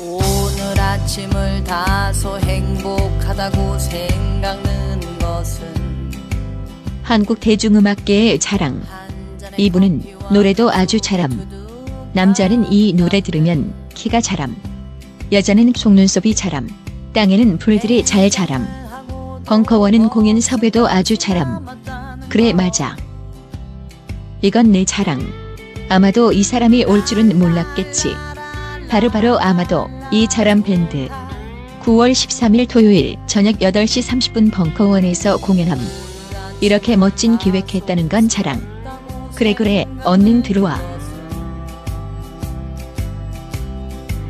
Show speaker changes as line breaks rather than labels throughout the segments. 오늘 아침을 다소 행복하다고 생각는 것은
한국 대중음악계의 자랑.
한 잔의
이분은
커피와 그
노래도 아주 잘함.
두둑한
남자는 이 노래 들으면 키가 자람. 여자는 속눈썹이 자람. 땅에는 풀들이 잘 자람. 벙커원은 공연 섭외도 아주 자람. 그래 맞아. 이건 내 자랑. 아마도 이 사람이 올 줄은 몰랐겠지. 바로바로 아마도 이 자람 밴드. 9월 13일 토요일 저녁 8시 30분 벙커원에서 공연함. 이렇게 멋진 기획했다는 건 자랑. 그래 그래 얼른 들어와.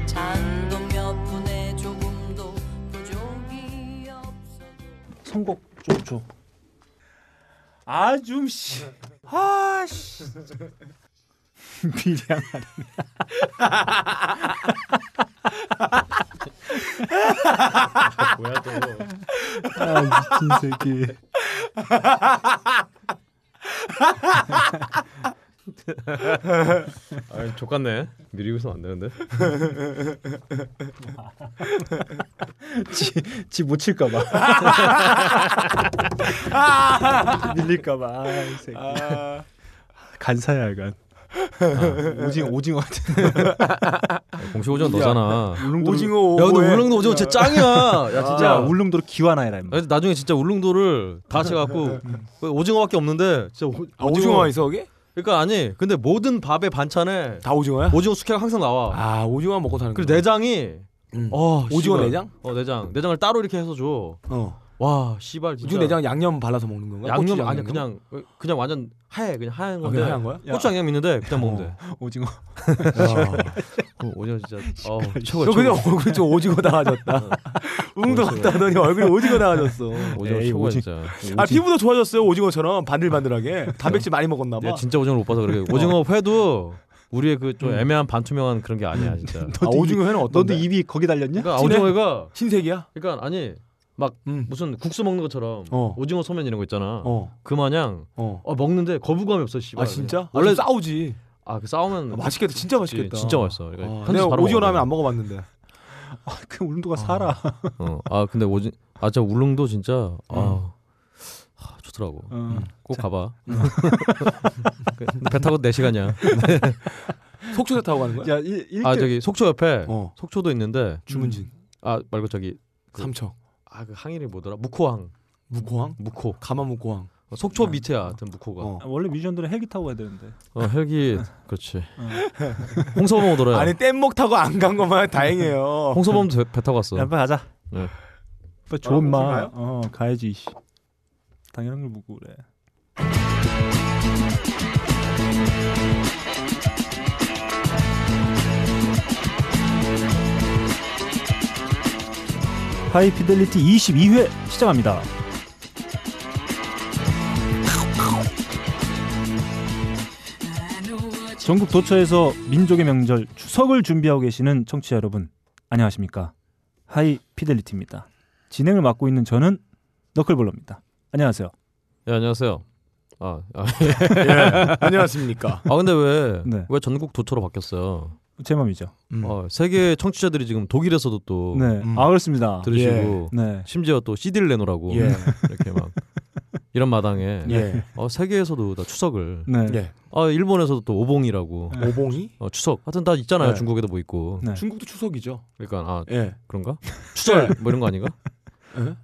잔도 몇 푼에 조금도 부족이 없어도
선곡 좀 줘. 아 좀 씨. 아 씨. 미량 아니야.
뭐야 또
아 미친 새끼.
아, 족같네 미리 웃으면 안 되는데
지 못 칠까봐. 밀릴까봐. 아, 이 새끼. 간사야 간. 오징어 오징어 같은.
공식 오징어 너잖아
울릉도
오징어
야 근데
오버에
울릉도 오징어 진짜 짱이야 야 진짜
아,
진짜
울...
울릉도로 기환하라 임마.
나중에 진짜 울릉도를 다 해갖고 오징어밖에 없는데 진짜 오,
아, 오징어가 있어 거기?
그러니까 아니 근데 모든 밥의 반찬에
다 오징어야?
오징어 숙회가 항상 나와
아 오징어 먹고 사는
그리고 내장이
음.
어,
오징어
씨발.
내장?
어 내장 내장을 따로 이렇게 해서 줘와
어
씨발 진짜
오징어 내장 양념 발라서 먹는 건가?
양념
고추장
아니
양념?
그냥 그냥 완전 하얘 그냥 하얀
아,
건데
그냥 하얀 거야?
고추장 양념 있는데 그냥 먹으면 돼
오징어.
어, 오징어 진짜 어,
너
최고야
그냥
최고
얼굴이 좀 오징어 나아졌다 울릉도 갔다 오더니 얼굴이 오징어 나아졌어
오징어
에이,
최고야
오징어.
진짜
아 피부도 좋아졌어요 오징어처럼 바늘바늘하게 단백질 많이 먹었나 봐
야, 진짜 오징어 못 봐서 그래. 오징어 회도 우리의 그
음.
좀 애매한 반투명한 그런 게 아니야 진짜.
아, 오징어 회는
너도
어떤데?
입이 거기 달렸냐?
그러니까 오징어 회가
흰색이야?
그러니까 아니 막
음.
무슨 국수 먹는 것처럼
어.
오징어 소면 이런 거 있잖아.
어.
그 마냥
어.
어, 먹는데 거부감이 없어 씨발.
아 진짜? 원래
원래
싸우지.
아, 그 싸우면
아, 맛있겠다. 진짜
그치,
맛있겠다.
진짜 맛있어. 그러니까
아,
현지
내가
바로
오징어
먹어야
라면
돼.
안 먹어봤는데.
아, 그 울릉도가 살아.
어. 아 근데 오징 아 진짜 울릉도 진짜
음.
아, 아, 좋더라고.
어.
꼭 가봐. 배 타고 4 시간이야.
속초에 타고 가는 거야?
야, 일, 일,
아 저기 속초 옆에
어.
속초도 있는데
주문진,
아 말고 저기 그-
삼척,
아 그 항일이 뭐더라? 무코항.
무고항,
무코.
가마무고항.
어, 속초 밑에야 하여튼 무코가 어.
아. 어.
아, 원래 뮤지션들은 헬기 타고 가야 되는데.
헬기 그렇지 홍서범 오더라
어. 아니 어. 뗏목 타고 안 간 것만 다행이에요.
홍서범도 배, 배 타고 갔어
한번 가자.
네.
오빠 좋은
아,
마.
가요?
어, 가야지. 씨. 당연한 걸 묻고 그래. 하이피델리티 22회 시작합니다. 전국 도처에서 민족의 명절 추석을 준비하고 계시는 청취자 여러분, 안녕하십니까? 하이 피델리티입니다. 진행을 맡고 있는 저는 너클볼러입니다. 안녕하세요.
예 안녕하세요 아, 아,
예. 안녕하십니까.
아 근데 왜 왜
네.
전국 도처로 바뀌었어요
제 맘이죠.
음.
어, 세계 청취자들이 지금 독일에서도 또
네.
음.
아 그렇습니다.
들으시고
네.
심지어 또 CD를 내놓으라고
예.
이렇게 막 이런 마당에
예.
어, 세계에서도 다 추석을
네.
예.
아 일본에서도 또 오봉이라고
네.
오봉이?
어, 추석 하여튼 다 있잖아요
네.
중국에도 뭐 있고
네.
중국도 추석이죠.
그러니까 아
예.
그런가
추절.
뭐 이런 거 아닌가
예?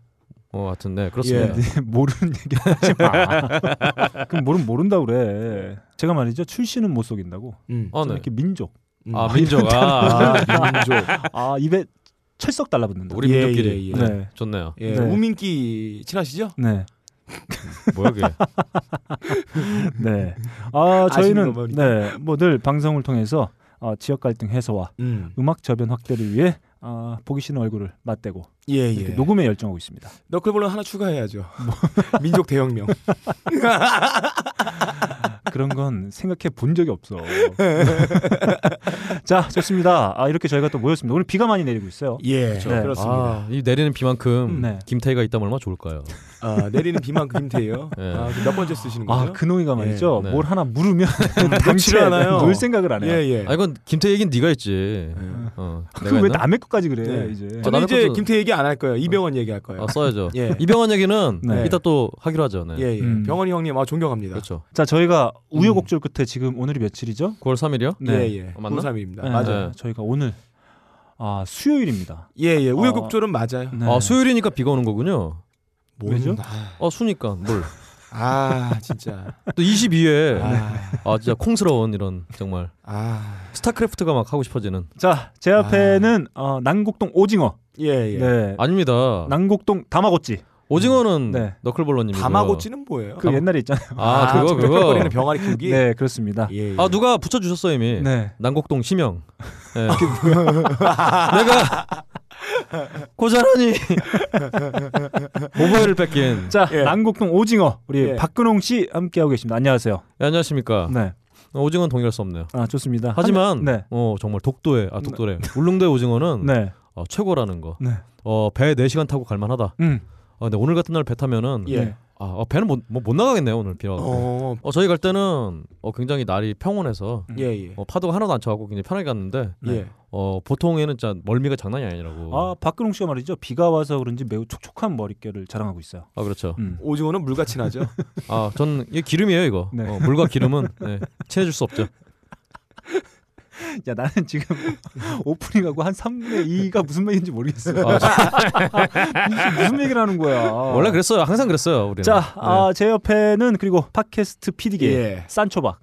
어 하여튼 네 그렇습니다
네, 모르는 얘기 하지 마. 그럼 모르면 모른다 그래. 제가 말이죠. 출신은 못 속인다고.
음.
아,
저는
네.
이렇게 민족.
음.
아 민족아
아, 민족.
아 입에 철썩 달라붙는다.
우리
예,
민족끼리
예, 예.
네.
좋네요.
예.
네.
우민기 친하시죠?
네.
뭐야 그게?
네. 아
아시는 거
저희는
보니까.
네. 뭐 늘 방송을 통해서 어, 지역 갈등 해소와
음.
음악 저변 확대를 위해 아, 보기 싫은 얼굴을 맞대고
예, 예.
이렇게 녹음에 열정하고 있습니다.
너클볼러 하나 추가해야죠. 민족 대혁명.
그런 건 생각해 본 적이 없어. 자, 좋습니다. 아, 이렇게 저희가 또 모였습니다. 오늘 비가 많이 내리고 있어요.
예,
네.
그렇습니다.
아, 이 내리는 비만큼
네.
김태희가 있다면 얼마나 좋을까요?
아, 내리는 비만큼 힘태예요.
예.
아, 그몇 번째 쓰시는
아,
거죠?
그놈이가 말이죠.
네.
뭘 하나 물으면
며칠
당최
하나요?
놀 생각을 안 해요.
예, 예.
아 이건 김태희 얘기는 네가 했지.
예.
어,
그럼 왜
했나?
남의 것까지 그래,
네.
이제.
아,
저는
나는
이제
그것도-
김태 얘기 안 할 거예요. 이병헌 얘기할 거예요.
아, 써야죠.
예.
이병헌 얘기는
네.
이따 또 하기로 하죠. 네.
예, 예.
음.
병헌이 형님, 아 존경합니다.
그렇죠.
자, 저희가 우여곡절 끝에 지금 오늘이 며칠이죠?
9월 3일이요?
음. 예, 예.
어, 맞나?
93일입니다.
네,
맞아요.
네, 저희가 오늘 아, 수요일입니다.
예, 예. 우여곡절은 맞아요.
네.
아 수요일이니까 비가 오는 거군요.
뭔-
왜죠?
아,
아 수니까 뭘?
아, 진짜.
또 22회
아,
아 진짜 콩스러운 이런 정말
아.
스타크래프트가 막 하고 싶어지는.
자, 제 앞에는 어, 난곡동 오징어.
예, 아. 예.
네.
아닙니다.
난곡동 다마고찌.
오징어는
네.
너클볼러님.
다마고찌는 뭐예요?
그 옛날에 있잖아요.
아, 그거 그거.
빽빽거리는 병아리 키우기.
네, 그렇습니다.
예, 예.
아 누가 붙여주셨어 이미.
네.
난곡동 심형. 예. 내가 고자라니 모바일을 뺏긴.
자,
예.
난곡동 오징어 우리
예.
박근홍 씨 함께 하고 계십니다. 안녕하세요.
예, 안녕하십니까.
네,
어, 오징어는 동의할 수 없네요.
아 좋습니다.
하지만
한- 네,
어 정말 독도에 아 독도래 울릉도의 오징어는
네,
어, 최고라는 거.
네.
어배 4시간 타고 갈만하다.
음, 네.
아, 근데 오늘 같은 날 배 타면은
예.
아 어, 배는 못, 뭐- 못 나가겠네요 오늘 비가. 어.
어,
어 저희 갈 때는 어 굉장히 날이 평온해서
음.
예, 예.
어, 파도가 하나도 안 쳐갖고 굉장히 편하게 갔는데
네.
예.
어 보통에는 진짜 멀미가 장난이 아니라고.
아 박근홍 씨가 말이죠. 비가 와서 그런지 매우 촉촉한 머릿결을 자랑하고 있어요.
아, 그렇죠.
음.
오징어는 물같이 나죠.
아, 전 이게 기름이에요, 이거.
네.
어, 물과 기름은 네, 친해질 수 없죠.
야 나는 지금 오프닝하고 한 3분의 2가 무슨 말인지 모르겠어요.
아, 저-
무슨 얘기를 하는 거야.
아. 원래 그랬어요. 항상 그랬어요, 우리는.
아. 자,
네.
아, 제 옆에는 그리고 팟캐스트 PD계
예.
산초박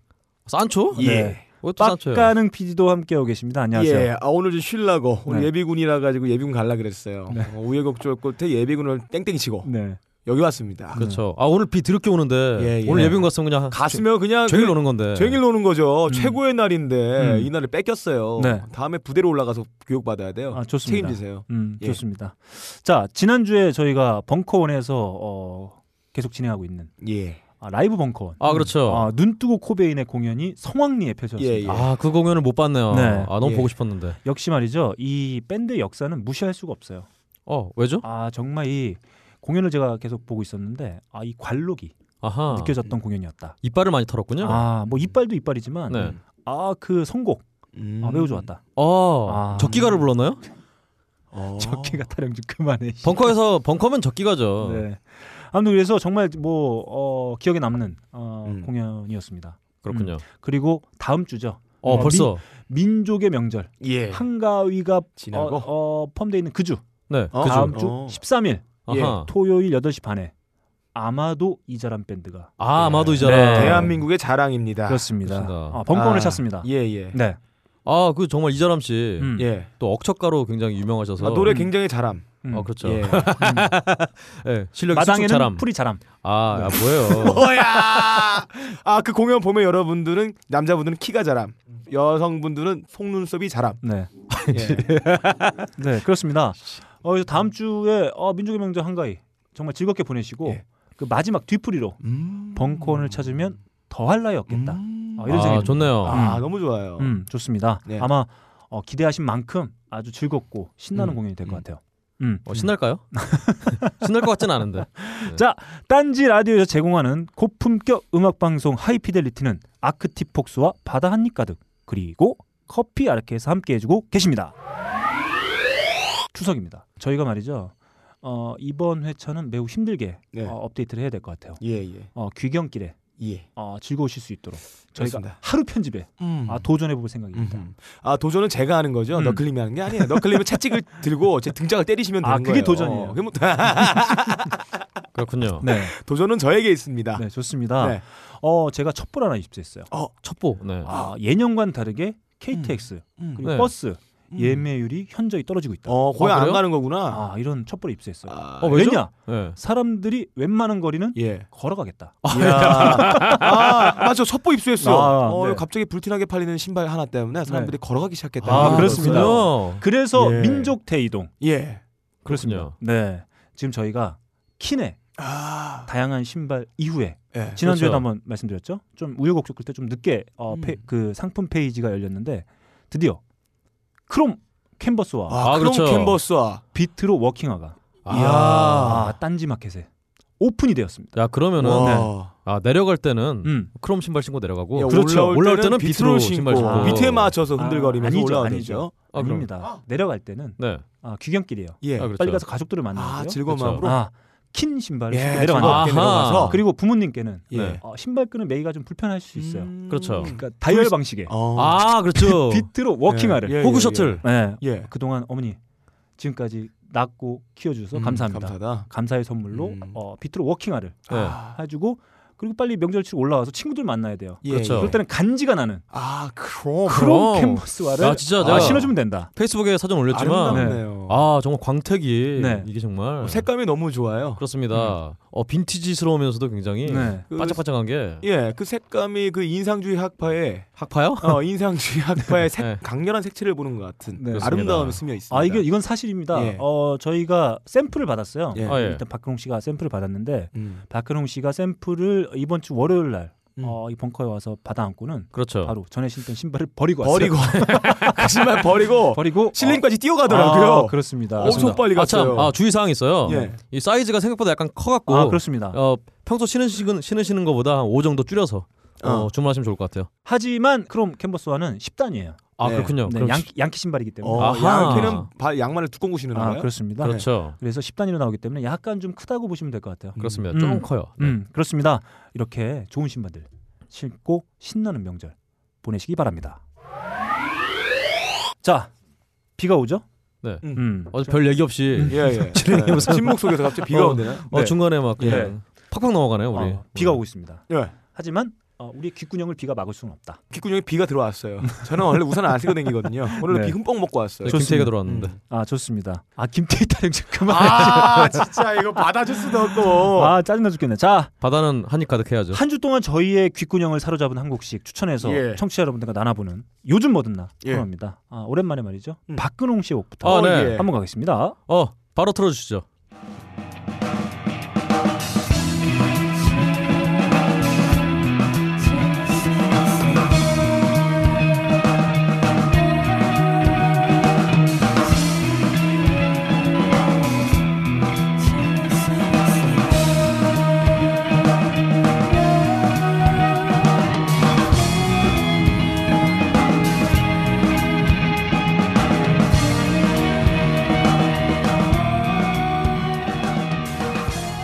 산초?
예.
이것도 산초예요.
빡가능 PD도 함께하고 계십니다. 안녕하세요.
예, 아, 오늘 좀 쉬려고 오늘
네.
예비군이라 가지고 예비군 갈라 그랬어요. 어, 우여곡절 끝에 예비군을 땡땡이 치고
네,
여기 왔습니다.
그렇죠. 아, 오늘 비 드럽게 오는데
예, 예.
오늘 예비군 갔으면 그냥
갔으면 그냥
쟁일
그-
노는 건데.
쟁일 노는 거죠.
네. 음.
최고의 날인데
음.
이 날을 뺏겼어요.
네.
다음에 부대로 올라가서 교육 받아야 돼요.
아 좋습니다.
책임지세요.
음,
예.
좋습니다. 자, 지난주에 저희가 벙커원에서 어, 계속 진행하고 있는
예.
아, 라이브 벙커원.
아, 그렇죠.
아, 눈뜨고 코베인의 공연이 성황리에 펼쳐졌습니다.
예, 예.
아, 그 공연을 못 봤네요.
네.
아, 너무
예.
보고 싶었는데.
역시 말이죠. 이 밴드의 역사는 무시할 수가 없어요.
어, 왜죠?
아, 정말 이 공연을 제가 계속 보고 있었는데 아, 이 관록이
아하.
느껴졌던 공연이었다.
이빨을 많이 털었군요.
아, 뭐 이빨도 이빨이지만
네.
아, 그 선곡
음.
아, 매우 좋았다.
어,
아.
적기가를 불렀나요?
어.
적기가 타령 좀 그만해. 씨.
벙커에서 벙커면 적기가죠.
네. 아무튼 그래서 정말 뭐 어, 기억에 남는 어,
음.
공연이었습니다.
그렇군요.
음. 그리고 다음 주죠.
어,
네.
벌써.
민족의 명절
예.
한가위가
지나고.
어, 어, 펌돼 있는 그 주
네.
어?
그죠.
다음 주
어.
13일
예.
아하.
토요일 8시 반에 아마도 이자람 밴드가
아, 아마도 이제
네.
대한민국의 자랑입니다.
그렇습니다.
그렇습니다.
아, 벙커원을
아,
찾습니다.
예, 예.
네.
아, 그 정말 이자람 씨.
음.
예.
또 억척가로 굉장히 유명하셔서.
아, 노래
음.
굉장히 잘함.
음.
아, 그렇죠.
예.
예, 실력이
마당에는
수축자람.
풀이 자람.
아, 아, 뭐예요?
뭐야? 아, 그 공연 보면 여러분들은 남자분들은 키가 자람. 여성분들은 속눈썹이 자람.
네.
예.
네, 그렇습니다. 어, 그래서 다음 주에 어, 민족의 명절 한가위 정말 즐겁게 보내시고
예.
그 마지막 뒤풀이로
음.
벙커원을 찾으면 더할 나위 없겠다.
음.
아, 이런
아,
생각이
좋네요.
아,
음.
너무 좋아요.
음, 좋습니다.
네.
아마 어, 기대하신 만큼 아주 즐겁고 신나는
음.
공연이 될 것
음.
같아요. 음.
어, 신날까요? 신날 것 같진 않은데.
딴지 라디오에서 제공하는 고품격 음악 방송 하이피델리티는 아크티폭스와 바다 한입 가득 그리고 커피 아르케에서 함께 해주고 계십니다. 추석입니다. 저희가 말이죠. 어, 이번 회차는 매우 힘들게
네.
어, 업데이트를 해야 될 것 같아요.
예, 예.
어, 귀경길에
예.
어, 즐거우실 수 있도록 저희가
그렇습니다.
하루 편집에
음.
아, 도전해볼 생각입니다.
음흠. 아 도전은 제가 하는 거죠.
음.
너클림이 하는 게 아니에요. 너클림은 채찍을 들고 제 등짝을 때리시면 되는
아, 그게
거예요.
도전이에요.
어, 그게 뭐-
그렇군요.
네,
도전은 저에게 있습니다.
네, 좋습니다.
네.
어, 제가 첩보를 하나 입수했어요.
첩보. 네.
아, 예년과는 다르게 KTX
음.
그리고
네.
버스
음.
예매율이 현저히 떨어지고 있다.
어 고향
아,
안
그래요?
가는 거구나.
아, 이런 첩보를 입수했어요.
아,
어, 왜죠?
왜냐?
네.
사람들이 웬만한 거리는
예.
걸어가겠다.
이야. 아, 맞아. 첩보 입수했어.
아,
어,
네.
갑자기 불티나게 팔리는 신발 하나 때문에 사람들이 걸어가기 시작했다.
아,
이런
그렇습니다.
거였어요.
그렇군요.
그래서
예.
민족 대이동
예.
그렇군요.
네 지금 저희가 키네
아,
다양한 신발 이후에
예.
지난주에도
그렇죠.
한번 말씀드렸죠. 좀 우여곡절 끝에 좀 늦게 어,
음.
페- 그 상품 페이지가 열렸는데 드디어 크롬 캔버스와
아,
아,
크롬
그렇죠.
캔버스와
비트로 워킹화가
이야.
아, 딴지 마켓에 오픈이 되었습니다.
야 그러면은
와. 예,
아 내려갈 때는
음.
크롬 신발 신고 내려가고
야,
그렇죠.
올라올 때는 비트로 신발 신고.
비트에 맞춰서
아,
흔들거리면서
아니죠,
올라가죠.
아, 그럼.
아닙니다. 내려갈 때는
네.
아, 귀경길이에요.
예.
아, 그렇죠.
빨리 가서 가족들을
아,
만나고요.
즐거운
그렇죠.
마음으로
아, 킨 신발을
예,
신고
즐거운
내려간다.
어깨
아하.
내려가서
그리고 부모님께는
예.
네.
어, 신발 끈은 매기가 좀 불편할 수 있어요.
음.
그렇죠.
그러니까 다이얼
풀-
방식의
어.
아 그렇죠.
비트로 워킹화를.
예, 예,
호구 셔틀.
네.
예. 예.
그동안 어머니 지금까지 낳고 키워주셔서
음,
감사합니다.
감사하다.
감사의 선물로
음.
어, 비트로 워킹화를
네.
아,
해주고 그리고 빨리 명절 치고 올라와서 친구들 만나야 돼요.
예,
그렇죠.
예.
그럴 때는 간지가 나는
아,
크롬
크롬.
그럼.
캔버스화를
아, 진짜
내가-
신어주면 된다.
네. 페이스북에 사진 올렸지만
아름답네요. 어,
아 정말 광택이
어. 네.
이게 정말
색감이 너무 좋아요.
그렇죠. 그렇습니다. 어 빈티지스러우면서도 굉장히
네.
그-
반짝반짝한 게
예, 그 색감이 그 인상주의 학파의
학파요?
어, 인상주의 학파의 색,
네.
강렬한 색채를 보는 것 같은
네.
아름다움이
그렇습니다.
스며 있습니다.
아 이게 이건 사실입니다.
예.
어 저희가 샘플을 받았어요.
예.
아, 예.
일단 박근홍 씨가 샘플을 받았는데
음.
박근홍 씨가 샘플을 이번 주 월요일 날
음.
어, 이 벙커에 와서 받아안고는
그렇죠.
바로 전에 신던 신발을 버리고 왔어요.
버리고 거짓말 버리고
버리고
실링까지
아,
뛰어가더라고요.
그렇습니다.
엄청 빨리
아, 참,
갔어요.
아, 주의 사항이 있어요.
예.
이 사이즈가 생각보다 약간 커갖고
아 그렇습니다.
어, 평소 신은 신은 신으시는 거보다 한5 정도 줄여서 어,
어.
주문하시면 좋을 것 같아요. 하지만
크롬 캔버스화는 10단이에요.
아
네.
그렇군요. 그럼
양, 양키 신발이기 때문에.
어,
아하.
양키는 바, 양말을 두꺼운 거 신는
아
거예요?
그렇습니다.
그렇-
그렇죠.
그래서 10단위로 나오기 때문에 약간 좀 크다고 보시면 될 것 같아요.
그렇습니다.
음.
조금 커요. 네.
음 그렇습니다. 이렇게 좋은 신발들 신고 신나는 명절 보내시기 바랍니다. 자 비가 오죠?
네.
음.
어, 별 얘기 없이
예, 예.
진행해 보세요.
침묵 속에서 갑자기 비가
어.
온대나?
어,
네.
중간에 막
예.
그냥 팍팍 넘어가네요. 우리
어, 비가 오고 있습니다.
예.
하지만 어, 우리 귓구녕을 비가 막을 수는 없다.
귓구녕에 비가 들어왔어요. 저는 원래 우산 안 쓰고 다니거든요. 오늘
네.
비 흠뻑 먹고 왔어요. 음.
네, 김태희가
좋습니다.
들어왔는데
아 좋습니다. 아 김태희 타령 좀 그만.
아, 진짜 이거 받아줄 수도 없고.
아 짜증나 죽겠네. 자,
바다는 한입 가득해야죠.
한 주 동안 저희의 귓구녕을 사로잡은 한 곡씩 추천해서
예.
청취자 여러분들과 나눠보는 요즘 뭐든 나
예.
코너입니다. 아, 오랜만에 말이죠.
음.
박근홍 씨의 곡부터
아, 네.
어, 예.
한번 가겠습니다.
어 바로 틀어주시죠.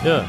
예.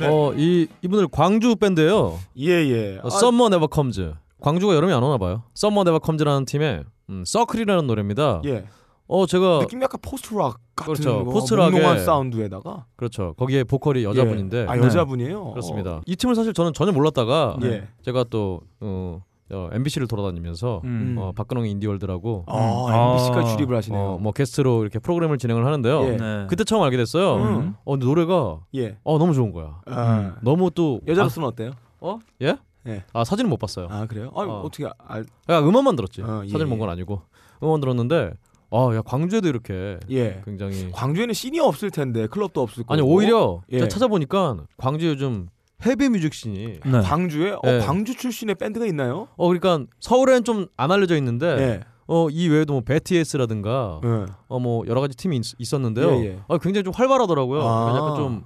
네.
어이 이분들 광주 밴드예요.
예, 예.
어, Summer Never Comes. 광주가 여름이 안 오나 봐요. Summer Never Comes라는 팀의 음, Circle이라는 노래입니다.
예.
어 제가
느낌이 약간 포스트락 같은
그렇죠.
거,
포스트락의-
몽롱한 사운드에다가
그렇죠. 거기에 보컬이 여자분인데
예. 아
네.
여자분이에요.
그렇습니다. 이 팀을 사실 저는 전혀 몰랐다가
예.
제가 또 어, 어, MBC를 돌아다니면서
음.
음.
어, 박근홍의 인디월드라고
어,
아.
MBC까지 출입을 하시네요.
어, 뭐 게스트로 이렇게 프로그램을 진행을 하는데요.
예.
네.
그때 처음 알게 됐어요.
음.
어, 근데 노래가
예.
어, 너무 좋은 거야.
아.
너무 또
여자로서는 어때요?
아, 어? 예?
예.
아 사진은 못 봤어요.
아 그래요? 아니
어.
어. 떻게 알?
야, 음원만 들었지.
어, 예,
사진 본 건 아니고 음원 들었는데 아, 야 광주에도 이렇게
예.
굉장히
광주에는 씬이 없을 텐데 클럽도 없을 거고.
아니 오히려
예.
제가 찾아보니까 광주 요즘 헤비 뮤직씬이
네.
광주에 어,
예.
광주 출신의 밴드가 있나요?
어 그러니까 서울엔 좀 안 알려져 있는데
예.
어 이 외에도 뭐 베티에스라든가
예.
어 뭐 여러 가지 팀이 있, 었는데요
예, 예.
어, 굉장히 좀 활발하더라고요.
아.
약간 좀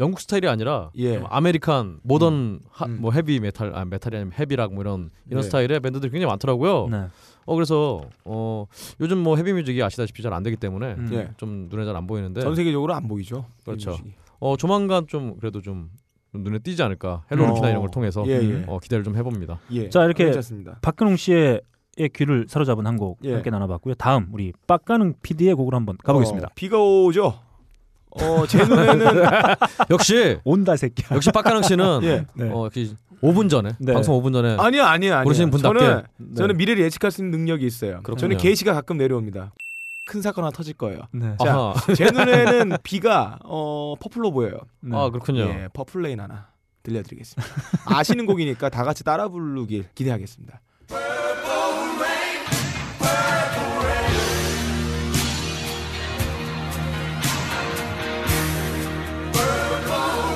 영국 스타일이 아니라
예.
좀 아메리칸 모던 하-
음.
뭐 헤비 메탈 아 메탈이 아니면 헤비락 뭐 이런 이런
네.
스타일의 밴드들이 굉장히 많더라고요.
네.
어 그래서 어 요즘 뭐 헤비 뮤직이 아시다시피 잘 안 되기 때문에
음.
예.
좀 눈에 잘 안 보이는데
전 세계적으로 안 보이죠.
네. 그렇죠.
이 음식이.
어 조만간 좀 그래도 좀 눈에 띄지 않을까 헬로루키나
어.
이런 걸 통해서
예, 예.
어, 기대를 좀 해봅니다.
예.
자, 이렇게-
괜찮습니다.
박근홍 씨의 의 귀를 사로잡은 한 곡
예.
함께 나눠봤고요. 다음 우리 빡가능 PD의 곡으로 한번 가보겠습니다.
어, 비가 오죠. 어, 제
네.
눈에는
역시
온다 새끼야.
역시 박가능 씨는
예.
네.
어 역시 5분 전에
네.
방송 5분 전에
아니요, 아니요, 아니요.
모르시는 분답게.
저는
네.
저는 미래를 예측할 수 있는 능력이 있어요.
그렇군요.
저는 게시가 가끔 내려옵니다. 큰 사건 하나 터질 거예요.
네.
자,
아하.
제 눈에는 비가 어 퍼플로 보여요.
네.
아 그렇군요.
예, 퍼플레인 하나 들려드리겠습니다. 아시는 곡이니까 다 같이 따라 부르길 기대하겠습니다.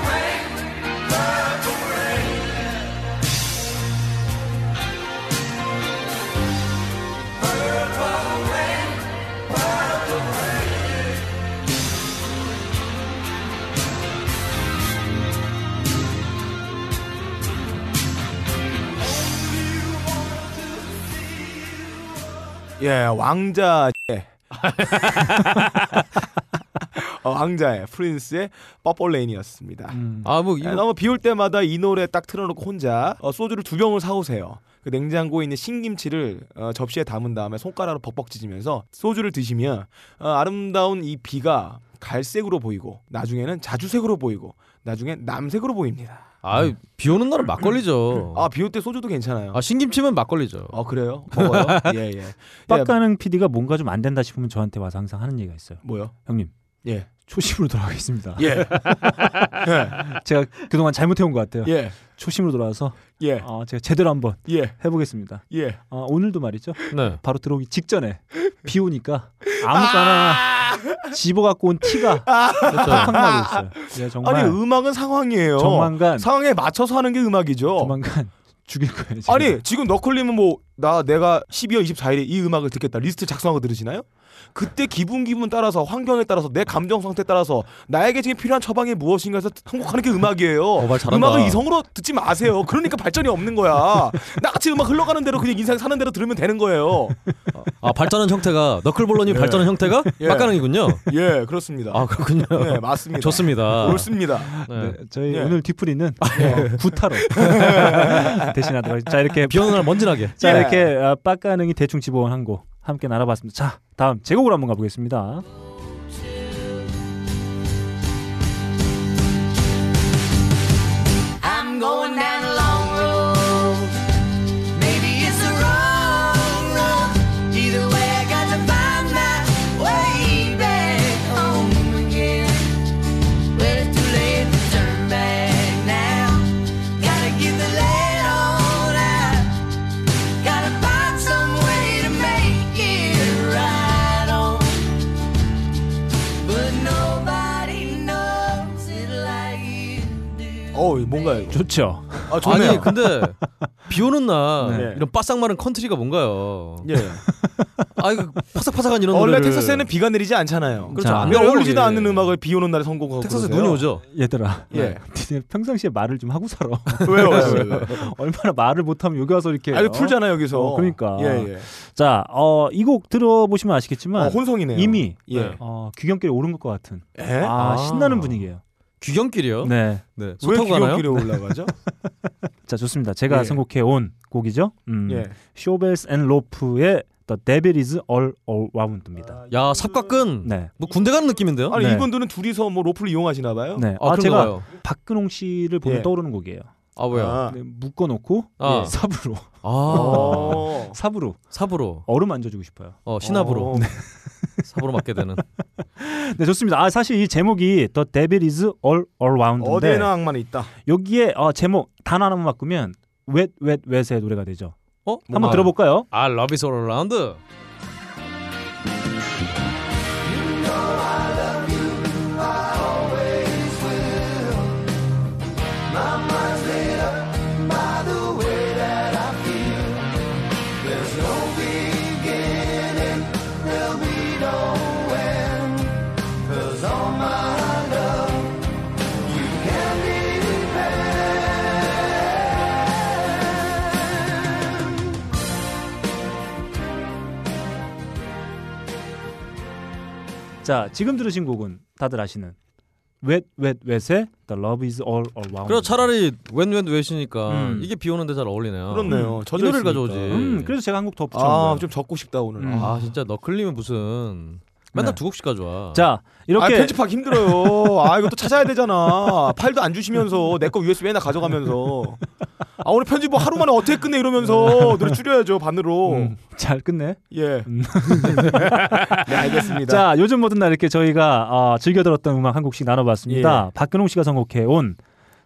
Purple rain,
예, 왕자. 어, 왕자의 프린스의 버블레인이었습니다.
음.
아 뭐
예,
이거
너무 비올 때마다 이 노래 딱 틀어놓고 혼자 어, 소주를 두 병을 사오세요. 그 냉장고에 있는 신김치를 어, 접시에 담은 다음에 손가락으로 벅벅 찢으면서 소주를 드시면 어, 아름다운 이 비가 갈색으로 보이고 나중에는 자주색으로 보이고 나중에 남색으로 보입니다.
아비 오는 날은 막걸리죠.
아 비올 때 소주도 괜찮아요.
어. 아 신김치면 막걸리죠.
어 그래요? 먹어요? 예 예.
빡가는 PD가 뭔가 좀 안 된다 싶으면 저한테 와서 항상 하는 얘기가 있어요.
뭐요?
형님
예.
초심으로 돌아가겠습니다.
예.
제가 그동안 잘못해온 것 같아요.
예.
초심으로 돌아와서
예.
어, 제가 제대로 한번
예.
해보겠습니다.
예.
어, 오늘도 말이죠.
네.
바로 들어오기 직전에 비 오니까 아무거나 집어 갖고 온 티가
그렇죠.
팍팍 나고 있어요. 제가 정말
아! 아니 음악은 상황이에요.
조만간
상황에 맞춰서 하는 게 음악이죠.
조만간 죽일 거예요. 지금.
어. 아니 지금 너클님은 뭐 나 내가 12월 24일에 이 음악을 듣겠다 리스트 작성하고 들으시나요? 그때 기분 기분 따라서 환경에 따라서 내 감정 상태 따라서 나에게 지금 필요한 처방이 무엇인가 해서 선곡하는 게 음악이에요.
어, 말 잘한다.
음악을 이성으로 듣지 마세요. 그러니까 발전이 없는 거야. 나같이 음악 흘러가는 대로 그냥 인생 사는 대로 들으면 되는 거예요.
아 발전한 형태가 너클볼러님
예.
발전한 형태가
예.
막가능이군요.
예, 그렇습니다.
아 그렇군요.
네, 맞습니다.
좋습니다.
옳습니다.
네.
네, 저희
예.
오늘 뒤풀이는 어, 구타로 대신하도록 하겠습니다. 자 이렇게
아,
비 오는 날 먼지나게.
자
예.
이렇게 아, 빡가능이 대충 집어온 한 곡 함께 나눠봤습니다. 자 다음 제곡으로 한번 가보겠습니다.
I'm going down a long road. Maybe it's the wrong road. Either way, I got to find my way back home again. Well, it's too late to turn back now. Gotta get the lead on out. Gotta find some way to make it right on. But nobody knows it like you do.
어, 뭔가 이거.
좋죠.
아, 좋네요.
아니 그 근데 비 오는 날
네.
이런 바싹 마른 컨트리가 뭔가요?
예.
아 이거 파삭파삭한 이런
원래
노래를-
텍사스에는 비가 내리지 않잖아요.
그렇죠.
자,
안
왜
내려요,
어울리지도
이게.
않는 음악을 비 오는 날에 선곡하고
텍사스에
그러세요?
눈이 오죠.
얘들아,
예.
니네 평상시에 말을 좀 하고 살아.
왜요? 왜요? 왜요?
얼마나 말을 못하면 여기 와서
네.
이렇게.
아니 풀잖아 여기서.
어, 그러니까.
예, 예.
자, 어, 이 곡 들어보시면 아시겠지만
어, 혼성이네요. 네?
이미
예.
어, 귀경길에 오른 것 같은.
에?
아,
아.
신나는 분위기예요.
귀경길이요. 네.
네.
왜
소타고 가나요?
기록길에 올라가죠?
자, 좋습니다. 제가
예.
선곡해 온 곡이죠. 음,
예.
쇼벨스 앤 로프의 The Devil Is All Around입니다.
아,
야 삽각근.
네.
뭐 군대 가는 느낌인데요?
아니
네.
이분들은 둘이서 뭐 로프를 이용하시나 봐요.
네. 아,
아, 그런가
제가
봐요.
박근홍 씨를 보면
예.
떠오르는 곡이에요.
아 왜요? 아,
아. 예.
네, 묶어놓고
아.
예, 삽으로
어.
삽으로
삽으로,
얼음 만져주고 싶어요.
어 신압으로,
어.
삽으로 맞게 되는.
네 좋습니다. 아 사실 이 제목이 The Devil Is All Around인데
어디에나 악마는 있다.
여기에 어, 제목 단 하나만 바꾸면 Wet Wet Wet의 노래가 되죠.
어?
한번 들어볼까요?
아 러비 소롤 라운드.
자 지금 들으신 곡은 다들 아시는 Wet Wet Wet의 The Love Is All Around.
그래 차라리 웬웬 웨시니까
음.
이게 비 오는데 잘 어울리네요.
그렇네요.
이
젖어
노래를
있으니까.
가져오지.
음 그래서 제가 한 곡 더 붙여온
네. 아,
거예요.
좀 적고 싶다 오늘.
음.
아,
아 진짜 너클림은 무슨 맨날
네.
두 곡씩 가져와.
자 이렇게
아, 편집하기 힘들어요. 아, 이거 또 찾아야 되잖아. 파일도 안 주시면서 내 거 USB에나 가져가면서. 아, 오늘 편집 뭐 하루 만에 어떻게 끝내 이러면서 노래 줄여야죠, 반으로.
음, 잘 끝내.
예.
음.
네, 알겠습니다.
자 요즘 뭐든 날 이렇게 저희가 아, 즐겨 들었던 음악 한 곡씩
예.
나눠봤습니다. 박근홍 씨가 선곡해 온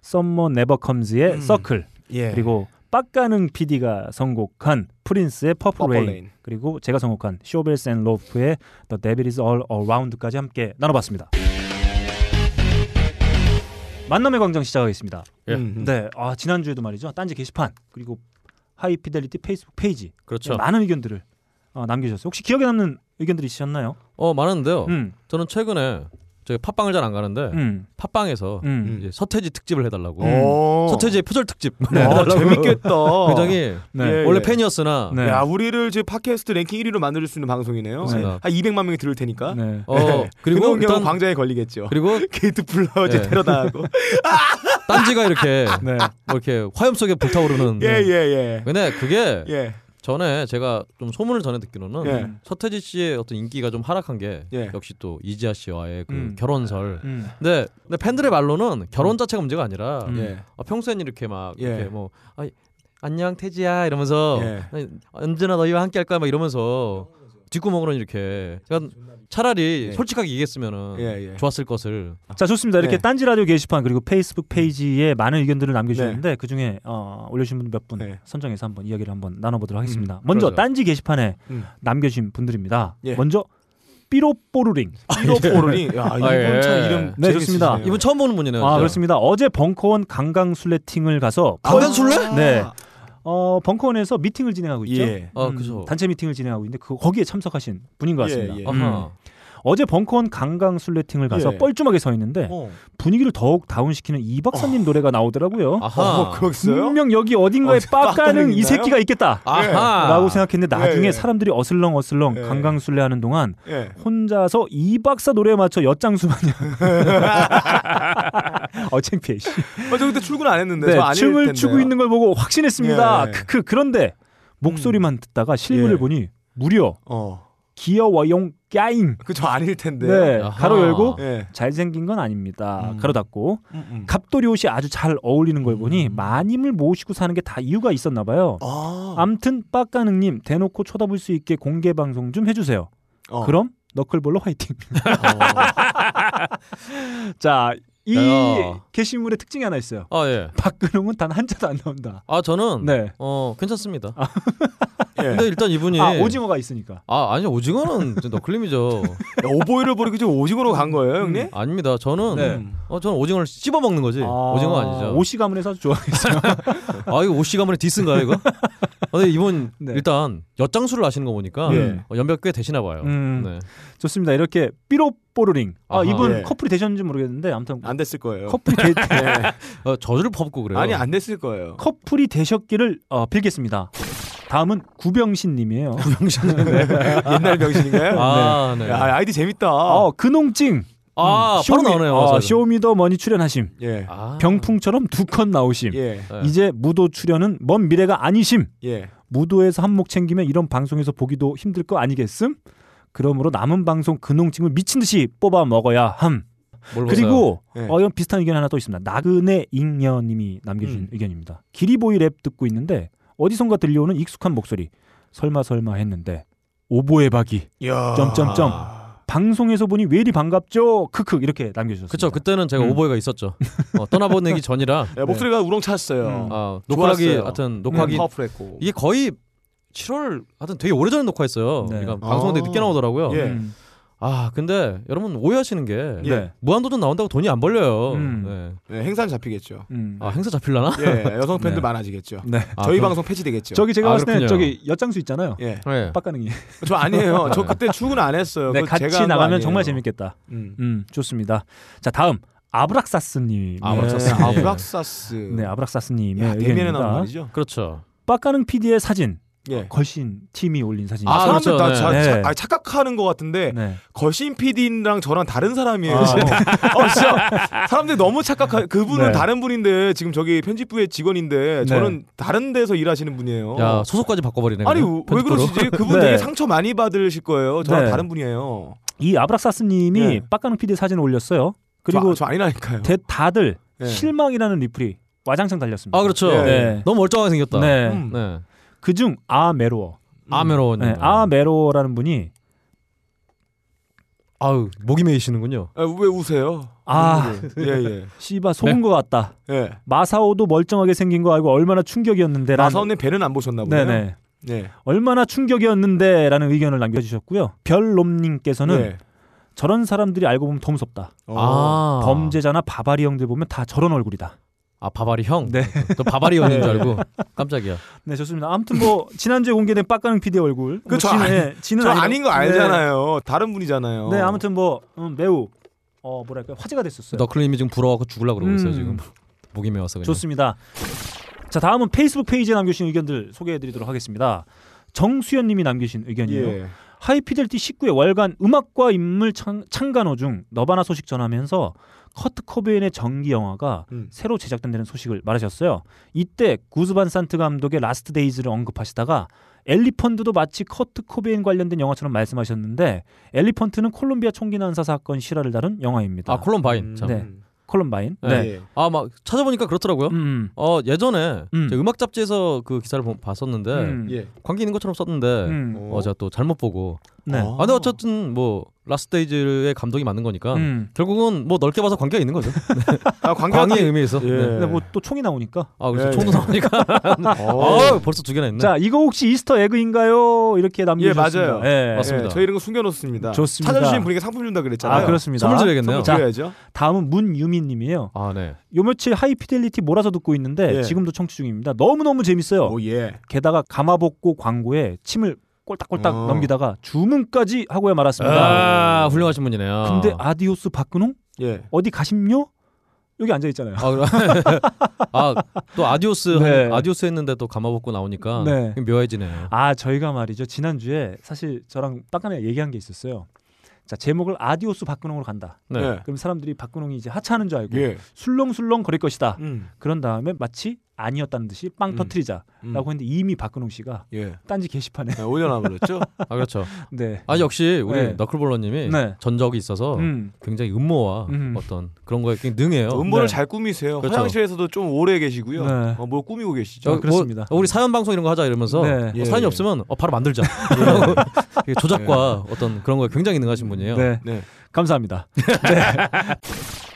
Someone Never Comes의
음.
Circle.
예.
그리고 빡가능 PD가 선곡한 프린스의 퍼플
퍼플
레인
레인.
그리고 제가 선곡한 쇼벨스 앤 로프의 The Devil Is All Around까지 함께 나눠봤습니다. 만남의 광장 시작하겠습니다.
예.
음.
네, 아, 지난주에도 말이죠. 딴지 게시판 그리고 하이피델리티 페이스북 페이지
그렇죠.
많은 의견들을 어, 남겨주셨어요. 혹시 기억에 남는 의견들이 있으셨나요?
어 많은데요.
음,
저는 최근에 저희 팟빵을 잘 안 가는데
음.
팟빵에서
음.
이제 서태지 특집을 해달라고
음.
오.
서태지의 표절 특집
아,
해달라고.
어. 재밌겠다.
굉장히
네.
예.
원래 팬이었으나
네.
야, 우리를 제 팟캐스트 랭킹 1위로 만들 수 있는 방송이네요.
네.
한 200만 명이 들을 테니까.
네.
어 그리고
그리고
일단
일단 광자에 걸리겠죠.
그리고
게이트 플라워제
예.
테러당하고.
딴지가 이렇게
네.
뭐 이렇게 화염 속에 불타오르는
예, 예,
근데 그게
예. 예.
전에 제가 좀 소문을 전해 듣기로는
예.
서태지 씨의 어떤 인기가 좀 하락한 게
예.
역시 또 이지아 씨와의 그
음.
결혼설.
음.
근데, 네, 근데 팬들의 말로는 결혼 자체가 문제가 아니라
음.
예.
어, 평소엔 이렇게 막
예.
이렇게 뭐 아, 안녕 태지야 이러면서
예.
아니, 언제나 너희와 함께 할까 막 이러면서 뒷구멍으로 이렇게 그러니까 차라리
예.
솔직하게 얘기했으면은
예, 예.
좋았을 것을
자 좋습니다. 이렇게
네. 음.
딴지 라디오 게시판 그리고 페이스북 페이지에 많은 의견들을 남겨주셨는데 그 중에 어, 올려주신 분 몇 분
네.
선정해서 한번 이야기를 한번 나눠보도록 하겠습니다. 먼저
그러죠.
딴지 게시판에
음.
남겨주신 분들입니다.
예.
먼저 삐로뽀루링. 아,
피로포르니. 야,
아,
이분
예.
참 이름
네, 좋습니다.
재밌으시네요.
이분 처음 보는 분이네요. 아.
아
진짜.
그렇습니다. 어제 벙커원 강강술래팅을 가서
강강술래?
네. 어, 벙커원에서 미팅을 진행하고 있죠.
예.
아
음,
그죠.
단체 미팅을 진행하고 있는데 그 거기에 참석하신 분인 것 같습니다.
예, 예.
음.
아하.
어제 벙커원 강강술래팅을 가서
예.
뻘쭘하게 서 있는데
어.
분위기를 더욱 다운시키는 이 박사님 노래가 나오더라고요.
아하.
어, 그랬어요?
분명 여기 어딘가에
어,
빡가는 이
빡가능인가요?
새끼가 있겠다.
아하.
예, 라고 생각했는데 나중에
예, 예.
사람들이 어슬렁어슬렁
예.
강강술래하는 동안
예.
혼자서 이 박사 노래에 맞춰 엿장수 마냥 어 창피해 씨.
아, 저 그때 출근 안 했는데.
네,
저안 했을
춤을
텐데요.
추고 있는 걸 보고 확신했습니다
예.
크크 그런데 목소리만 듣다가 실물을
예.
보니 무려
어.
기어와용 까잉
그 저 아닐 텐데.
네,
아하.
가로 열고
예.
잘생긴 건 아닙니다
음.
가로 닫고
음, 음.
갑돌이 옷이 아주 잘 어울리는 걸 보니 마님을 모시고 사는 게 다 이유가 있었나 봐요
아.
어. 암튼 빡가능님 대놓고 쳐다볼 수 있게 공개 방송 좀 해주세요.
어.
그럼 너클볼로 화이팅.
어.
자, 이
야.
게시물의 특징이 하나 있어요.
아 예.
박근홍은 단 한 자도 안 나온다.
아 저는
네.
어 괜찮습니다.
예.
근데 일단 이분이
아 오징어가 있으니까.
아 아니요 오징어는 이제 너클림이죠.
야, 오보이를 버리고 지금 오징어로 간 거예요, 형님?
아닙니다. 저는
네.
음.
어 저는 오징어를 씹어 먹는 거지. 예, 오징어 아니죠.
오씨 가문에서 아주 좋아했어요.
아 이거 오씨 가문의 디스인가요 이거? 아, 근데 이분
네.
일단 엿장수를 아시는 거 보니까
예.
어, 연배 꽤 되시나 봐요.
음.
네.
좋습니다. 이렇게 삐로뽀르링. 아,
아하.
이분
예.
커플이 되셨는지 모르겠는데 아무튼
안 됐을 거예요.
커플이 되,
어, 저주를 퍼붓고 그래요.
아니 안 됐을 거예요.
커플이 되셨기를 어, 빌겠습니다. 다음은 구병신님이에요.
옛날 병신인가요?
아 네. 아,
야, 아이디 재밌다.
어, 근홍찡.
바로
쇼미-
나오네요.
어,
맞아요.
쇼미더머니 출연하심.
예.
아.
병풍처럼 두 컷 나오심.
예.
네.
이제 무도 출연은 먼 미래가 아니심.
예.
무도에서 한몫 챙기면 이런 방송에서 보기도 힘들 거 아니겠음? 그러므로 남은 방송 근홍증을 미친 듯이 뽑아 먹어야 함.
뭘 보세요?
그리고
예.
네.
어 이런 비슷한 의견 하나 또 있습니다. 나그네 잉여님이 남겨주신
음.
의견입니다. 기리보이 랩 듣고 있는데 어디선가 들려오는 익숙한 목소리. 설마 설마 했는데 오보의 박이
예. 야.
점점점. 방송에서 보니 왜 이리 반갑죠? 크크 이렇게 남겨주셨습니다.
그쵸 그때는 제가
음.
오보이가 있었죠. 어, 떠나보내기 전이라
야, 목소리가 우렁찼어요.
음.
아, 녹화하기
좋았어요.
하여튼
음,
녹화하기
파워풀했고.
이게 거의 7월 하여튼 되게 오래전에 녹화했어요.
네.
그러니까 방송 때
아.
늦게 나오더라고요.
예.
음.
아 근데 여러분 오해하시는 게
네.
무한도전 나온다고 돈이 안 벌려요.
음.
네.
네, 행사는 잡히겠죠.
음.
아 행사 잡힐라나?
예. 여성 팬들
네.
많아지겠죠.
네.
아,
저희
그럼-
방송 폐지되겠죠.
저기 제가
아,
봤을 때
그렇군요.
저기 엿장수 있잖아요.
예.
네.
빡가능이.
저 아니에요. 저 그때 출근 안 했어요.
네,
그거
같이
제가 한거
나가면
아니에요.
정말 재밌겠다.
음.
음, 좋습니다. 자, 다음 아브락사스님.
아브락사스.
네,
예.
아브락사스.
네, 아브락사스님의
야, 대면에 나온
의견입니다.
말이죠.
그렇죠.
빡가는 PD의 사진,
예.
걸신 팀이 올린 사진이죠.
아,
사람들
그렇죠.
다
네.
자,
네.
자, 아, 착각하는 것 같은데
네.
거신 PD랑 저랑 다른 사람이에요.
아,
어, 진짜 사람들이 너무 착각하. 그분은
네.
다른 분인데 지금 저기 편집부의 직원인데 저는 다른 데서 일하시는 분이에요.
어.
야 소속까지 바꿔버리네.
아니
그냥.
왜
편집부로.
그러시지? 그분
네.
되게 상처 많이 받으실 거예요. 저랑
네.
다른 분이에요.
이 아브락사스님이
네.
빡가는 PD의 사진을 올렸어요. 그리고
저, 저 아니라니까요.
대, 다들
네.
실망이라는 리플이 와장창 달렸습니다.
아 그렇죠.
예.
네.
너무 멀쩡하게 생겼다.
네.
음.
네.
그중 아메로어.
아메로님.
네, 아메로어라는 분이
아유 목이 메이시는군요.
아, 왜 우세요?
아,
예예.
씨바 속은 것 같다.
예. 예.
마사오도 멀쩡하게 생긴 거 알고 얼마나 충격이었는데.
나사원님 배는 안 보셨나 보네요.
네네.
예.
얼마나 충격이었는데라는 의견을 남겨주셨고요. 별롬님께서는
예.
저런 사람들이 알고 보면 더 무섭다.
어.
아
범죄자나 바바리 형들 보면 다 저런 얼굴이다.
아 바바리 형.
네.
또 바바리 형인 줄 알고 깜짝이야.
네, 좋습니다. 아무튼 뭐 지난주에 공개된 빡가는 PD의 얼굴.
그저
뭐 지는, 예, 지는
저
아니라-
아닌 거 알잖아요. 다른 분이잖아요.
네, 네 아무튼 뭐 음, 매우 어 뭐랄까 화제가 됐었어요.
너클님이 지금 부러워서 죽을라 그러고 있어요
음.
지금. 목이 메워서 그냥.
좋습니다. 자 다음은 페이스북 페이지에 남겨주신 의견들 소개해드리도록 하겠습니다. 정수현님이 남기신 의견이에요.
예.
하이피델티 19의 월간 음악과 인물 창, 창간호 중 너바나 소식 전하면서 커트 코베인의 정기 영화가
음.
새로 제작된다는 소식을 말하셨어요. 이때 구즈반 산트 감독의 라스트 데이즈를 언급하시다가 엘리펀트도 마치 커트 코베인 관련된 영화처럼 말씀하셨는데 엘리펀트는 콜롬비아 총기 난사 사건 실화를 다룬 영화입니다.
아 콜럼바인. 참.
네. 콜럼바인.
네.
네.
예.
아막 찾아보니까 그렇더라고요.
음, 음.
어 예전에
음.
음. 음악 잡지에서 그 기사를 보- 봤었는데
음.
예.
관계 있는 것처럼 썼는데
음.
어.
어 제가 또 잘못 보고.
네.
아 근데 어쨌든 뭐 라스데이즈의 감독이 만든 거니까
음.
결국은 뭐 넓게 봐서 관계가 있는 거죠.
아, 관계가
광의 의미에서.
예.
네.
근데 뭐 또 총이 나오니까.
아 그래서
예,
총도
예.
나오니까.
어.
아 벌써 두 개나 있네.
자, 이거 혹시 이스터 에그인가요? 이렇게 남겨주셨습니다.
맞아요.
예.
맞습니다.
예, 저희 이런 거 숨겨놓습니다.
좋습니다.
찾아주신 분에게 상품 준다 그랬잖아요.
아, 그렇습니다.
선물 드려야겠네요.
자,
드려야죠.
다음은 문유미 님이에요.
아 네.
요 며칠 하이피델리티 몰아서 듣고 있는데
예.
지금도 청취 중입니다. 너무너무 재밌어요.
오 예.
게다가 가마복고 광고에 침을 꼴딱꼴딱
어.
넘기다가 주문까지 하고야 말았습니다.
아 훌륭하신 분이네요.
근데 아디오스 박근홍
예.
어디 가십뇨? 여기 앉아 있잖아요.
아또 아디오스
네.
한- 아디오스 했는데 또 감아먹고 나오니까
네.
묘해지네요.
아 저희가 말이죠 지난주에 사실 저랑 빡간에 얘기한 게 있었어요. 자 제목을 아디오스 박근홍으로 간다.
네.
예.
그럼 사람들이 박근홍이 이제 하차하는 줄 알고
예.
술렁술렁 거릴 것이다.
음.
그런 다음에 마치 아니었다는 듯이 빵
음.
터트리자라고
음.
했는데 이미 박근홍 씨가
예.
딴지 게시판에
네, 올려놔 버렸죠.
아 그렇죠.
네.
아 역시 우리
네.
너클볼러님이
네.
전적이 있어서
음.
굉장히 음모와
음.
어떤 그런 거에 굉장히 능해요.
음모를
네.
잘 꾸미세요.
그렇죠.
화장실에서도 좀 오래 계시고요.
네.
어, 뭘 꾸미고 계시죠?
저-
뭐,
그렇습니다.
어, 우리 사연 방송 이런 거 하자 이러면서
네.
어,
예,
사연이
예.
없으면 어, 바로 만들자. 이게 조작과 어떤 그런 거에 굉장히 능하신 분이에요.
네.
네.
감사합니다. 네.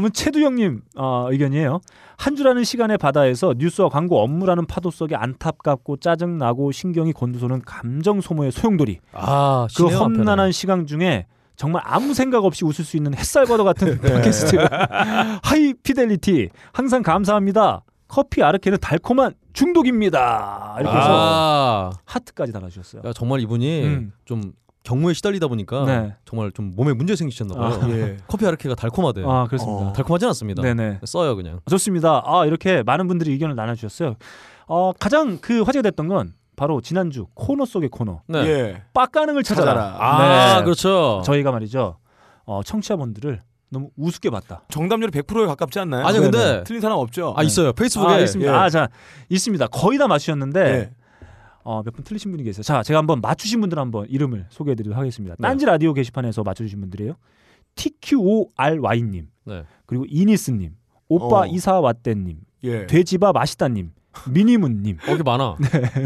다음은 최두영님 어, 의견이에요. 한 줄 아는 시간의 바다에서 뉴스와 광고 업무라는 파도 속에 안타깝고 짜증나고 신경이 곤두서는 감정 소모의 소용돌이.
아,
그
신의 한편에.
험난한 시간 중에 정말 아무 생각 없이 웃을 수 있는 햇살과도 같은
네.
팟캐스트 하이 피델리티 항상 감사합니다. 커피 아르케는 달콤한 중독입니다. 이렇게 해서
아,
하트까지 달아주셨어요.
야, 정말 이분이
음.
좀 경무에 시달리다 보니까
네.
정말 좀 몸에 문제 생기셨나 봐요.
아.
예.
커피 아르케가 달콤하대요.
아 그렇습니다.
어.
달콤하진 않습니다.
네네.
써요 그냥.
좋습니다. 아, 이렇게 많은 분들이 의견을 나눠주셨어요. 어, 가장 그 화제가 됐던 건 바로 지난주 코너 속의 코너
네.
예.
빡가능을 찾아라.
찾아라.
아
네.
그렇죠.
저희가 말이죠. 어, 청취자분들을 너무 우습게 봤다.
정답률이 100%에 가깝지 않나요? 네,
아니요, 근데-
틀린 사람 없죠.
아 있어요 페이스북에
아, 있습니다.
예.
아, 자, 있습니다. 거의 다 맞추셨는데
예.
어, 몇 분 틀리신 분이 계세요. 자, 제가 한번 맞추신 분들 한번 이름을 소개해드리도록 하겠습니다. 딴지 라디오 게시판에서 맞춰주신 분들이에요. TQORY님,
네.
그리고 이니스님, 오빠
어.
이사와떼님,
예.
돼지바 맛있다님, 미니문님.
거기 어, 많아.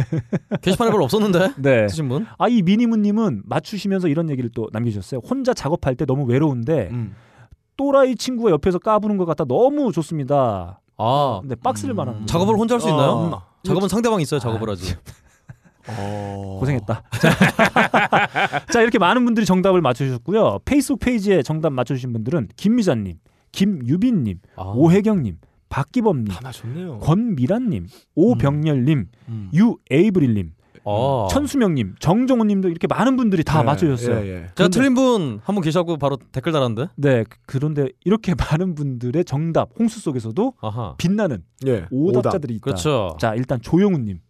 게시판에 별로 없었는데
네.
쓰신 분.
아 이 미니무님은 맞추시면서 이런 얘기를 또 남겨주셨어요. 혼자 작업할 때 너무 외로운데
음.
또라이 친구가 옆에서 까부는 것 같아 너무 좋습니다.
아
근데 박스를 말하는 거죠.
작업을 혼자 할 수
어.
있나요?
음.
작업은 상대방이 있어요 작업을
아,
하지.
어.
고생했다. 자, 자 이렇게 많은 분들이 정답을 맞춰주셨고요. 페이스북 페이지에 정답 맞춰주신 분들은 김미자님, 김유빈님,
아.
오혜경님, 박기범님,
다 맞췄네요.
음.
음.
권미란님, 오병렬님, 유에이브릴님,
아.
천수명님, 정정호님도 이렇게 많은 분들이 다
네,
예,
맞춰주셨어요.
예, 예.
제가
근데-
틀린 분 한 분 계시고 바로 댓글 달았는데.
네, 그- 그런데 이렇게 많은 분들의 정답 홍수 속에서도
아하.
빛나는
예.
오답자들이 있다.
그렇죠.
자 일단 조용훈님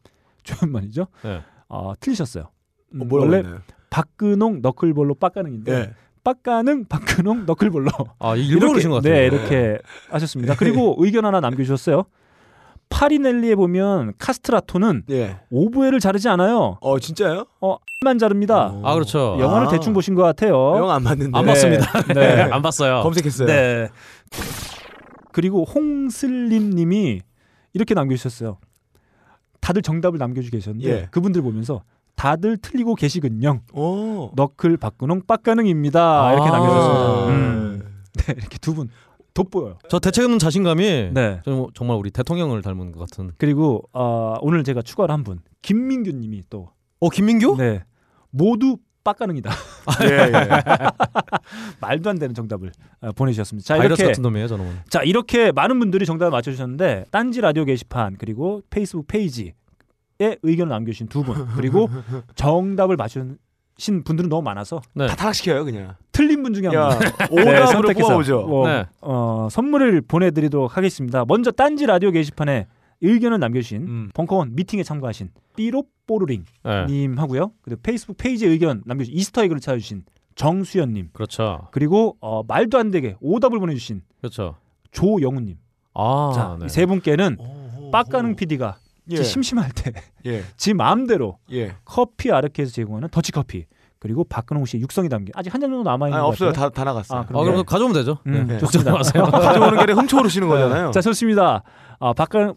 조용만이죠.
네.
어, 틀리셨어요. 음,
어, 뭐라고
원래
했나요?
박근홍 너클볼로 빡가능인데
예.
빡가능 박근홍 너클볼로
아 일부러 그러신 것 같아요.
네 이렇게 하셨습니다. 그리고 의견 하나 남겨주셨어요. 파리넬리에 보면 카스트라토는
예.
오브에를 자르지 않아요.
어 진짜요?
만 자릅니다.
어.
아 그렇죠.
영화를
아.
대충 보신 것 같아요.
영화 안 맞는데. 예.
안
네.
봤습니다.
네.
안 봤어요.
검색했어요.
네. 그리고 홍슬림님이 이렇게 남겨주셨어요. 다들 정답을 남겨주 계셨는데
예.
그분들 보면서 다들 틀리고 계시군요.
오.
너클 박근홍 빡가능입니다.
아.
이렇게
아.
남겨주셨습니다. 음. 네, 이렇게 두 분 돋보여요.
저 대책 없는 자신감이
네.
좀 정말 우리 대통령을 닮은 것 같은.
그리고 어, 오늘 제가 추가로 한 분, 김민규님이 또
어 김민규?
네. 모두 빡가능이다.
예, 예.
말도 안 되는 정답을 어, 보내주셨습니다. 자
바이러스
이렇게
같은 놈이에요 저놈은.
자 이렇게 많은 분들이 정답을 맞춰주셨는데 딴지 라디오 게시판 그리고 페이스북 페이지에 의견을 남겨주신 두 분 그리고 정답을 맞추신 분들은 너무 많아서
다 타락시켜요 그냥.
틀린 분 중에 한
야,
분. 네,
오답으로
선택해서.
뽑아보죠.
어,
네.
어, 선물을 보내드리도록 하겠습니다. 먼저 딴지 라디오 게시판에 의견을 남겨주신
음.
벙커원 미팅에 참가하신 삐로뽀르링
네.
님 하고요. 그리고 페이스북 페이지에 의견 남겨주신 이스터 에그를 찾아주신 정수연 님
그렇죠.
그리고 어, 말도 안 되게 오답을 보내주신
그렇죠.
조영훈 님.
어,
아,
자,
네.
이 세 분께는
오,
빡가능 PD가
예.
심심할 때 지
예.
마음대로
예.
커피 아르케에서 제공하는 더치커피 그리고 박근홍 씨의 육성이 담긴 아직 한 잔 정도 남아 있는
아,
것
없어요.
같아요.
다, 다 나갔어요.
뭐 아, 그럼-
아, 그럼 가져오면 되죠.
음,
네.
좋습니다. 네.
가져오는 길에 훔쳐오르시는 거잖아요.
자 좋습니다. 아, 박근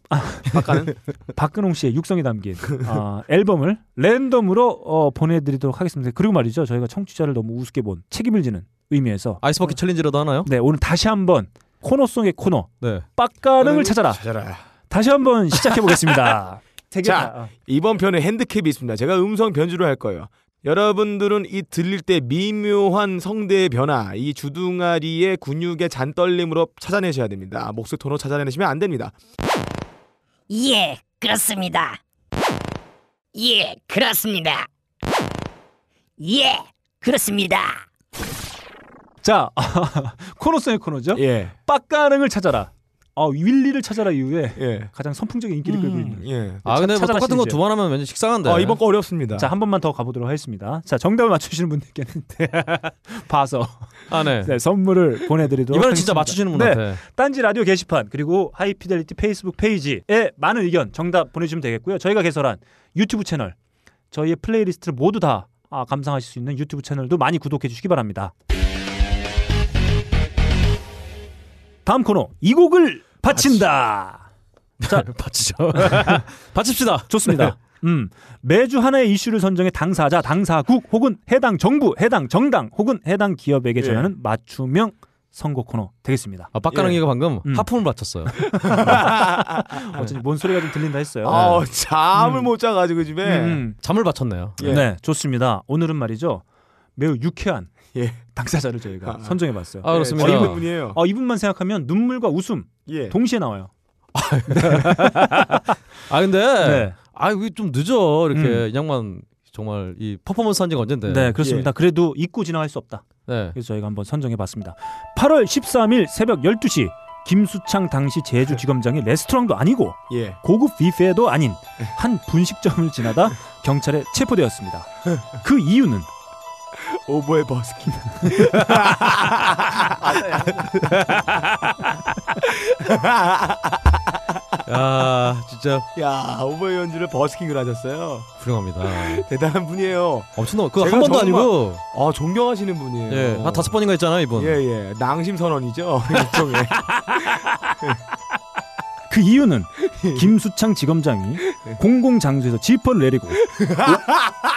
빡가는
박근홍 씨의 육성이 담긴 아, 앨범을 랜덤으로 어, 보내드리도록 하겠습니다. 그리고 말이죠, 저희가 청취자를 너무 우습게 본 책임을 지는 의미에서
아이스버킷 챌린지라도 하나요?
네 오늘 다시 한번 코너 속의 코너
네.
빡가능을 찾아라
음. 찾아라.
다시 한번 시작해 보겠습니다.
자. 이번 편에 핸드캡이 있습니다. 제가 음성 변주를 할 거예요. 여러분들은 이 들릴 때 미묘한 성대의 변화, 이 주둥아리의 근육의 잔떨림으로 찾아내셔야 됩니다. 목소리 톤으로 찾아내시면 안 됩니다.
예, 그렇습니다. 예, 그렇습니다. 예, 그렇습니다.
자 코너 속의 코너죠.
예,
빡가능을 찾아라. 아 윌리를 찾아라 이후에
예, 가장
선풍적인 인기를 끌고 있는.
예.
아, 근데 뭐
찾아라
똑같은 거
시리즈.
두 번 하면 왠지 식상한데.
아 이번 거 어렵습니다.
네. 자, 한 번만 더 가보도록 하겠습니다. 자, 정답을 맞추시는 분들께는 봐서
아, 네.
네, 선물을 보내드리도록
이번엔 진짜
하겠습니다.
맞추시는
네,
분한테.
딴지 라디오 게시판 그리고 하이피델리티 페이스북 페이지에 많은 의견 정답 보내주시면 되겠고요. 저희가 개설한 유튜브 채널 저희의 플레이리스트를 모두 다 아, 감상하실 수 있는 유튜브 채널도 많이 구독해 주시기 바랍니다. 다음 코너 이 곡을 바친다.
바치죠. 바칩시다.
좋습니다. 음, 매주 하나의 이슈를 선정해 당사자, 당사국 혹은 해당 정부, 해당 정당 혹은 해당 기업에게
예.
전하는 맞춤형 선거 코너 되겠습니다.
아, 빡가랑이가 방금
음.
하품을 바쳤어요.
어쩐지 뭔 소리가 좀 들린다 했어요.
아 네. 잠을
음.
못 자가지고 집에.
음,
잠을 바쳤네요.
예.
네, 좋습니다. 오늘은 말이죠. 매우 유쾌한
예.
당사자를 저희가
아.
선정해 봤어요.
아, 그렇습니다.
예, 어이없는 분이에요.
어, 이분만 생각하면 눈물과 웃음
예.
동시에 나와요.
아, 근데
네.
아, 이게 좀 늦어. 이렇게 이 양만 정말 이 퍼포먼스 한 지가 언젠데.
예.
네, 그렇습니다. 그래도 잊고 지나갈 수 없다.
네.
그래서 저희가 한번 선정해 봤습니다. 8월 13일 새벽 12시 김수창 당시 제주지검장이 레스토랑도 아니고
예.
고급 뷔페도 아닌 한 분식점을 지나다 경찰에 체포되었습니다. 그 이유는
오버의 버스킹.
야, 진짜
야 오버의 연주를 버스킹을 하셨어요.
훌륭합니다.
대단한 분이에요.
엄청나. 그한
제가
번도
정말-
아니고
아 존경하시는 분이에요.
예,
네,
한 다섯 번인가 했잖아요, 이번.
예예 낭심 선언이죠 일종의
그 이유는 김수창 지검장이 공공 장소에서 지퍼를 내리고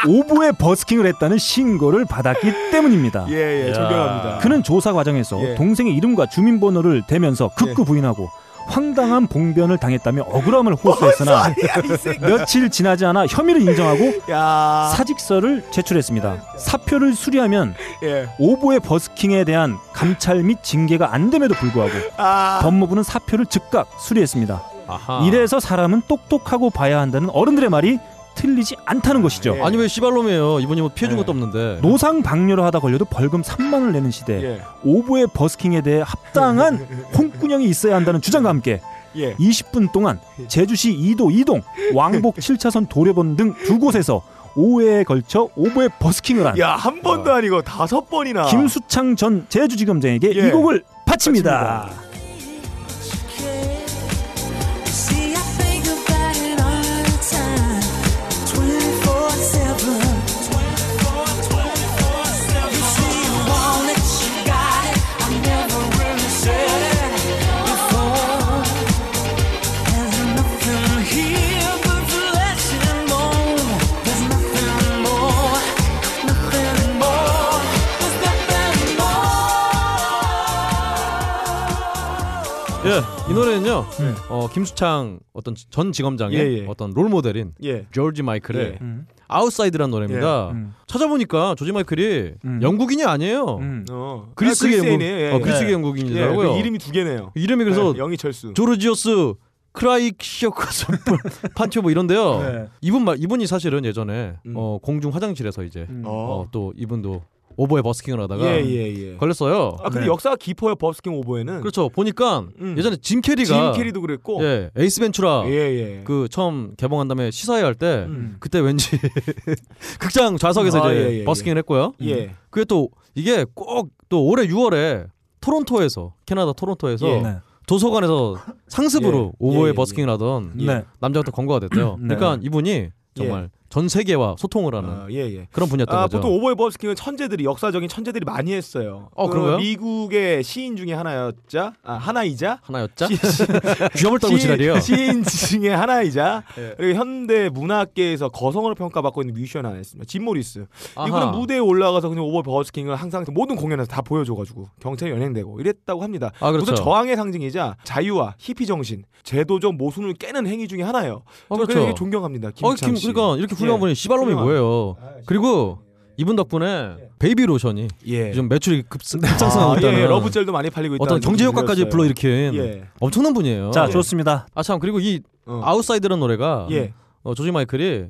오, 보에 버스킹을 했다는 신고를 받았기 때문입니다.
예예 존경합니다.
그는 조사 과정에서
예.
동생의 이름과 주민번호를 대면서 극구 부인하고 황당한 봉변을 당했다며 억울함을 호소했으나 며칠 지나지 않아 혐의를 인정하고
야
사직서를 제출했습니다. 사표를 수리하면
예.
오보의 버스킹에 대한 감찰 및 징계가 안 됨에도 불구하고
아
법무부는 사표를 즉각 수리했습니다.
아하.
이래서 사람은 똑똑하고 봐야 한다는 어른들의 말이 틀리지 않다는 것이죠.
예.
아니 왜 씨발놈이에요? 이번이 뭐 피해준
예.
것도 없는데.
노상 방뇨를 하다 걸려도 벌금 3만을 내는 시대에
예.
오보의 버스킹에 대해 합당한 홍군형이 있어야 한다는 주장과 함께
예.
20분 동안 제주시 2도 2동 왕복 7차선 도려본 등 두 곳에서 5회에 걸쳐 오보의 버스킹을 한
야 한
어.
번도 아니고 다섯 번이나
김수창 전 제주지검장에게
예.
이 곡을 바칩니다.
See, I think about it all the time, 24/7. You say you want it, you got it. I never really said it before. There's nothing here but flesh and bone. There's nothing more, nothing more. There's nothing more.
예, 이 노래는요. 어, 김수창 어떤 전 지검장의
예, 예.
어떤 롤 모델인
예.
조지 마이클의
예.
음.
아웃사이드라는 노래입니다.
음.
찾아보니까 조지 마이클이
음.
영국인이 아니에요.
음.
어.
그리스계
아,
영국.
그리스인이에요. 예.
어, 그리스계
예. 예.
영국인이더라고요.
그 이름이 두 개네요.
이름이 그래서
예, 영희 철수.
조르지오스 크라이키오카스 판티오 뭐 이런데요.
네.
이분 말 이분이 사실은 예전에
음.
어, 공중 화장실에서 이제
음.
어.
어, 또 이분도 오버에 버스킹을 하다가
예, 예, 예.
걸렸어요.
아, 근데
네.
역사가 깊어요. 버스킹 오버에는.
그렇죠. 보니까
음.
예전에 짐 캐리가
짐 캐리도 그랬고.
예, 에이스 벤츄라
예, 예.
그 처음 개봉한 다음에 시사회 할 때
음.
그때 왠지 극장 좌석에서
아,
이제
예, 예,
버스킹을 했고요. 음.
예.
그게 또 이게 꼭 또 올해 6월에 토론토에서 캐나다 토론토에서
예.
네.
도서관에서 상습으로
예.
오버에
예, 예,
버스킹을 하던
예.
네.
남자한테 권고가 됐대요.
네.
그러니까 이분이 정말 전 세계와 소통을 하는
아, 예, 예.
그런 분이었던
아,
거죠.
보통 오버의 버스킹은 천재들이 역사적인 천재들이 많이 했어요.
어,
그
그런가요?
미국의 시인 중에 하나였자 아, 하나이자
하나였자
시-
귀염을 떨고 지랄이에요.
시인 중에 하나이자
예.
그리고 현대 문학계에서 거성으로 평가받고 있는 뮤지션 하나였습니다. 짐 모리스.
아하.
이분은 무대에 올라가서 그냥 오버 버스킹을 항상 모든 공연에서 다 보여줘가지고 경찰에 연행되고 이랬다고 합니다.
아 그렇죠.
무슨 저항의 상징이자 자유와 히피 정신, 제도적 모순을 깨는 행위 중에 하나예요.
어,
저는 그래서
그렇죠.
되게 존경합니다.
어,
김창
김,
씨.
그러니까 이렇게 훌륭한
예.
분이 시발놈이
훌륭한.
뭐예요.
아,
그리고 이분 덕분에 베이비 로션이
예.
요즘 매출이 급상, 급상승하고
아,
있다는
예, 러브젤도 많이 팔리고 있다.
어떤 경제 효과까지 불러일으킨
예.
엄청난 분이에요.
자 좋습니다.
아 참 그리고 이
어.
아웃사이드라는 노래가
예.
어, 조지 마이클이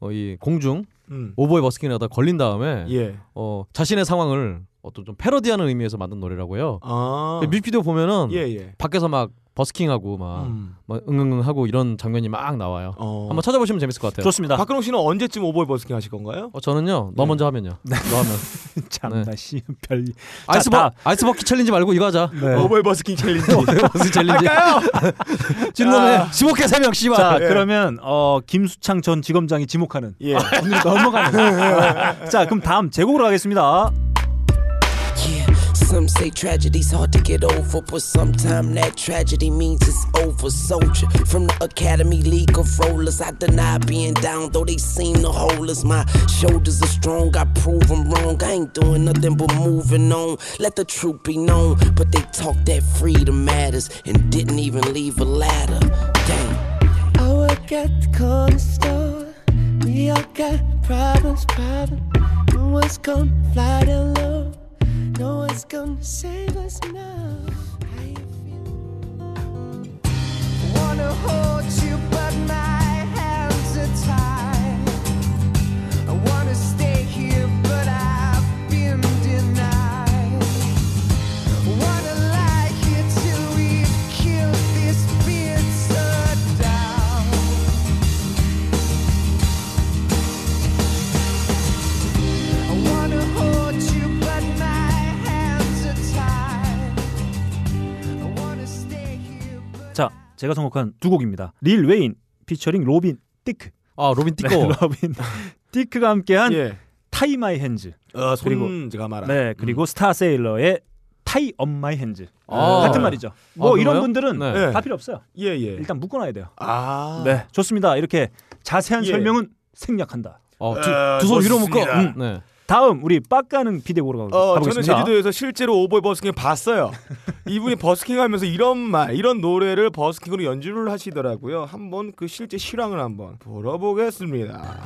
어, 이 공중
음.
오버에 버스킹을 하다 걸린 다음에
예.
어, 자신의 상황을 어떤 좀 패러디하는 의미에서 만든 노래라고요.
아.
뮤직비디오 보면은
예, 예.
밖에서 막 버스킹하고 막,
음.
막 응응응 하고 이런 장면이 막 나와요.
어.
한번 찾아보시면 재밌을 것 같아요.
좋습니다.
박근홍 씨는 언제쯤 오버의 버스킹 하실 건가요?
어, 저는요. 너
네.
먼저 하면요. 너 하면. 네.
참나 씨별
아이스버
다-
아이스버킷 챌린지 말고 이거 하자.
네.
오버의 버스킹 챌린지.
무슨 챌린지?
네. 할까요?
진놈의 15개 3명 씨발.
아. 자
예.
그러면 어 김수창 전 지검장이 지목하는
예.
오늘 넘어가는 아, 자 그럼 다음 제곡으로 가겠습니다
Yeah, some say tragedy's hard to get over, but sometime that tragedy means it's over. Soldier from the Academy League of Rollers, I deny being down, though they seem to hold us. My shoulders are strong, I prove them wrong. I ain't doing nothing but moving on. Let the truth be known, but they talk that freedom matters and didn't even leave a ladder. Dang.
I work at the corner store. We all got problems, problems. No one's gonna fly down low. No one's gonna save us now. How you feeling? Wanna hold you, but my hands are tied. I wanna stay here, but I've been denied. Wanna lie here till we've killed this beard so down. I wanna hold you, but my hands are tied. I wanna stay here, but
자 제가 선곡한 두 곡입니다 릴 웨인 피처링 로빈 띠크
아 로빈
네,
띠꺼.
로빈 띠크가 함께한
예.
타이 마이 핸즈
어, 손
그리고-
제가 말아.
네 그리고 스타 세일러의 타이 업 마이 핸즈
아.
같은 말이죠 뭐
그런가요?
이런 분들은
네.
네.
다 필요 없어요
예, 예.
일단 묶어놔야 돼요
아.
네 좋습니다 이렇게 자세한
예.
설명은 생략한다
어,
어,
두손 위로 묶어.
좋습니다.
음, 네.
다음 우리 빡가는 비대곡으로 가-
어, 저는
가보겠습니다
제주도에서 실제로 오버의 버스킹 봤어요. 이분이 버스킹 하면서 이런 말, 이런 노래를 버스킹으로 연주를 하시더라고요. 한번 그 실제 실황을 한번 보러 보겠습니다.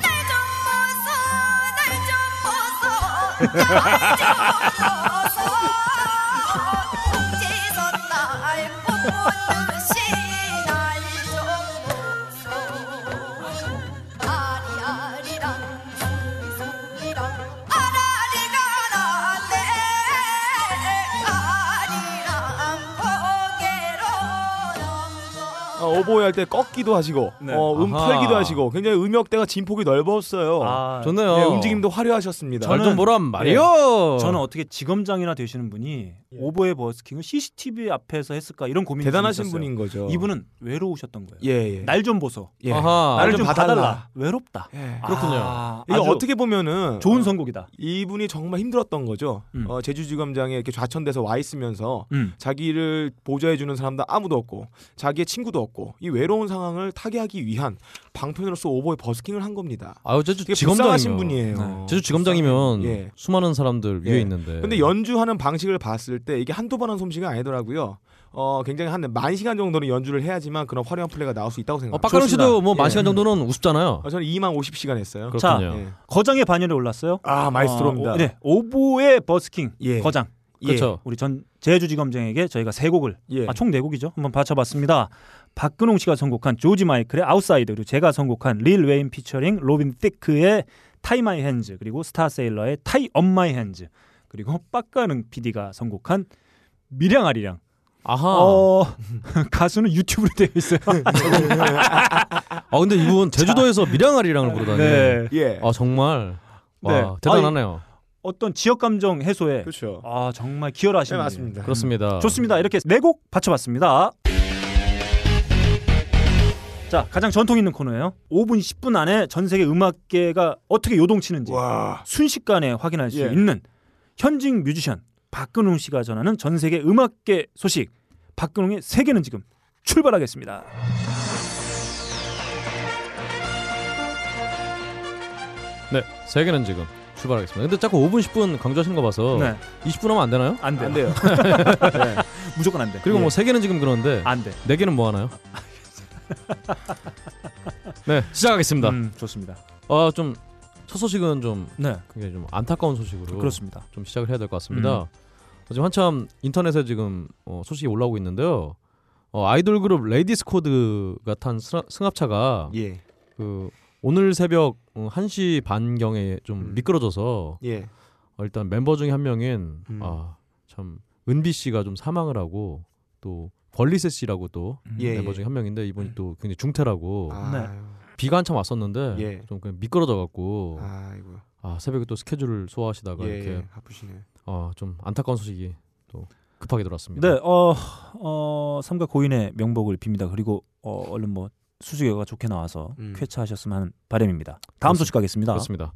어, 오버에 할 때 꺾기도 하시고,
네.
어, 음
아하.
털기도 하시고, 굉장히 음역대가 진폭이 넓었어요.
아,
좋네요.
네, 움직임도 예, 화려하셨습니다. 뭐
말 좀
저는-
보란 말이요.
저는 어떻게 지검장이나 되시는 분이 오버의 버스킹을 CCTV 앞에서 했을까 이런 고민이 좀
대단하신
있었어요.
분인 거죠.
이분은 외로우셨던 거예요.
예, 예.
날 좀 보소.
예.
아하.
나를
나를 좀
좀
봐달라.
봐달라. 외롭다.
예.
그렇군요.
아,
이게
아주
어떻게 보면은
좋은 선곡이다.
이분이 정말 힘들었던 거죠.
음.
어, 제주지검장에 이렇게 좌천돼서 와 있으면서
음.
자기를 보좌해주는 사람도 아무도 없고 자기의 친구도 없고 이 외로운 상황을 타개하기 위한 방편으로서 오버의 버스킹을 한 겁니다.
아유 제주
되게
지검장이면
불쌍하신 분이에요.
네.
제주 지검장이면 네.
예.
수많은 사람들 위에
예.
있는데.
근데 연주하는 방식을 봤을 때 이게 한두 번 한 솜씨가 아니더라고요. 어 굉장히 한 만 시간 정도는 연주를 해야지만 그런 화려한 플레이가 나올 수 있다고
어,
생각합니다.
박가령 씨도 뭐 만
예.
시간 정도는 우습잖아요.
어, 저는 2만 50시간 했어요.
자,
그렇군요.
예.
거장의 반열에 올랐어요.
아 마이스트로입니다.
아, 오, 네, 오보의 버스킹
예.
거장.
예.
그렇죠.
우리 전 제주지검장에게 저희가 세 곡을
예.
아, 총 네 곡이죠. 한번 바쳐봤습니다. 박근홍 씨가 선곡한 조지 마이클의 아웃사이드 그리고 제가 선곡한 릴 웨인 피처링 로빈 티크의 타이 마이 핸즈 그리고 스타세일러의 타이 업 마이 핸즈 그리고 빡가능 PD가 선곡한 미량 아리랑
아하. 어...
어 가수는 유튜브로 되어 있어요.
아 근데 이분 제주도에서 미량아리랑을 부르다니.
네.
예.
아 정말. 와
네.
대단하네요.
어떤 지역 감정 해소에
그렇죠.
아 정말 기열하시네요.
네, 맞습니다.
그렇습니다.
좋습니다. 이렇게 네 곡 받쳐봤습니다. 자 가장 전통 있는 코너예요. 5분 10분 안에 전 세계 음악계가 어떻게 요동치는지
와.
순식간에 확인할 수
예.
있는 현직 뮤지션 박근홍 씨가 전하는 전 세계 음악계 소식 박근홍의 세계는 지금 출발하겠습니다.
네. 세계는 지금 출발하겠습니다. 근데 자꾸 5분 10분 강조하시는 거 봐서
네,
20분 하면 안 되나요?
안 돼.
안 돼요. 네.
무조건 안 돼.
그리고
예.
뭐 세계는 지금 그러는데
안 돼.
네 개는 뭐 하나요? 네 시작하겠습니다.
음, 좋습니다.
아좀첫 소식은 좀
네,
굉장히 좀 안타까운 소식으로
그렇습니다. 음.
좀 시작을 해야 될 것 같습니다. 지금 한참 인터넷에 지금 어, 소식이 올라오고 있는데요. 어, 아이돌 그룹 레이디스 코드가 탄 승하- 승합차가
예.
그 오늘 새벽 어, 1시 반경에 좀
음.
미끄러져서
예.
어, 일단 멤버 중에 한 명인
음.
아, 참 은비 씨가 좀 사망을 하고 또 벌리세 씨라고 또
네,
예.
멤버 중에 한 명인데 이분이 또 굉장히 중태라고
뭐,
아유,
비가 한참 왔었는데
예.
좀 그냥 미끄러져 갖고 아.
아이고.
새벽에 또 스케줄을 소화하시다가
예.
이렇게
예. 아프시네.
어, 좀 안타까운 소식이 또 급하게 들어왔습니다.
네, 어, 어 삼가 고인의 명복을 빕니다. 그리고 어, 얼른 뭐 수수께가 좋게 나와서
음.
쾌차하셨으면 하는 바람입니다. 다음 소식 가겠습니다.
그렇습니다.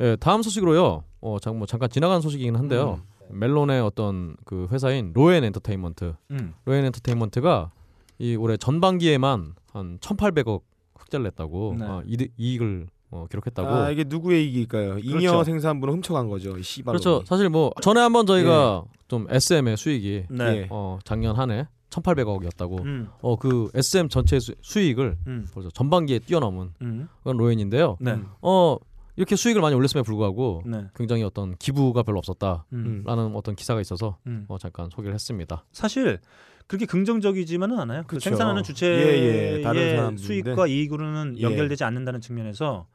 예, 다음 소식으로요. 어, 잠, 뭐 잠깐 지나간 소식이긴 한데요.
음.
멜론의 어떤 그 회사인 로엔 엔터테인먼트,
음.
로엔 엔터테인먼트가 이 올해 전반기에만 한 1,800억 흑자를 냈다고
네.
어, 이득- 이익을 어, 기록했다고.
아 이게 누구의 이익일까요? 잉여
그렇죠.
생산분을 훔쳐간 거죠. 이 씨발.
그렇죠. 사실 뭐 전에 한번 저희가 좀 SM의 수익이
네.
예.
어, 작년 한 해 1,800억이었다고.
음.
어, 그 SM 전체 수, 수익을
음.
벌써 전반기에 뛰어넘은
음.
그런 로엔인데요.
네.
음.
어 이렇게 수익을 많이 올렸음에 불구하고
네.
굉장히 어떤 기부가 별로 없었다라는
음.
어떤 기사가 있어서
음.
어, 잠깐 소개를 했습니다.
사실 그렇게 긍정적이지만은 않아요. 그
그렇죠.
생산하는 주체의
예, 예. 다른 사람인데.
수익과 이익으로는
예.
연결되지 않는다는 측면에서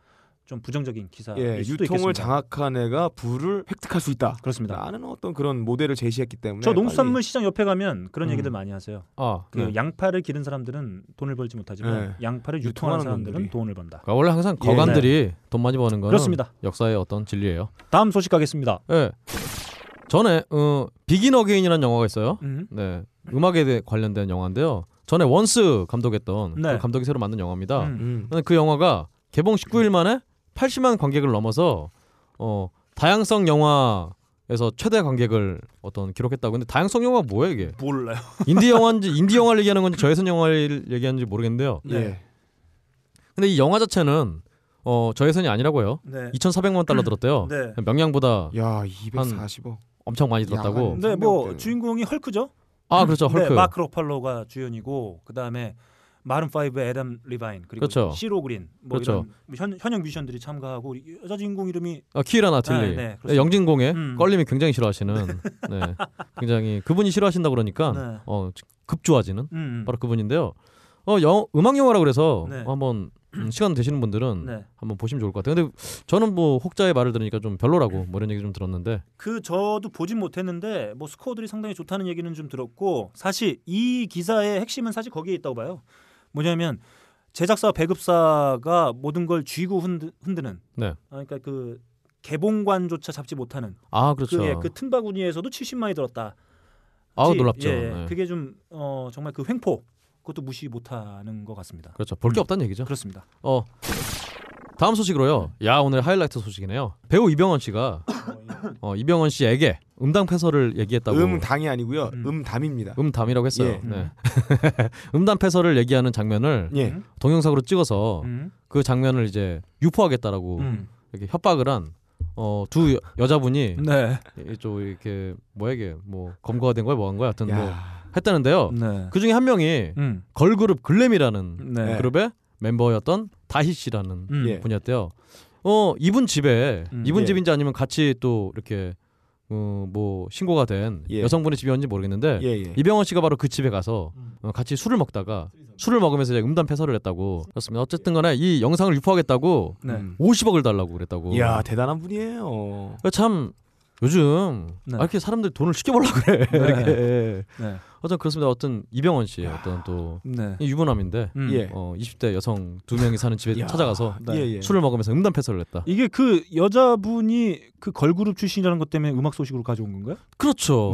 좀 부정적인 기사일
예,
수도
유통을
있겠습니다.
장악한 애가 부를 획득할 수 있다.
그렇습니다.
라는 어떤 그런 모델을 제시했기 때문에
저
빨리-
농수산물 시장 옆에 가면 그런
음.
얘기들 많이 하세요.
아
그
네.
양파를 기른 사람들은 돈을 벌지 못하지만
네.
양파를 유통하는
유통하는
사람들은
놈들이.
돈을 번다.
그러니까 원래 항상
예,
거간들이 돈 많이 버는 거는
네. 그렇습니다.
역사의 어떤 진리예요.
다음 소식 가겠습니다.
예. 전에 어, 비긴 어게인이라는 영화가 있어요.
음.
네, 음악에 대- 관련된 영화인데요. 전에 원스 감독했던
네.
그 감독이 새로 만든 영화입니다.
음.
음.
근데 그 영화가 개봉 19일 만에 80만 관객을 넘어서 어 다양성 영화에서 최대 관객을 어떤 기록했다고 근데 다양성 영화 가 뭐야 이게
몰라요.
인디 영화인지 인디 영화를 얘기하는 건지 저예산 영화를 얘기하는지 모르겠는데요
예.
네.
근데 이 영화 자체는 어 저예산이 어, 아니라고 해요
네.
2,400만 달러 들었대요
네.
명량보다
야, 240억.
엄청 많이 들었다고
야한.
근데 뭐
상명대는.
주인공이 헐크죠?
아 그렇죠 헐크
네, 마크 로팔로가 주연이고 그다음에 마룬 5의 애덤 리바인 그리고
그렇죠.
시로 그린 뭐
그렇죠.
이런 현, 현역 뮤지션들이 참가하고 여자 주인공 이름이
아, 키이라
네,
나틀리
네,
네,
그렇습니다.
영진공의
음.
껄림이 굉장히 싫어하시는 네, 굉장히 그분이 싫어하신다 그러니까
네.
어 급조하지는
음, 음.
바로 그분인데요. 어, 영, 음악 영화라 그래서
네.
한번 음, 시간 되시는 분들은
네.
한번 보시면 좋을 것 같아요. 근데 저는 뭐 혹자의 말을 들으니까 좀 별로라고
네.
뭐 이런 얘기 좀 들었는데
그 저도 보진 못했는데 뭐 스코어들이 상당히 좋다는 얘기는 좀 들었고 사실 이 기사의 핵심은 사실 거기에 있다고 봐요. 뭐냐면 제작사와 배급사가 모든 걸 쥐고 흔드, 흔드는
네.
아, 그러니까 그 개봉관조차 잡지 못하는
아
그
그렇죠.
예, 그 틈바구니에서도 70만이 들었다.
아우
지-
놀랍죠.
예,
네.
그게 좀 어, 정말 그 횡포 그것도 무시 못하는 것 같습니다.
그렇죠. 볼 게 없다는 얘기죠.
그렇습니다.
어 다음 소식으로요.
네.
야 오늘 하이라이트 소식이네요. 배우 이병헌 씨가 어, 이병헌 씨에게 음담 패설을 얘기했다고.
음당이 아니고요.
음.
음. 담입니다
음담이라고 했어요.
예.
네. 음담 패설을 얘기하는 장면을
예.
음.
동영상으로 찍어서
음.
그 장면을 이제 유포하겠다라고
음.
이렇게 협박을 한어두 여자분이
음.
네.
이- 좀 이렇게 뭐야 이게 뭐 검거가 된 거야 뭐 한 거야
음.
하여튼 뭐
야. 음.
했다는데요.
네.
그 중에 한 명이
음.
걸그룹 글램이라는
네.
그룹의 멤버였던 다희 씨라는
음.
예.
분이었대요. 어 이분 집에
음,
이분
예.
집인지 아니면 같이 또 이렇게 어, 뭐 신고가 된
예.
네.
여성분의 집이었는지 모르겠는데
예, 예.
이병헌 씨가 바로 그 집에 가서 어, 같이 음. 술을 먹다가 술을 먹으면서 이제 음담 패설을 했다고
예.
그렇습니다. 어쨌든 간에 이 영상을 유포하겠다고
네.
50억을 달라고 그랬다고.
음. 이야 대단한 분이에요.
그러니까 참 요즘
네.
아, 이렇게 사람들 돈을 쉽게 벌려고 그래. 이렇게.
네.
어쨌든 그렇습니다. 어떤 이병헌 씨의 어떤 또
네.
이 유부남인데
음.
예.
어, 20대 여성 두 명이 사는 집에
야.
찾아가서
네. 예, 예.
술을 먹으면서 음담 패설을 했다.
이게 그 여자분이 그 걸그룹 출신이라는 것 때문에 음악 소식으로 가져온 건가요?
그렇죠.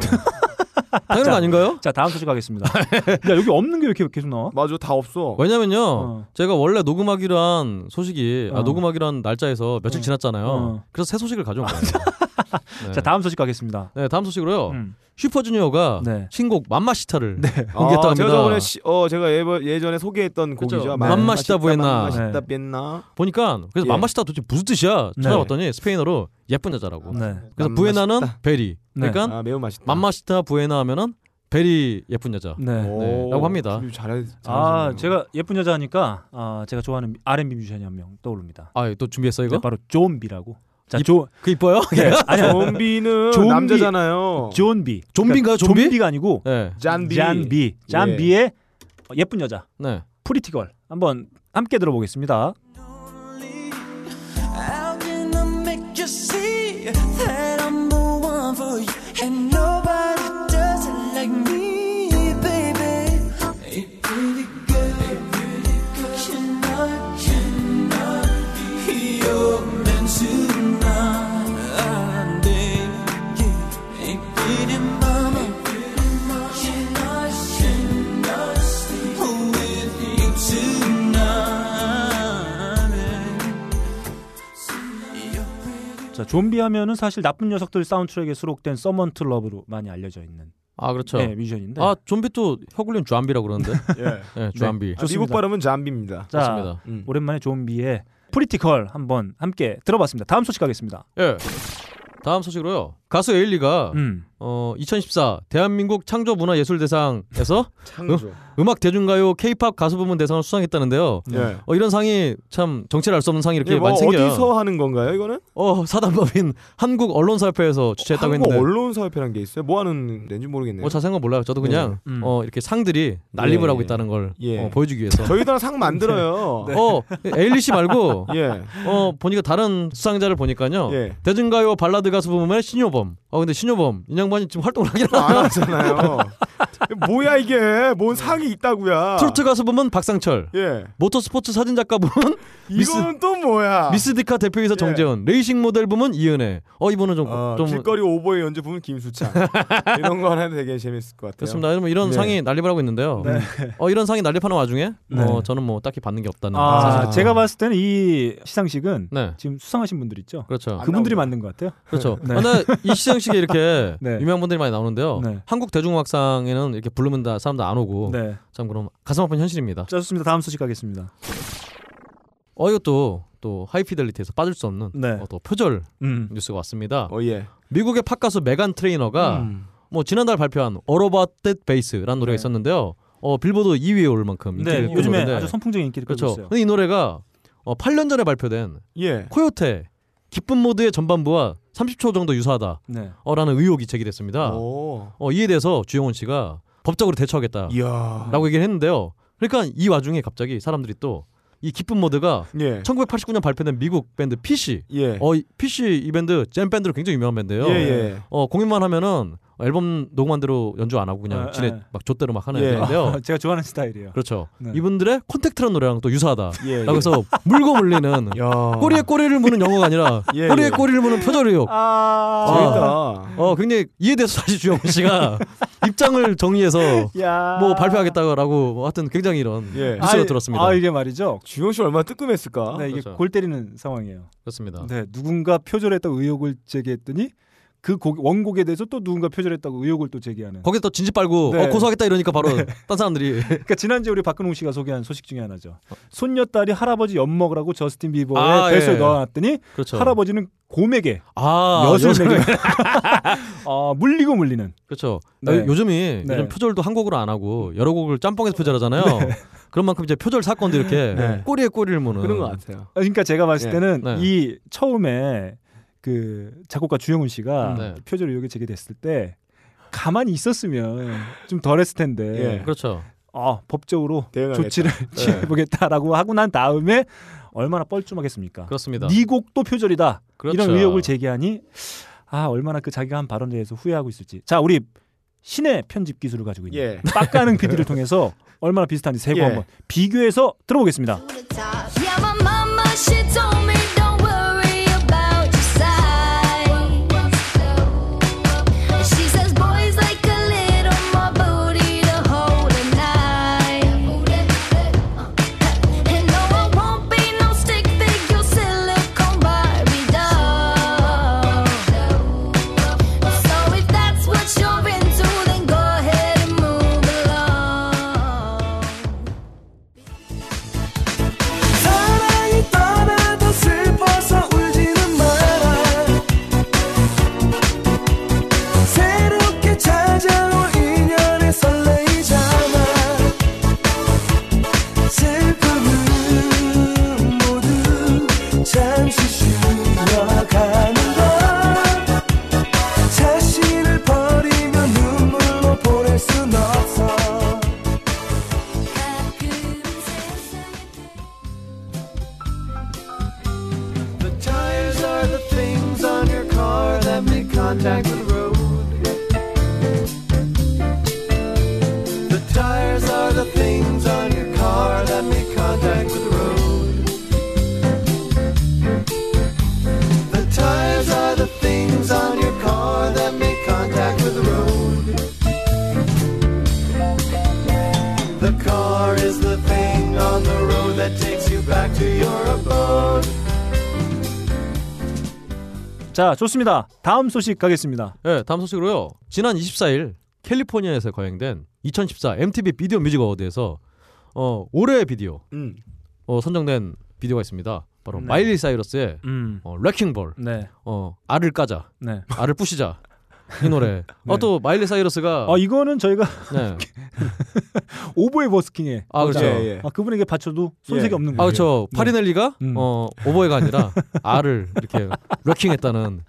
당연한 거
자.
아닌가요?
자 다음 소식 가겠습니다. 야 여기 없는 게 왜 이렇게 계속 나와?
맞아 다 없어.
왜냐면요,
어.
제가 원래 녹음하기로 한 소식이 아,
어.
녹음하기로 한 날짜에서 며칠
어.
지났잖아요.
어.
그래서 새 소식을 가져온 거예요. 네.
자 다음 소식 가겠습니다.
네, 다음 소식으로요.
음.
슈퍼주니어가
네.
신곡 맘마시타를 공개했다고
아, 제가 저번에
합니다.
시, 어 제가 예버, 예전에 소개했던
그죠.
곡이죠.
네. 맘마시다 부엔나.
맘마시다
네.
나
보니까 그래서
예.
맘마시타 도대체 무슨 뜻이야?
네.
찾아봤더니 스페인어로 예쁜 여자라고.
네.
그래서
맘마시타.
부에나는 베리.
네.
그러니까
아 매우 맛있다.
맘마시타 부에나 하면은 베리 예쁜 여자.
네.
오,
네, 라고 합니다.
잘해.
아
잘하시네요.
제가 예쁜 여자 하니까 아 제가 좋아하는 R&B 뮤지션이 한 명 떠오릅니다.
아, 또 준비했어 이거?
네, 바로 존비라고. 자,
이-
존
그 이뻐요?
네, 아니요.
좀비는
좀비.
남자잖아요.
존비.
좀비인가요, 좀비?
좀비가 아니고
네.
잔비.
잔비. 예. 잔비의 예쁜 여자
네.
프리티걸 한번 함께 들어보겠습니다.
I'm gonna make you see that I'm the one for you, and nobody does it like me, baby. Hey, pretty girl, hey, pretty girl, you know, you know, you're meant to not Hey, pretty mama, pretty mama, you know, you know, with you tonight.
자, 좀비 하면은 사실 나쁜 녀석들 사운드트랙에 수록된 서먼트 러브로 많이 알려져 있는
아, 그렇죠.
네, 뮤지션인데.
아, 좀비 또 혀굴린 주안비라고 그러는데.
예.
네, 주안비.
아, 미국 발음은 잔비입니다.
자,
좋습니다.
음.
오랜만에 좀비의 프리티걸 한번 함께 들어봤습니다. 다음 소식 가겠습니다.
예. 다음 소식으로요. 가수 에일리가
음.
어, 2014 대한민국 창조문화예술대상에서
창조.
음악 대중가요 K-팝 가수 부문 대상을 수상했다는데요.
네.
예.
어, 이런 상이 참 정체를 알 수 없는 상이 이렇게
예,
이게 뭐
많이 생겨요.
어디서 하는 건가요, 이거는?
어, 사단법인 한국 언론사협회에서 주최했다고
한국
했는데.
언론사협회란 게 있어요? 뭐 하는 덴지 모르겠네요.
뭐 자세한 건 몰라요. 저도 그냥
네. 음.
어, 이렇게 상들이 난립을
예,
하고
예.
있다는 걸
예.
어, 보여주기 위해서.
저희도 상 만들어요.
어, 에일리 씨 말고
예.
어, 보니까 다른 수상자를 보니까요.
예.
대중가요 발라드 가수 부문의 신효범. 어, 근데 신효범 인양반이 지금 활동을 하긴
이거 안 하잖아요. 뭐야 이게? 뭔 상이 있다고야.
네. 트로트 가수 부문 박상철.
아. 예.
모터스포츠 사진작가 부문 미스
이건 또 뭐야?
미스디카
예.
대표이사 정재현 레이싱 모델 부문 이은혜 어 이분은 좀
어,
좀
길거리 오버의 연주 부분 김수찬 이런 거 하면 되게 재밌을 것 같아요.
그렇습니다. 여러분 이런
네.
상이 난립을 하고 있는데요. 어 이런 상이 난립하는 와중에 어 저는 뭐 딱히 받는 게 없다는
아,
사실.
제가 봤을 때는 이 시상식은
네.
지금 수상하신 분들 있죠.
그렇죠.
안
그분들이
나오네요.
만든 것 같아요.
그렇죠.
네.
근데 이 시상식에 이렇게
네.
유명한 분들이 많이 나오는데요.
네.
한국 대중음악상에는 이렇게 부르면 다 사람들 안 오고
네.
참 그럼 가슴 아픈 현실입니다.
자, 좋습니다. 다음 소식 가겠습니다.
어 이것도 또 하이피델리티에서 빠질 수 없는
네.
어, 또 표절
음.
뉴스가 왔습니다.
어 예.
미국의 팝 가수 메간 트레이너가
음.
뭐 지난달 발표한 All About That Bass라는 노래가
네.
있었는데요. 어 빌보드 2위에 올 만큼 음, 인기를
네,
끌고
요즘에
있는데.
아주 선풍적인 인기를 끌고
그렇죠.
있어요.
근데 이 노래가 어 8년 전에 발표된
예.
코요테 기쁨 모드의 전반부와 30초 정도 유사하다라는
네.
의혹이 제기됐습니다.
오.
어, 이에 대해서 주영훈 씨가 법적으로 대처하겠다라고
이야.
얘기를 했는데요. 그러니까 이 와중에 갑자기 사람들이 또 이 기쁨 모드가
예.
1989년 발표된 미국 밴드 피쉬
예.
어, 이 피쉬 이 밴드 잼 밴드로 굉장히 유명한 밴드예요.
예. 예.
어 공연만 하면은 앨범 녹음한 대로 연주 안 하고 그냥
아,
지네
아.
막 좆대로 막 하는
예.
애들인데요.
제가 좋아하는 스타일이에요.
어. 그렇죠.
네.
이분들의 콘택트라는 노래랑 또 유사하다.
예. 예.
라고 해서 물고 물리는
야.
꼬리에 꼬리를 무는 영어가 아니라
예,
꼬리에
예.
꼬리를 무는 표절의욕.
아,
재밌다.
어 굉장히 이에 대해서 다시 주영훈 씨가 입장을 정리해서
야.
뭐 발표하겠다라고 뭐 하여튼 굉장히 이런
예.
뉴스가
아,
들었습니다.
아, 이게 말이죠.
주영 씨 얼마나 뜨끔했을까?
네, 이게
그렇죠.
골 때리는 상황이에요.
그렇습니다.
네, 누군가 표절했다고 의혹을 제기했더니 그 곡, 원곡에 대해서 또 누군가 표절했다고 의혹을 또 제기하는.
거기서 또 진지 빨고
네.
어, 고소하겠다 이러니까 바로 딴 사람들이
그러니까 지난주에 우리 박근홍 씨가 소개한 소식 중에 하나죠. 손녀딸이 할아버지 엿 먹으라고 저스틴 비버의
아,
뱃속에
예.
넣어놨더니
그렇죠.
할아버지는 곰에게
아
엿을
요즘에-
먹이고 아, 물리고 물리는.
그렇죠.
네.
요- 요즘이
네.
요즘 표절도 한 곡으로 안 하고 여러 곡을 짬뽕에서 표절하잖아요. 그런 만큼 이제 표절 사건도 이렇게
네.
꼬리에 꼬리를 무는
그런 것 같아요.
그러니까 제가 봤을
예,
때는
네.
이 처음에 그 작곡가 주영훈 씨가
음, 네.
표절 의혹이 제기됐을 때 가만히 있었으면 좀 덜했을 텐데
예.
그렇죠.
어, 법적으로
대응하겠다. 네.
조치를 취해보겠다라고 하고 난 다음에 얼마나 뻘쭘하겠습니까?
그렇습니다.
네 곡도 표절이다.
그렇죠.
이런 의혹을 제기하니 아 얼마나 그 자기가 한 발언에 대해서 후회하고 있을지. 자 우리 신의 편집 기술을 가지고
음.
있는
예.
빡가는 PD를 통해서 얼마나 비슷한지 세고
예.
한번 비교해서 들어보겠습니다.
Yeah, my mama, she told me don't worry about your size. She says boys like a little more booty to hold at night. And no, I won't be no stick figure silicone Barbie doll. So if that's what you're into, then go ahead and move along.
사랑이 떠나도 슬퍼서 울지는 마라 새롭게 찾아올 인연에 설레이잖아 슬픔은 모두 잠시 쉬어가는 것 자신을 버리며 눈물로 보낼 순 없어
가끔은 세상에
The tires are the things on your car that make contact with the road. The tires are the things on your car that make contact with the road. The tires are the things on your car that make contact with the road. The car is the thing on the road that takes you back to your abode.
자 좋습니다. 다음 소식 가겠습니다.
네, 다음 소식으로요. 지난 24일 캘리포니아에서 거행된 2014 MTV 비디오 뮤직 어워드에서 어, 올해의 비디오
음.
어, 선정된 비디오가 있습니다. 바로
네.
마일리 사이러스의
음.
어, 렉킹볼,
네.
어, 알을 까자,
네.
알을 부시자 이
네.
노래. 어, 또 마일리 사이러스가
아 이거는 저희가
네.
오보의 버스킹에
아 그렇죠.
예, 예.
아, 그분에게 바쳐도 손색이
예.
없는
아
거예요.
그렇죠.
네.
파리넬리가
음.
어, 오버해가 아니라 알을 이렇게 렉킹했다는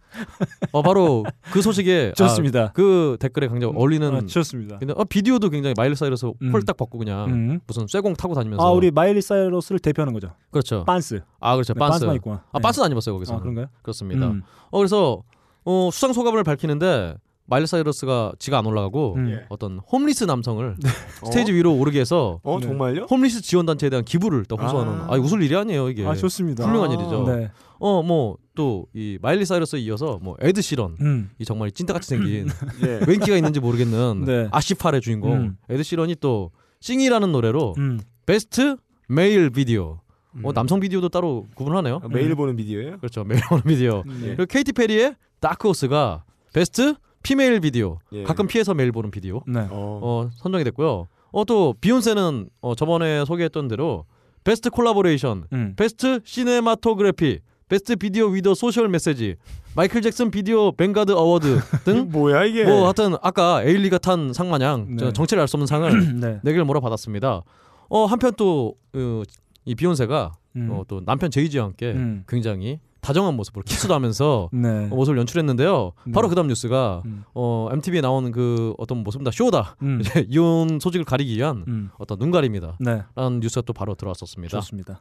어, 바로 그 소식에
좋습니다.
아, 그 댓글에 굉장히 어울리는.
아, 좋습니다.
근데 어, 비디오도 굉장히 마일리 사이러스
음.
홀딱 벗고 그냥
음.
무슨 쇠공 타고 다니면서
아 우리 마일리 사이러스를 대표하는 거죠.
그렇죠.
빤스.
아 그렇죠.
네,
반스.
빤스만 입구나.
아
네.
반스 안 입었어요 거기서.
아 그런가요?
그렇습니다.
음.
어 그래서 어, 수상 소감을 밝히는데 마일리 사이러스가 지가 안 올라가고
음.
예.
어떤 홈리스 남성을 스테이지 위로 오르게 해서
어
네.
정말요?
홈리스 지원 단체에 대한 기부를 또 호소하는
아.
아, 웃을 일이 아니에요 이게.
아 좋습니다.
훌륭한 일이죠.
네.
어 뭐 또 이 마일리 사이러스에 이어서 뭐 에드 시런
음.
이 정말 찐따같이 생긴
예.
웬 끼가 있는지 모르겠는
네.
아시팔의 주인공
음.
에드 시런이 또 싱이라는 노래로
음.
베스트 메일 비디오
음.
어, 남성 비디오도 따로 구분하네요.
아, 매일 보는 비디오예요?
그렇죠. 메일 오는 비디오.
예.
그리고 케이티 페리의 다크호스가 베스트 피메일 비디오.
예.
가끔 피해서 메일 보는 비디오.
네.
어.
어, 선정이 됐고요. 어, 또 비욘세는 어, 저번에 소개했던 대로 베스트 콜라보레이션,
음.
베스트 시네마토그래피, 베스트 비디오 위더 소셜 메시지, 마이클 잭슨 비디오 벵가드 어워드
이거
등 뭐
뭐야 이게?
하여튼 아까 에일리가 탄 상마냥 저
예. 네.
정체를 알 수 없는 상을
네.
네 개를 몰아받았습니다. 어, 한편 또이 비욘세가
음.
어, 또 남편 제이지와 함께
음.
굉장히 다정한 모습으로 키스도 하면서
네.
어, 모습을 연출했는데요. 바로
네.
그다음 뉴스가
음.
어, MTV에 나온 그 어떤 모습이다 쇼다
음.
이제 이혼 소식을 가리기 위한
음.
어떤 눈가림이다라는
네.
뉴스가 또 바로 들어왔었습니다.
좋습니다.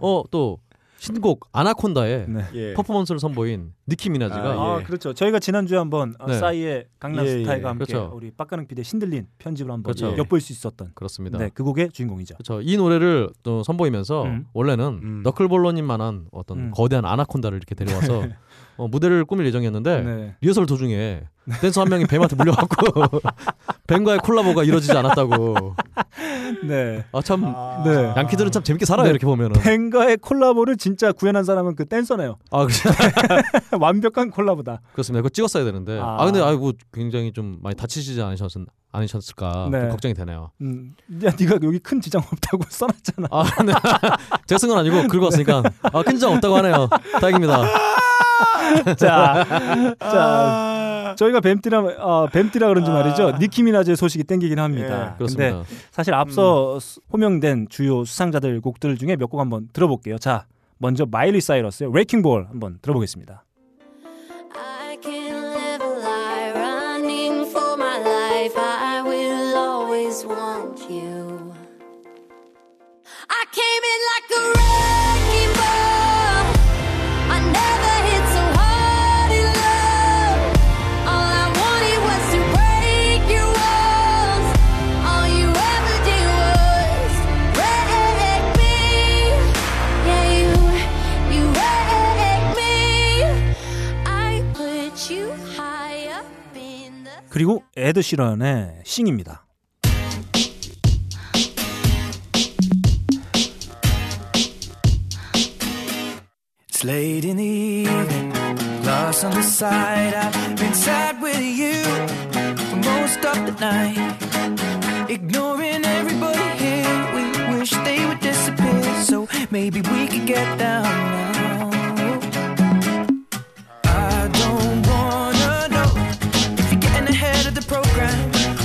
어 또 신곡 아나콘다의
네.
예.
퍼포먼스를 선보인 니키 미나즈가
아,
아
예.
그렇죠. 저희가 지난 주에 한번 아,
네.
싸이의 강남
예,
스타일과
예.
함께
그렇죠.
우리 빡가능 피디의 신들린 편집을 한번
그렇죠.
엿볼 수 있었던.
그렇습니다.
네. 그 곡의 주인공이죠.
그렇죠. 이 노래를 또 선보이면서
음.
원래는
음.
너클볼러님만한 어떤
음.
거대한 아나콘다를 이렇게 데려와서 어, 무대를 꾸밀 예정이었는데
네.
리허설 도중에 댄서 한 명이 뱀한테 물려갖고 뱀과의 콜라보가 이루어지지 않았다고.
네.
아 참
네.
양키들은 참 재밌게 살아요
네.
이렇게 보면은.
뱅가의 콜라보를 진짜 구현한 사람은 그 댄서네요.
아 그렇죠.
완벽한 콜라보다.
그렇습니다. 그거 찍었어야 되는데. 아,
아.
근데 아이고 굉장히 좀 많이 다치시지 않으셨 않으셨을까 좀
네.
걱정이 되네요.
음. 야, 네가 여기 큰 지장 없다고 써놨잖아.
아 근데 제쓴건 아니고 긁어왔으니까 아 큰장 없다고 하네요. 다행입니다.
자, 자,
아.
저희가 뱀띠라 어, 뱀띠라 그런지 말이죠. 니키미나즈의 소식이 땡기긴 합니다.
예,
네.
그렇습니다. 음.
사실 앞서 수- 호명된 주요 수상자들 곡들 중에 몇 곡 한번 들어볼게요. 자, 먼저 마일리 사이러스의 레이킹 볼 한번 들어보겠습니다.
I can live a lie running for my life. I will always want. you. I came in like a wrecking ball. I never hit so hard in love. All I wanted was to break your walls. All you ever did was wreck me. Yeah, you, you wrecked me. I put you high up in the
그리고 에드 시런의 싱입니다.
It's late in the evening, lost on the side. I've been sad with you for most of the night. Ignoring everybody here, we wish they would disappear. So maybe we could get down now. I don't wanna know if you're getting ahead of the program.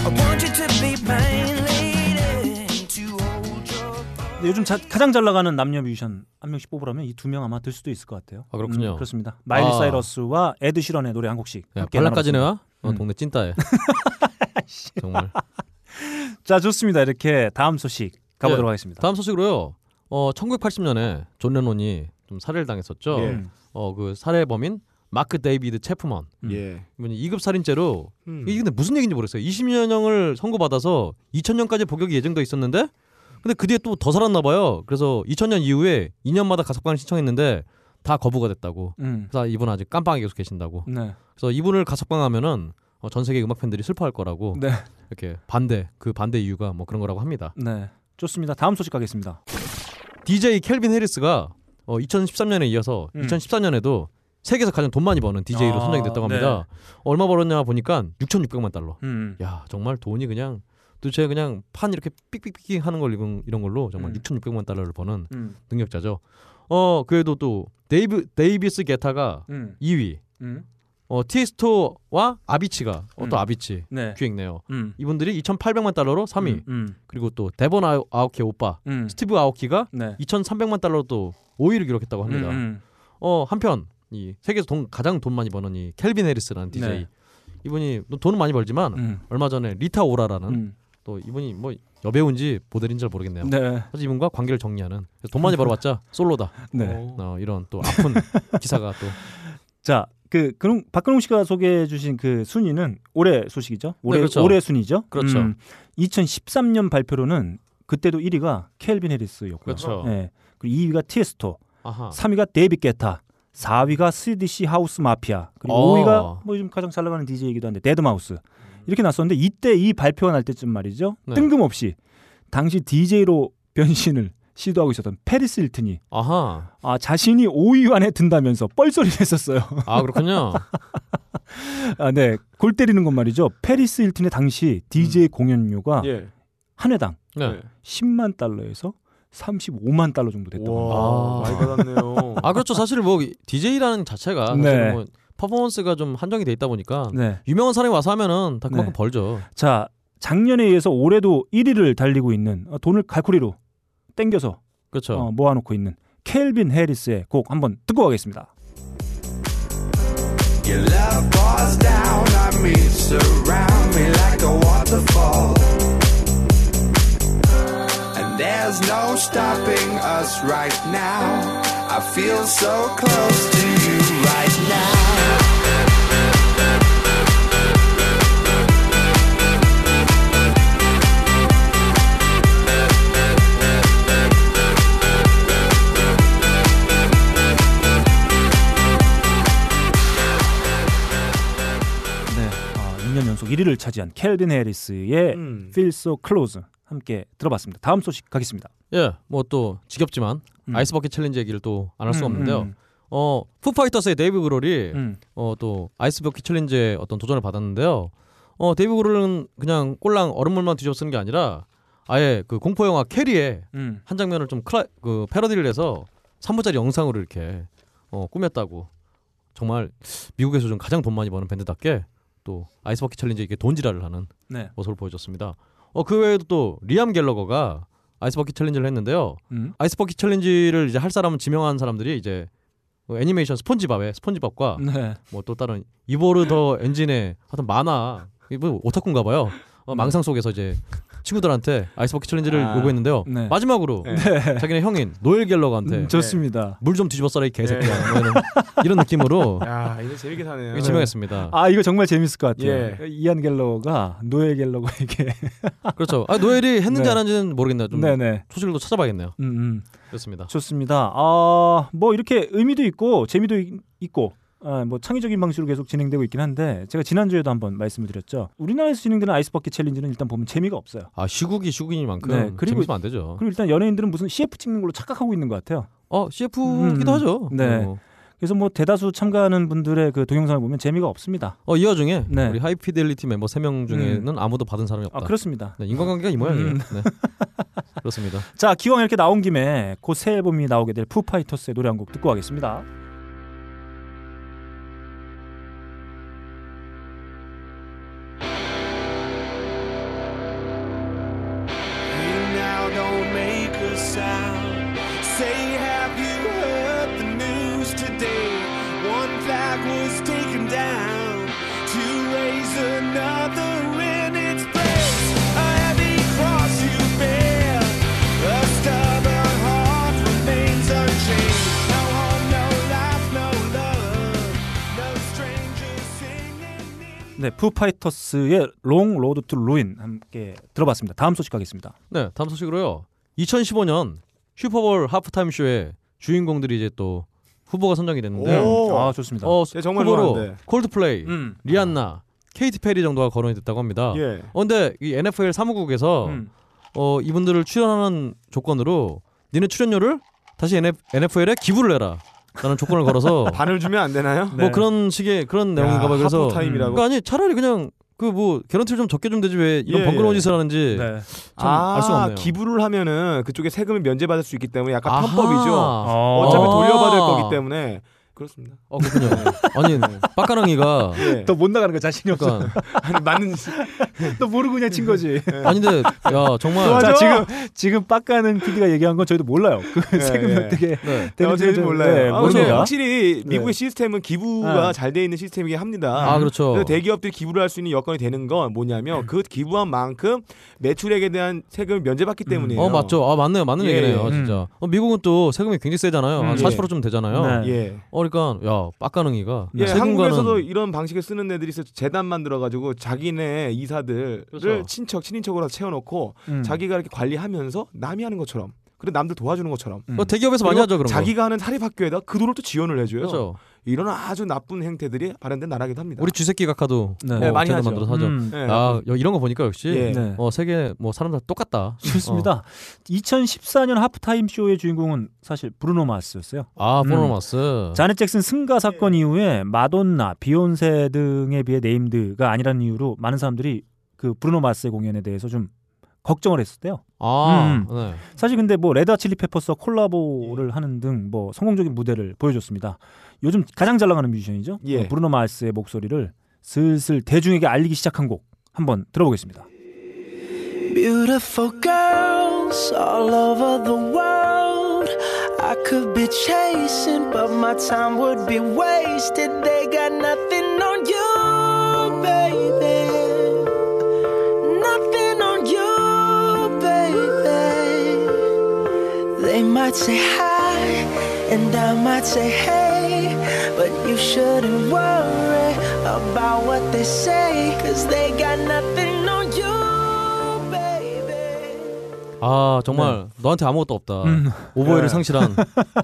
I want you to be mine, lady, and to hold your.
근데 요즘 자- 가장 잘 나가는 남녀 뮤지션 한 명씩 뽑으라면 이 두 명 아마 들 수도 있을 것 같아요. 음,
아, 그렇군요.
그렇습니다. 마일리
아.
사이러스와 에드 시런의 노래 한 곡씩.
야,
함께 음.
발라까지는
나눠봤습니다.
와? 네, 어, 동네 찐따에. 정말.
자 좋습니다. 이렇게 다음 소식 가보도록
네,
하겠습니다.
다음 소식으로요. 어, 1980년에 존 레논이 좀 살해를 당했었죠.
예.
음.
어, 그 살해 범인 마크 데이비드 체프먼.
음.
예.
이분이 2급 살인죄로
음.
이게 근데 무슨 얘기인지 모르겠어요. 20년형을 선고받아서 2000년까지 복역이 예정돼 있었는데 근데 그 뒤에 또 더 살았나 봐요. 그래서 2000년 이후에 2년마다 가석방을 신청했는데 다 거부가 됐다고.
음.
그래서 이분 아직 깜빵에 계속 계신다고.
네.
그래서 이분을 가석방하면은 어, 전 세계 음악 팬들이 슬퍼할 거라고.
네.
이렇게 반대 그 반대 이유가 뭐 그런 거라고 합니다.
네. 좋습니다. 다음 소식 가겠습니다.
DJ 켈빈 해리스가 어, 2013년에 이어서
음.
2014년에도 세계에서 가장 돈 많이 버는 DJ로
아,
선정이 됐다고 합니다. 얼마 벌었냐 보니까 6,600만 달러.
음.
야 정말 돈이 그냥 도대체 그냥 판 이렇게 삑삑삑 하는 걸 이런, 이런 걸로 정말
음.
6,600만 달러를 버는
음.
능력자죠. 어 그래도 또 데이브 데이비스 게타가
음.
2위,
음.
어 티에스토와 아비치가 어,
음.
또 아비치
네.
귀행네요.
음.
이분들이 2,800만 달러로 3위.
음.
그리고 또 데본 아- 아오키 오빠
음.
스티브 아오키가
네.
2,300만 달러로 또 5위를 기록했다고 합니다.
음,
어 한편 이 세계에서 돈, 가장 돈 많이 버는 이 켈빈 해리스라는
네.
DJ 이분이 돈은 많이 벌지만
음. 음.
얼마 전에 리타 오라라는
음.
또 이분이 뭐 여배우인지 모델인지 잘 모르겠네요.
네.
사실 이분과 관계를 정리하는 그래서 돈 많이 벌어봤자 솔로다.
네.
어, 이런 또 아픈 기사가 또
자, 그 그럼 박근홍 씨가 소개해 주신 그 순위는 올해 소식이죠? 올해
그렇죠.
올해 순위죠? 음.
그렇죠.
2013년 발표로는 그때도 1위가 켈빈 해리스였고요.
그렇죠.
네. 그리고 2위가 티에스토,
아하.
3위가 데이비 게타, 4위가 스디시 하우스 마피아, 그리고
어. 음.
5위가 뭐 요즘 가장 잘 나가는 DJ이기도 한데 데드마우스 이렇게 났었는데 이때 이 발표가 날 때쯤 말이죠.
네.
뜬금없이 당시 DJ로 변신을 시도하고 있었던 페리스 힐튼이
아하.
아, 자신이 5위 안에 든다면서 뻘소리를 했었어요.
아 그렇군요.
아, 네. 골 때리는 건 말이죠. 페리스 힐튼의 당시
음.
DJ 공연료가
예.
한 회당
네.
네.
10만 달러에서 35만 달러 정도 됐다고 합니다.
와,
아.
많이 받았네요.
아 그렇죠. 사실 뭐 DJ라는 자체가 사실
네.
뭐 퍼포먼스가 좀 한정이 돼 있다 보니까
네.
유명한 사람이 와서 하면은 다 그만큼
네.
벌죠.
자, 작년에 의해서 올해도 1위를 달리고 있는 어, 돈을 갈고리로 땡겨서
그렇죠.
어, 모아놓고 있는 켈빈 해리스의 곡 한번 듣고 가겠습니다.
Your love pours down on me, surround me like a waterfall. And there's no stopping us right now. I feel so close to you right now.
네. 아, 2년 연속 1위를 차지한 켈빈 해리스의
음.
Feel So Close 함께 들어봤습니다. 다음 소식 가겠습니다.
예, 뭐 또 지겹지만
음.
아이스버킷 챌린지 얘기를 또 안 할 수가
음,
없는데요.
음,
어, 푸파이터스의 데이브 그롤이
음.
어 또 아이스버킷 챌린지에 어떤 도전을 받았는데요. 어 데이브 그롤은 그냥 꼴랑 얼음물만 뒤집어 쓰는 게 아니라 아예 그 공포 영화 캐리의
음.
한 장면을 좀 크라, 그 패러디를 해서 3부짜리 영상으로 이렇게 어, 꾸몄다고. 정말 미국에서 좀 가장 돈 많이 버는 밴드답게 또 아이스버킷 챌린지 이게 돈지랄을 하는
네.
모습을 보여줬습니다. 어, 그 외에도 또 리암 갤러거가 아이스버킷 챌린지를 했는데요.
음.
아이스버킷 챌린지를 이제 할 사람은 지명한 사람들이 이제 그 애니메이션 스폰지밥의 스폰지밥과
네.
뭐 또 다른
음.
이보르 더 엔진의 하여튼 만화 이분 오타쿠인가 봐요. 어, 망상 속에서 이제 친구들한테 아이스버킷 챌린지를
아,
요구했는데요.
네.
마지막으로
네.
자기네 형인 노엘 갤러가한테
음, 좋습니다.
물 좀 뒤집어 써라 이 개새끼야.
네.
뭐 이런, 이런 느낌으로
야, 이제 재밌게 사네요.
이렇게 지명했습니다.
아 이거 정말 재밌을 것 같아요.
예.
이안 갤러가 노엘 갤러에게
그렇죠. 아, 노엘이 했는지
네.
안 했는지는 모르겠네요. 좀
네네.
소식도 찾아봐야겠네요.
음, 음.
그렇습니다.
좋습니다. 아, 뭐 이렇게 의미도 있고 재미도 이- 있고 아, 뭐 창의적인 방식으로 계속 진행되고 있긴 한데 제가 지난주에도 한번 말씀을 드렸죠. 우리나라에서 진행되는 아이스버킷 챌린지는 일단 보면 재미가 없어요.
아 시국이 시국이니만큼
네, 그리고-
재밌으면 안 되죠.
그리고 일단 연예인들은 무슨 CF 찍는 걸로 착각하고 있는 것 같아요.
어 CF기도
음,
하죠.
네.
어.
그래서 뭐 대다수 참가하는 분들의 그 동영상을 보면 재미가 없습니다.
어, 이 와중에
네.
우리 하이피델리티 멤버 3명 중에는 아무도 받은 사람이 없다.
아 그렇습니다.
네, 인간관계가 이 모양이에요.
음.
네. 그렇습니다.
자 기왕 이렇게 나온 김에 곧 새 앨범이 나오게 될 푸파이터스의 노래 한 곡 듣고 가겠습니다.
You now don't make a sound. Say, have you heard the news today? One flag was taken down to raise another in its place. A heavy cross you bear, a stubborn heart remains unchanged. No home, no life, no love, no strangers singing.
네, 푸파이터스의 롱 로드 투 루인 함께 들어봤습니다. 다음 소식 가겠습니다.
네, 다음 소식으로요. 2015년 슈퍼볼 하프타임 쇼의 주인공들이 이제 또 후보가 선정이 됐는데
오.
아 좋습니다.
어,
예, 정말
후보로
좋아하는데.
콜드플레이,
음.
리안나, 케이티 페리 정도가 거론이 됐다고 합니다.
예.
어, 근데 이 NFL 사무국에서
음.
어, 이분들을 출연하는 조건으로 니네 출연료를 다시 NFL에 기부를 해라. 라는 조건을 걸어서
반을 주면 안 되나요?
네.
뭐 그런 식의 그런 네, 내용인가 봐요. 그래서
하프 타임이라고.
그러니까 아니 차라리 그냥 그 뭐 개런티를 좀 적게 좀 되지 왜 이런
예,
번거로운
예.
짓을 하는지
네.
참알 수가 없네요.
아, 기부를 하면은 그쪽에 세금을 면제받을 수 있기 때문에 약간
아하.
편법이죠.
어.
어차피
아.
돌려받을 거기 때문에 그렇습니다.
어 그렇군요. 아니 빡가랑이가
네. 예.
또 못 나가는 거 자신이 없어.
그러니까
아니, 맞는
또 모르고 그냥 친 거지.
예. 네.
아니 근데 야 정말
자
맞아.
지금 지금 빡가는 PD가 얘기한 건 저희도 몰라요. 그
예,
세금
예.
어떻게
네. 네.
어떻게 될지 몰라요.
네,
아, 근데
모릅니다.
확실히
네.
미국의 시스템은 기부가
아.
잘 돼 있는 시스템이긴 합니다.
아 그렇죠.
그래서 대기업들이 기부를 할 수 있는 여건이 되는 건 뭐냐면 그 기부한 만큼 매출액에 대한 세금을 면제받기 때문이에요.
어 맞죠. 아 맞네요. 맞는
예,
얘기네요.
예.
진짜. 어, 미국은 또 세금이 굉장히 세잖아요.
음.
한
예.
40%좀 되잖아요.
네.
예.
어 그러니까 야 빡가능이가
예, 한국에서도
세금과는
이런 방식을 쓰는 애들이 있어 재단 만들어가지고 자기네 이사들을
그렇죠.
친척 친인척으로 채워놓고
음.
자기가 이렇게 관리하면서 남이 하는 것처럼 그리고 남들 도와주는 것처럼
음.
어, 대기업에서 많이
그리고
하죠 그런
자기가 하는 사립학교에다 그 돈을 또 지원을
거.
해줘요.
그렇죠.
이런 아주 나쁜 행태들이 발현된 나라기도 합니다.
우리 쥐새끼 각하도
네.
어,
네,
많이
어쨌든
하죠.
만들어서 하죠.
음.
예.
아 야, 이런 거 보니까 역시
예.
네.
어 세계 뭐 사람 다 똑같다. 어.
좋습니다. 2014년 하프타임 쇼의 주인공은 사실 브루노 마스였어요.
아
음.
보너마스.
자넷 잭슨 승가 사건 이후에 마돈나, 비욘세 등에 비해 네임드가 아니라는 이유로 많은 사람들이 그 브루노 마스의 공연에 대해서 좀 걱정을 했었대요.
아
음.
네.
사실 근데 뭐 레드 칠리 페퍼스와 콜라보를 하는 등 뭐 성공적인 무대를 보여줬습니다. 요즘 가장 잘 나가는 뮤지션이죠.
예.
어, 브루노 마스의 목소리를 슬슬 대중에게 알리기 시작한 곡 한번 들어보겠습니다.
Beautiful girls all over the world. I could be chasing, but my time would be wasted. They got nothing on you, baby. Nothing on you, baby. They might say hi, and I might say hey, but you shouldn't worry about what they say, cause they got nothing on you, baby.
아 정말 너한테 아무것도 없다.
네. 음.
오버웨이를
예.
상실한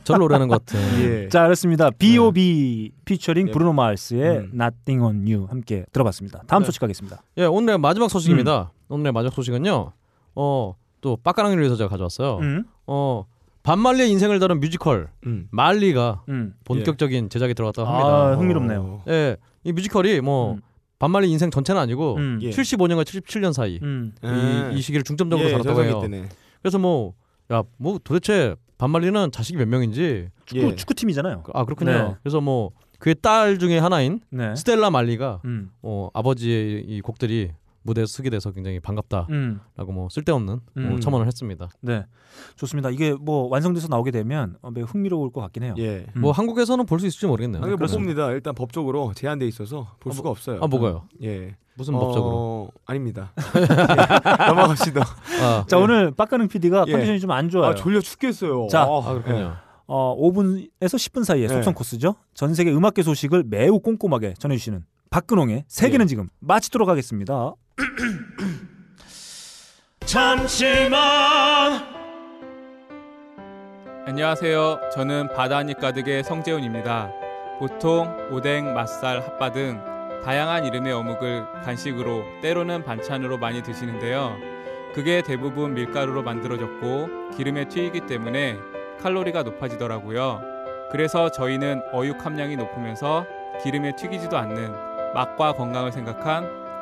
저를 노래하는 것 같은.
예.
자, 그렇습니다. B.O.B. 피처링
예.
브루노 마스의
음.
Nothing on You 함께 들어봤습니다. 다음
네.
소식 가겠습니다.
예 오늘의 마지막 소식입니다.
음.
오늘의 마지막 소식은요. 어또 빡가랑이를 위해서 제가 가져왔어요.
음.
어 반말리의 인생을 다룬 뮤지컬
음.
말리가
음.
본격적인 제작에 들어갔다고
아,
합니다.
흥미롭네요.
예, 이 뮤지컬이 뭐
음.
반말리 인생 전체는 아니고
음.
예.
75년과 77년 사이
음.
예.
이, 이 시기를 중점적으로
예,
다뤘다고
전성기
해요.
때네.
그래서 뭐 야, 뭐 도대체 반말리는 자식이 몇 명인지
축구,
예.
축구팀이잖아요.
아 그렇군요.
네.
그래서 뭐 그의 딸 중에 하나인
네.
스텔라 말리가
음.
어, 아버지의 이 곡들이 무대에 서게 돼서 굉장히 반갑다라고
음,
뭐 쓸데없는 뭐
음.
첨언을 했습니다.
네, 좋습니다. 이게 뭐 완성돼서 나오게 되면 어, 매우 흥미로울 것 같긴 해요.
예.
음.
뭐 한국에서는 볼 수 있을지 모르겠네요.
아, 이게 못
그렇습니다.
봅니다. 일단 법적으로 제한돼 있어서 볼
아,
수가 없어요.
아 뭐가요?
예.
무슨 법적으로?
어, 아닙니다. 예. 넘어갑시다.
아,
자 오늘 빡가는 PD가
예.
컨디션이 좀 안 좋아요.
아 졸려 죽겠어요.
자,
아,
아 그렇군요.
예.
어, 5분에서 10분 사이에
네.
속성 코스죠. 전 세계 음악계 소식을 매우 꼼꼼하게 전해주시는 박근홍의
예.
세계는 지금 마치도록 하겠습니다.
안녕하세요. 저는 바다니 가득의 성재훈입니다. 보통 오뎅, 맛살, 핫바 등 다양한 이름의 어묵을 간식으로 때로는 반찬으로 많이 드시는데요. 그게 대부분 밀가루로 만들어졌고 기름에 튀기기 때문에 칼로리가 높아지더라고요. 그래서 저희는 어육 함량이 높으면서 기름에 튀기지도 않는 맛과 건강을 생각한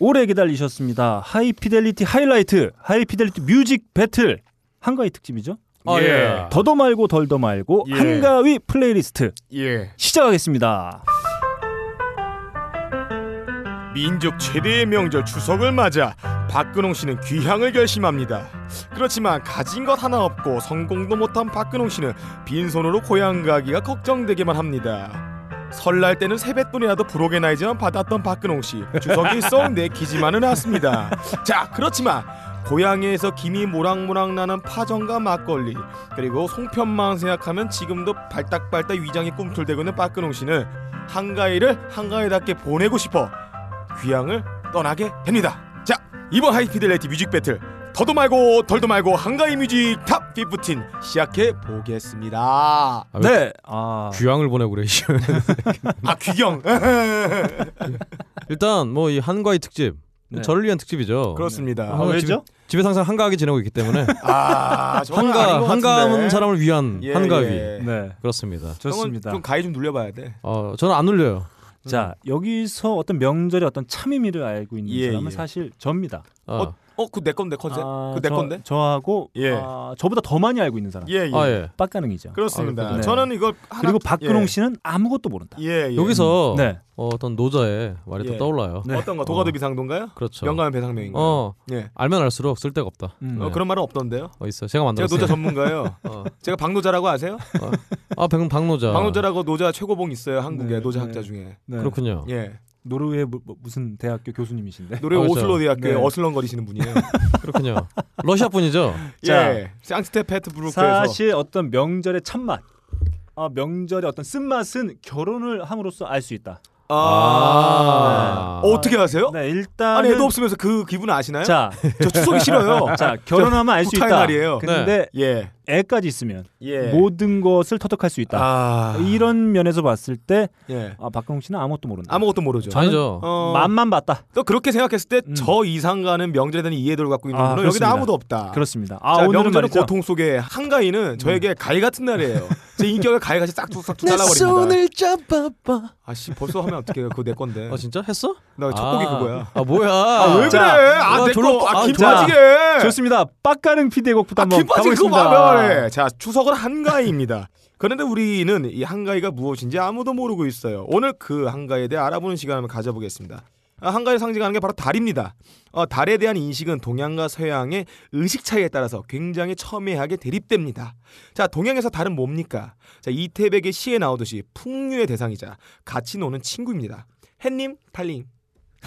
오래 기다리셨습니다. 하이피델리티 하이라이트, 하이피델리티 뮤직 배틀 한가위 특집이죠.
아, 예.
더더 말고 덜더 말고
예.
한가위 플레이리스트
예.
시작하겠습니다.
민족 최대의 명절 추석을 맞아 박근홍 씨는 귀향을 결심합니다. 그렇지만 가진 것 하나 없고 성공도 못한 박근홍 씨는 빈손으로 고향 가기가 걱정되기만 합니다. 설날 때는 세뱃돈이라도 부록에나이지만 받았던 박근홍 씨 주석이 썩 내키지만은 않습니다. 자 그렇지만 고향에서 김이 모락모락 나는 파전과 막걸리 그리고 송편만 생각하면 지금도 발딱발딱 위장이 꿈틀대고 있는 박근홍 씨는 한가위를 한가위답게 보내고 싶어 귀향을 떠나게 됩니다. 자, 이번 하이피델리티 뮤직 배틀 더도 말고 덜도 말고 한가위 뮤직 탑15 시작해 보겠습니다. 아,
아, 왜
네, 아,
귀향을 보내고 그래. 씨.
귀경.
일단 뭐 이 한과의 특집,
네.
저를 위한 특집이죠.
그렇습니다.
아, 왜죠? 집에서 항상 한가하게 지내고 있기 때문에
아, 저건 아닌 것
한가 한가한
같은데.
사람을 위한
예,
한가위.
예.
네,
그렇습니다.
형은
좋습니다.
좀 음. 가위 좀 눌려봐야 돼.
어, 저는 안 울려요.
자 여기서 어떤 명절의 어떤 참 의미를 알고 있는
예,
사람은
예.
사실 접니다.
아,
어, 어, 그 내 건데 컨셉.
아,
그내
저-
건데.
저하고
예.
아, 저보다 더 많이 알고 있는 사람.
예, 예.
아, 예.
빡가능이죠.
그렇습니다.
아, 네.
저는 이걸 하나,
그리고 박근홍
예.
씨는 아무것도 모른다.
예, 예.
여기서
네.
어, 떤 노자의 말이
예.
또 떠올라요.
네.
어떤 거 도가도 비상도인가요?
그렇죠.
명감의 배상명인가요?
어,
예.
알면 알수록 쓸데가 없다.
음.
네.
어, 그런 말은 없던데요.
어, 있어. 제가
제가
만들었어요.
노자 전문가예요.
어.
제가 박노자라고 아세요?
아, 방, 박노자.
박노자라고 노자 최고봉 있어요 한국에
네,
노자
네.
학자 중에
네.
그렇군요.
예
노르웨이 무, 뭐- 무슨 대학교 교수님이신데.
노래
아, 그렇죠.
오슬로 대학교에
네.
어슬렁거리시는 분이에요
그렇군요. 러시아 분이죠.
자.
예 쌍스테 페트 브루크에서
사실 어떤 명절의 참맛, 아, 명절의 어떤 쓴맛은 결혼을 함으로써 알 수 있다.
아,
아.
어, 어떻게 아세요?
네, 일단
아니 애도 없으면서 그 기분 아시나요?
자,
저 추석이 싫어요
자 결혼하면 알 수
후타의
있다. 그-
날이에요.
근데
예
애까지 있으면
예.
모든 것을 터득할 수 있다.
아,
이런 면에서 봤을 때
예.
아, 박근홍 씨는 아무것도 모른다.
아무것도 모르죠
저는-
아니죠.
어,
맛만 봤다.
또 그렇게 생각했을 때
음.
저 이상가는 명절에 대한 이해도를 갖고 있는
아,
분은 여기는
그렇습니다.
아무도 없다
그렇습니다. 아
자,
오늘은
명절은
말이죠. 음.
고통 속에 한가위는 저에게 가위 같은 날이에요. 제 인격을 가위 같이 싹둑싹둑 잘라버립니다.
잡아봐.
아씨 벌써 하면 어떡해요? 그거 내 건데.
아 진짜 했어?
나 네. 첫 곡이
아.
그거야.
아 뭐야?
왜 그래?
자,
아,
아,
내
졸라
거. 아,
빠-
김
아, 자,
빠지게.
좋습니다. 빡가는 피디의 곡부터
네.
한번
아, 김 빠지게 그거
가보겠습니다.
말해. 자, 추석은 한가위입니다. 그런데 우리는 이 한가위가 무엇인지 아무도 모르고 있어요. 오늘 그 한가위에 대해 알아보는 시간을 가져보겠습니다. 아, 한가위 상징하는 게 바로 달입니다. 어, 달에 대한 인식은 동양과 서양의 의식 차이에 따라서 굉장히 첨예하게 대립됩니다. 자, 동양에서 달은 뭡니까? 자, 이태백의 시에 나오듯이 풍류의 대상이자 같이 노는 친구입니다. 햇님, 달님.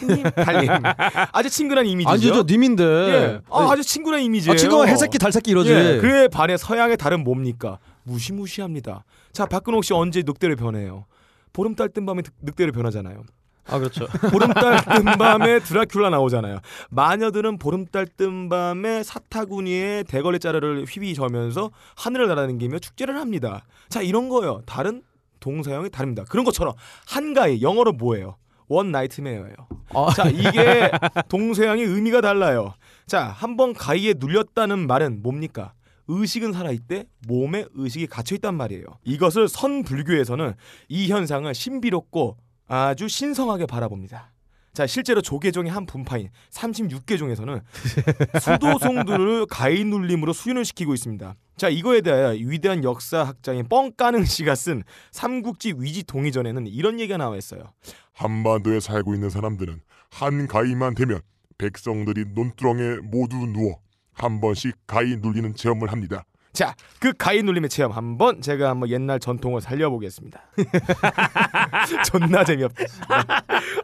햇님, 달님. 아주 친근한 이미지죠.
아니죠, 님인데.
네.
예. 아, 아주 친근한 이미지예요.
아, 친구가 해새끼 달새끼 이러지.
예. 그에 반해 서양의 달은 뭡니까? 무시무시합니다. 자, 박근홍 씨 언제 늑대로 변해요? 보름달 뜬 밤에 늑- 늑대로 변하잖아요.
아 그렇죠.
보름달 뜬 밤에 드라큘라 나오잖아요. 마녀들은 보름달 뜬 밤에 사타구니에 대걸레 자루를 휘휘저면서 하늘을 날아다니며 축제를 합니다. 자, 이런 거예요. 달은 동사형이 다릅니다. 그런 것처럼 한가위 영어로 뭐예요? 원 나이트메어예요.
아.
자 이게 동서양의 의미가 달라요. 자 한 번 가위에 눌렸다는 말은 뭡니까? 의식은 살아있대 몸에 의식이 갇혀있단 말이에요. 이것을 선불교에서는 이 현상을 신비롭고 아주 신성하게 바라봅니다. 자 실제로 조계종의 한 분파인 36개 종에서는 수도송두를 가위 눌림으로 수윤을 시키고 있습니다. 자 이거에 대하여 위대한 역사학자인 뻥까능 씨가 쓴 삼국지 위지 동의전에는 이런 얘기가 나와 있어요.
한반도에 살고 있는 사람들은 한 가위만 되면 백성들이 논두렁에 예, 모두 누워 한 번씩 가위 눌리는 체험을 합니다.
자, 그 가위 눌림의 체험 한번 제가 한번 옛날 전통을 살려보겠습니다. 존나 재미없다.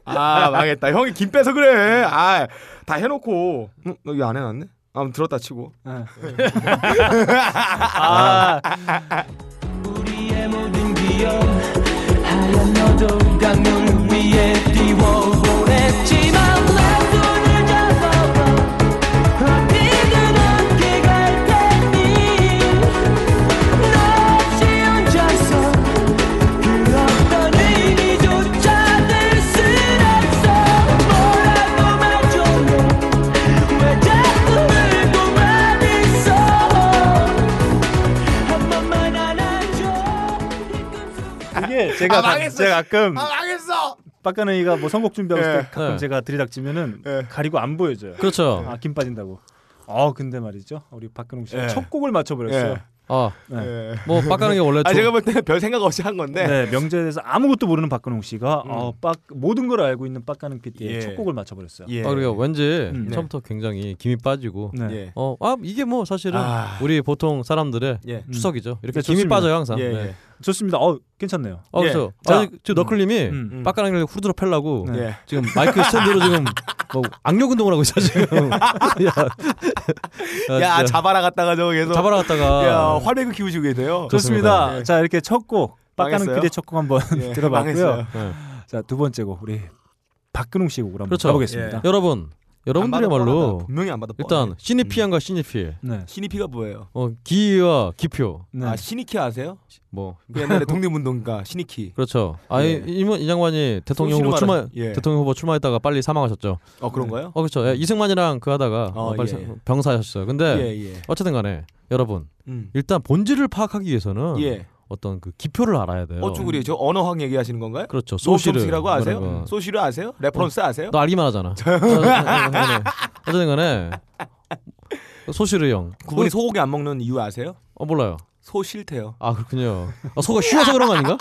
아 망했다. 형이 김 빼서 그래. 아 다 해놓고 어, 너 이거 안 해놨네. 아무 들었다 치고.
이게 제가
아,
가,
망했어.
제가 가끔
아 망했어.
빡가능이가 뭐 선곡 준비하고 있을 때 가끔
네.
제가 들이닥치면은
예.
가리고 안 보여줘요.
네.
그렇죠.
아, 김 빠진다고. 어, 근데 말이죠. 우리 박근홍 씨첫
예.
곡을 맞춰버렸어요.
예.
아,
네.
예.
뭐 빡가는 게 원래
아
좀-
제가 볼 때는 별 생각 없이 한 건데.
네, 명제에 대해서 아무것도 모르는 박근홍 씨가 어, 빡, 모든 걸 알고 있는 빡가는 PD의
음. 예.
첫 곡을 맞춰버렸어요.
예.
아, 그러니까 왠지
음, 네.
처음부터 굉장히 김이 빠지고
네.
예.
어, 아 이게 뭐 사실은
아.
우리 보통 사람들의
예.
추석이죠. 이렇게
네,
김이
좋습니다.
빠져요 항상.
예.
음, 네.
예.
좋습니다. 어, 괜찮네요.
어, 그래서
예.
아니,
자.
지금 너클님이
음.
음.
빡가랑이를 후드로 펴려고
네.
예.
지금 마이크 스탠드로 지금 뭐 악력 운동을 하고 있어 지금. 야,
야
진짜.
잡아라 갔다가 저 계속. 야
잡아라갔다가
활배구 키우시고 계세요.
그
좋습니다.
예.
자, 이렇게 첫 곡, 빡가는
망했어요?
PD의 첫 곡 한번
예,
들어봤고요.
네.
망했어요.
자, 두 번째 곡, 우리 박근홍 씨 곡을 한번
그렇죠.
예.
가보겠습니다.
여러분
안 받아
여러분들이야말로
뻔하다. 분명히 안 받아.
음.
일단 시니피안과 시니필
네.
신이피가 뭐예요?
어, 기와 기표
네.
아 신이키 아세요?
뭐
그 옛날에 독립운동가 신이키.
그렇죠. 아이
예.
이문 이 양반이 대통령
손실을
후보 출마
말하는- 예.
대통령 후보 출마했다가 빨리 사망하셨죠.
어 그런가요?
어 그렇죠. 예, 이승만이랑 그 하다가
어,
어, 빨리
예.
사- 병사하셨어요. 근데
예 예.
어쨌든 간에 여러분
음.
일단 본질을 파악하기 위해서는
예.
어떤 네. 그 기표를 알아야 돼요.
어쭈구리 저 언어학 얘기하시는 건가요?
그렇죠. 소시를
소시르라고 아세요? 음,
뭐라고.
소시르 아세요?
어,
레퍼런스 아세요?
너 알기만 하잖아. 어, 어쨌든 간에 소시르 형.
그분이 소고기 안 먹는 이유 아세요?
어 몰라요.
소 싫대요.
아 그렇군요. 아, 소가 쉬워서 그런 거 아닌가?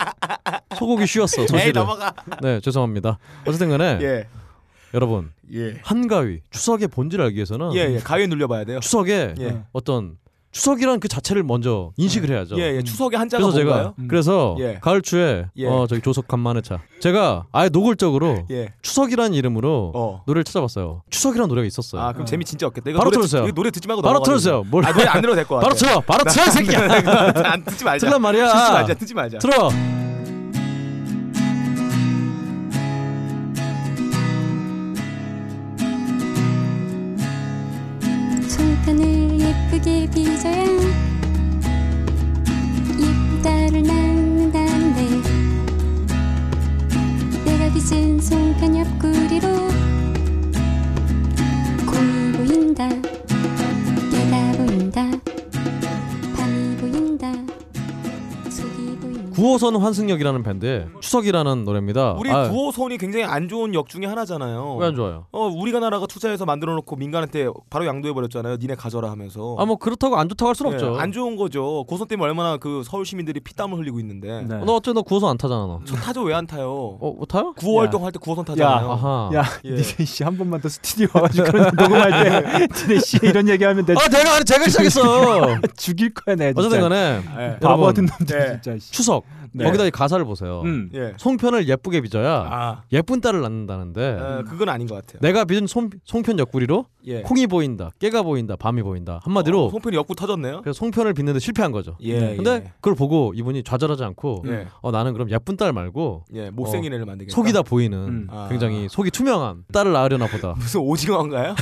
소고기 쉬웠어.
에이
소시르.
넘어가.
네 죄송합니다. 어쨌든 간에
예.
여러분
예.
한가위 추석의 본질을 알기 위해서는
예, 예. 가위에 눌려 봐야 돼요.
추석에
예.
어떤 추석이란 그 자체를 먼저 인식을 해야죠.
예, 예. 추석에
음.
한자가
그래서 제가
뭔가요?
음.
그래서
예.
가을 추에
예.
어 저기 조석 간만에 차 제가 아예 노골적으로
예.
추석이란 이름으로
어.
노래를 찾아봤어요. 추석이란 노래가 있었어요.
아, 그럼 재미 진짜 없겠다.
네.
이거
바로
노래 듣-
틀어주세요.
이거 노래 듣지 말고
바로
넘어가자.
틀어주세요. 뭘-
아, 노래 안 들어도 될것 같아.
바로 틀어, 바로 틀어, 이 새끼야.
안 듣지 말자.
틀란 말이야.
듣지 말자. 듣지 말자.
틀어.
손탄을 예쁘게 빚어야 입다를 낳는다는데 내가 빚은 손탄 옆구리로 곰이 보인다 깨가 보인다 밤이 보인다 속이 보인다
구호선 환승역이라는 밴드의 추석이라는 노래입니다.
우리
아,
구호선이 굉장히 안 좋은 역 중에 하나잖아요.
왜안 좋아요?
어, 우리가 나라가 투자해서 만들어 놓고 민간한테 바로 양도해 버렸잖아요. 니네 가져라 하면서.
아 뭐 그렇다고 안 좋다고 할 순 없죠.
예, 안 좋은 거죠. 고선 때문에 얼마나 그 서울 시민들이 피땀을 흘리고 있는데.
네.
너 어째 너 구호선 안 타잖아 너.
저 타죠 왜 안 타요?
어, 뭐 타요?
구호
야.
활동할 때 구호선 타잖아요.
아하.
야,
예.
니네 씨한 번만 더 스튜디오 와가지고 그런
어,
녹음할 때 니네 씨 이런 얘기하면 내
아 내가 아니 제가 시작했어.
죽일 거야 내 진짜.
어쨌든 간에
예.
바보 같은
여러분 어.
놈들
네.
진짜. 씨.
추석
네.
거기다 이 가사를 보세요.
음.
예.
송편을 예쁘게 빚어야
아,
예쁜 딸을 낳는다는데
어, 그건 아닌 것 같아요.
내가 빚은 송, 송편 옆구리로
예.
콩이 보인다, 깨가 보인다, 밤이 보인다 한마디로
어, 송편이 옆구 터졌네요.
그래서 송편을 빚는데 실패한 거죠.
예. 예.
근데 그걸 보고 이분이 좌절하지 않고
예.
어, 나는 그럼 예쁜 딸 말고
예, 못생긴 애를 만들겠다.
어, 속이 다 보이는
음.
아.
굉장히 속이 투명한 딸을 낳으려나 보다.
무슨 오징어인가요?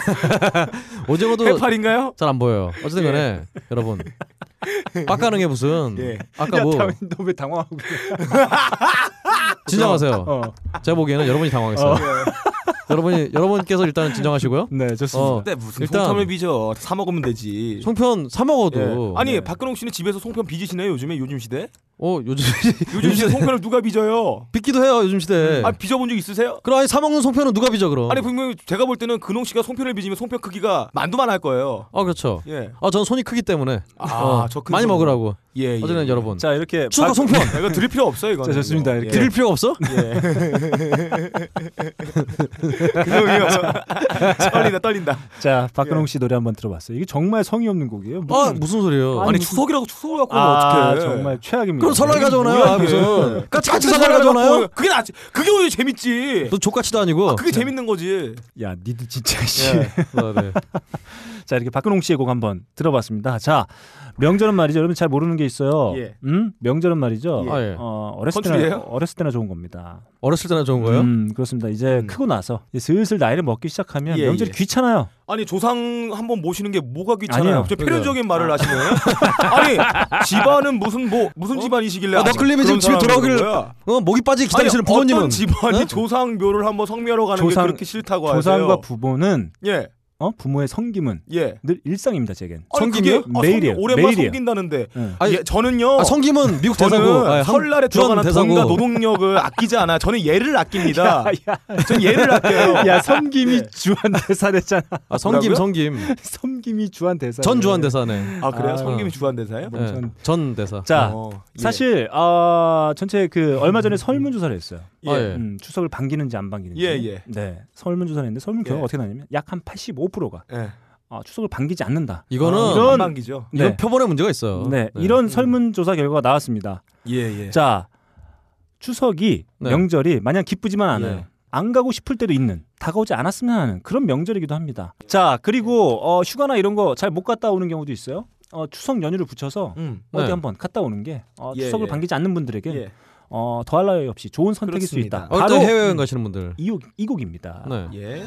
어제어도
해파리인가요?
잘 안 보여요. 어쨌든
예.
간에 여러분 빡가능해 무슨.
예.
아까 뭐
너왜 당황하고?
진정하세요.
어. 예.
제가 보기에는 여러분이 당황했어요. 여러분이 여러분께서 일단 진정하시고요.
네,
어,
좋습니다. 무슨
일단-
송편을 빚어 사 먹으면 되지.
송편 사 먹어도 네.
예. 아니 박근홍 씨는 집에서 송편 빚으시나요 요즘에 요즘 시대?
어 요즘
요즘 시대 송편을 누가 빚어요?
빚기도 해요 요즘 시대.
아 빚어본 적 있으세요?
그럼 아니 사 먹는 송편은 누가 빚어 그럼?
아니 분명히 제가 볼 때는 근홍 씨가 송편을 빚으면 송편 크기가 만두만 할 거예요.
아 그렇죠.
예.
아 저는 손이 크기 때문에
아,
어,
저큰
많이
손으로.
먹으라고.
예. 예.
어제는 여러분
자 이렇게
추가
박-
송편
이거 드릴 필요 없어요 이거는. 예.
자, 좋습니다.
이거.
이렇게 네.
드릴 필요가 없어?
예. 근홍이요. 떨린다 떨린다.
자 박근홍 씨 노래 한번 들어봤어요. 이게 정말 성의 없는 곡이에요.
예. 아 무슨 소리예요?
음. 아니 음. 추석이라고 추석을 갖고 오면
아,
어떡해.
정말 최악입니다.
그럼 설날 가져오나요?
뭐야,
아,
이게.
무슨 까치까치 설날
음. 설날을 갖고
가져오나요?
오면 그게 나 그게 오히려 재밌지.
너 족같이도 아니고.
그게 재밌는 거지.
야 니들 진짜 씨.
예.
아, 네.
자 이렇게 박근홍 씨의 곡 한번 들어봤습니다. 자 명절은 말이죠. 여러분 잘 모르는 게 있어요.
예.
음 명절은 말이죠.
예.
아, 예.
어, 어렸을
컨츄리예요?
때나 어렸을 때나 좋은 겁니다.
어렸을 때나 좋은 거예요?
음, 그렇습니다. 이제
음.
크고 나서 이제 슬슬 나이를 먹기 시작하면
예,
명절이
예.
귀찮아요.
아니 조상 한번 모시는 게 뭐가 귀찮아요?
아니에요.
갑자기 필연적인 말을 하시네. 아니 집안은 무슨 뭐 무슨 집안이시길래
아, 너
아직
클림이 지금
그런
집에
사람이
돌아오기를
있는 거야?
어 목이 빠지 기다리시는
아니,
부모님은
어떤 집안이
어?
조상묘를 한번 성묘하러 가는
조상-
게 그렇게 싫다고
조상과
뭐 하세요?
부모는
예
어, 부모의 성김은
예.
늘 일상입니다. 제겐.
아니,
성김이요? 네.
그게- 아,
매일이에요.
성- 오랜만에
매일이에요.
성긴다는데.
응.
아니,
예, 저는요.
아, 성김은 미국
저는
대사고 아니, 한-
설날에
주한
들어가는 돈과 노동력을 아끼지 않아. 저는 예를 아끼니다. 저는 예를 아껴요.
야 섬김이 주한 대사랬잖아.
아, 성김
뭐라고요?
성김
섬김이 주한
네.
대사.
전 주한 대사네.
아 그래요?
아.
성김이 주한 대사예요?
뭐 전-
예, 전 대사.
자
어, 예. 음,
사실 아 전체 그 얼마 전에 설문 조사를 했어요.
예.
아, 예.
음, 추석을 반기는지 안 반기는지.
예, 예.
네. 설문 조사를 했는데 설문 결과가
예.
어떻게 나냐면 약 한 85%가
예.
아, 추석을 반기지 않는다.
이거는
아,
이런-
만기죠.
이건
네.
표본에 문제가 있어요.
네.
음.
이런 설문 조사 결과가 나왔습니다.
예 예.
자. 추석이
네.
명절이 마냥 기쁘지만 않아요.
예.
안 가고 싶을 때도 있는 다가오지 않았으면 하는 그런 명절이기도 합니다. 자, 그리고 어, 휴가나 이런 거 잘 못 갔다 오는 경우도 있어요. 어, 추석 연휴를 붙여서
음.
어디
네.
한번 갔다 오는 게 어,
예,
추석을
예.
반기지 않는 분들에게
예.
어, 더할 나위 없이 좋은 선택일 수 있다.
그렇습니다.
어떤
바로
해외여행
음.
가시는 분들.
이, 곡, 이 곡입니다.
네.
예.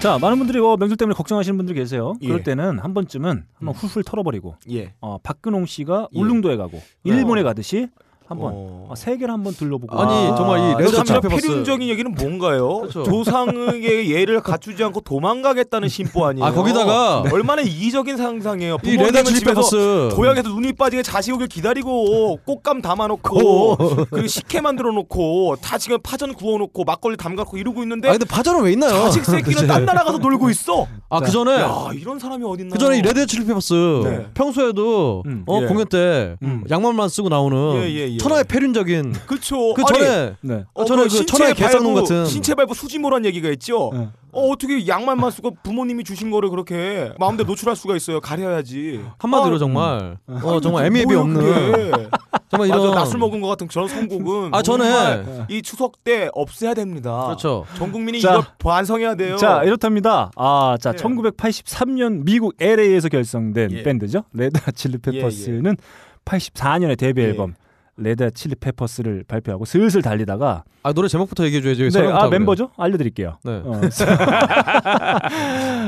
자, 많은 분들이 어, 명절 때문에 걱정하시는 분들 계세요.
예.
그럴 때는 한 번쯤은 한번 훌훌 털어버리고
예.
어, 박근홍 씨가
예.
울릉도에 가고 일본에 가듯이 한번
어.
어, 세계를 한번 둘러보고
아니,
아,
정말 이 레저
그래서 참
앞에 봤어요.
필연적인 얘기는 뭔가요?
그렇죠.
조상의 예를 갖추지 않고 도망가겠다는 심보 아니에요?
아, 거기다가
얼마나 이기적인 상상이에요.
이 레다
부모님은
칠리
집에서
버스
고향에서 눈이 빠지게 자식 오길 기다리고 꽃감
어.
담아놓고 그리고 식혜 만들어놓고 다 지금 파전 구워놓고 막걸리 담가놓고 이러고 있는데
아 근데 파전은 왜 있나요?
자식 새끼는 딴 나라 가서 놀고 있어.
아그 전에
야 이런 사람이 어딨나?
네. 그 전에 이 레드 칠리 페퍼스
네.
평소에도
음,
어
예.
공연 때
음.
양말만 쓰고 나오는
예, 예, 예.
천하의 폐륜적인
그쵸.
그
아니,
전에
네.
어, 저는 그
신체
천하의
발부-
개쌍놈 같은-
신체 발부 수지모란 얘기가 있죠.
네.
어 어떻게 양말만 쓰고 부모님이 주신 거를 그렇게 마음대로 노출할 수가 있어요. 가려야지.
한마디로
아,
정말 어 정말
뭐야,
애매비 없는
그게.
정말
맞아
이런
낮술 먹은 것 같은 그런 선곡은
아
정말
전에
이 추석 때 없애야 됩니다.
그렇죠.
전 국민이
자.
이걸 반성해야 돼요.
자 이렇답니다. 아, 자
예.
1983년 미국 LA에서 결성된
예.
밴드죠. 레드 칠리 페퍼스는 84년에 데뷔
예.
앨범 레드 칠리 페퍼스를 발표하고 슬슬 달리다가
아 노래 제목부터 얘기해 줘야지.
네, 아 멤버죠? 알려드릴게요.
네.
어,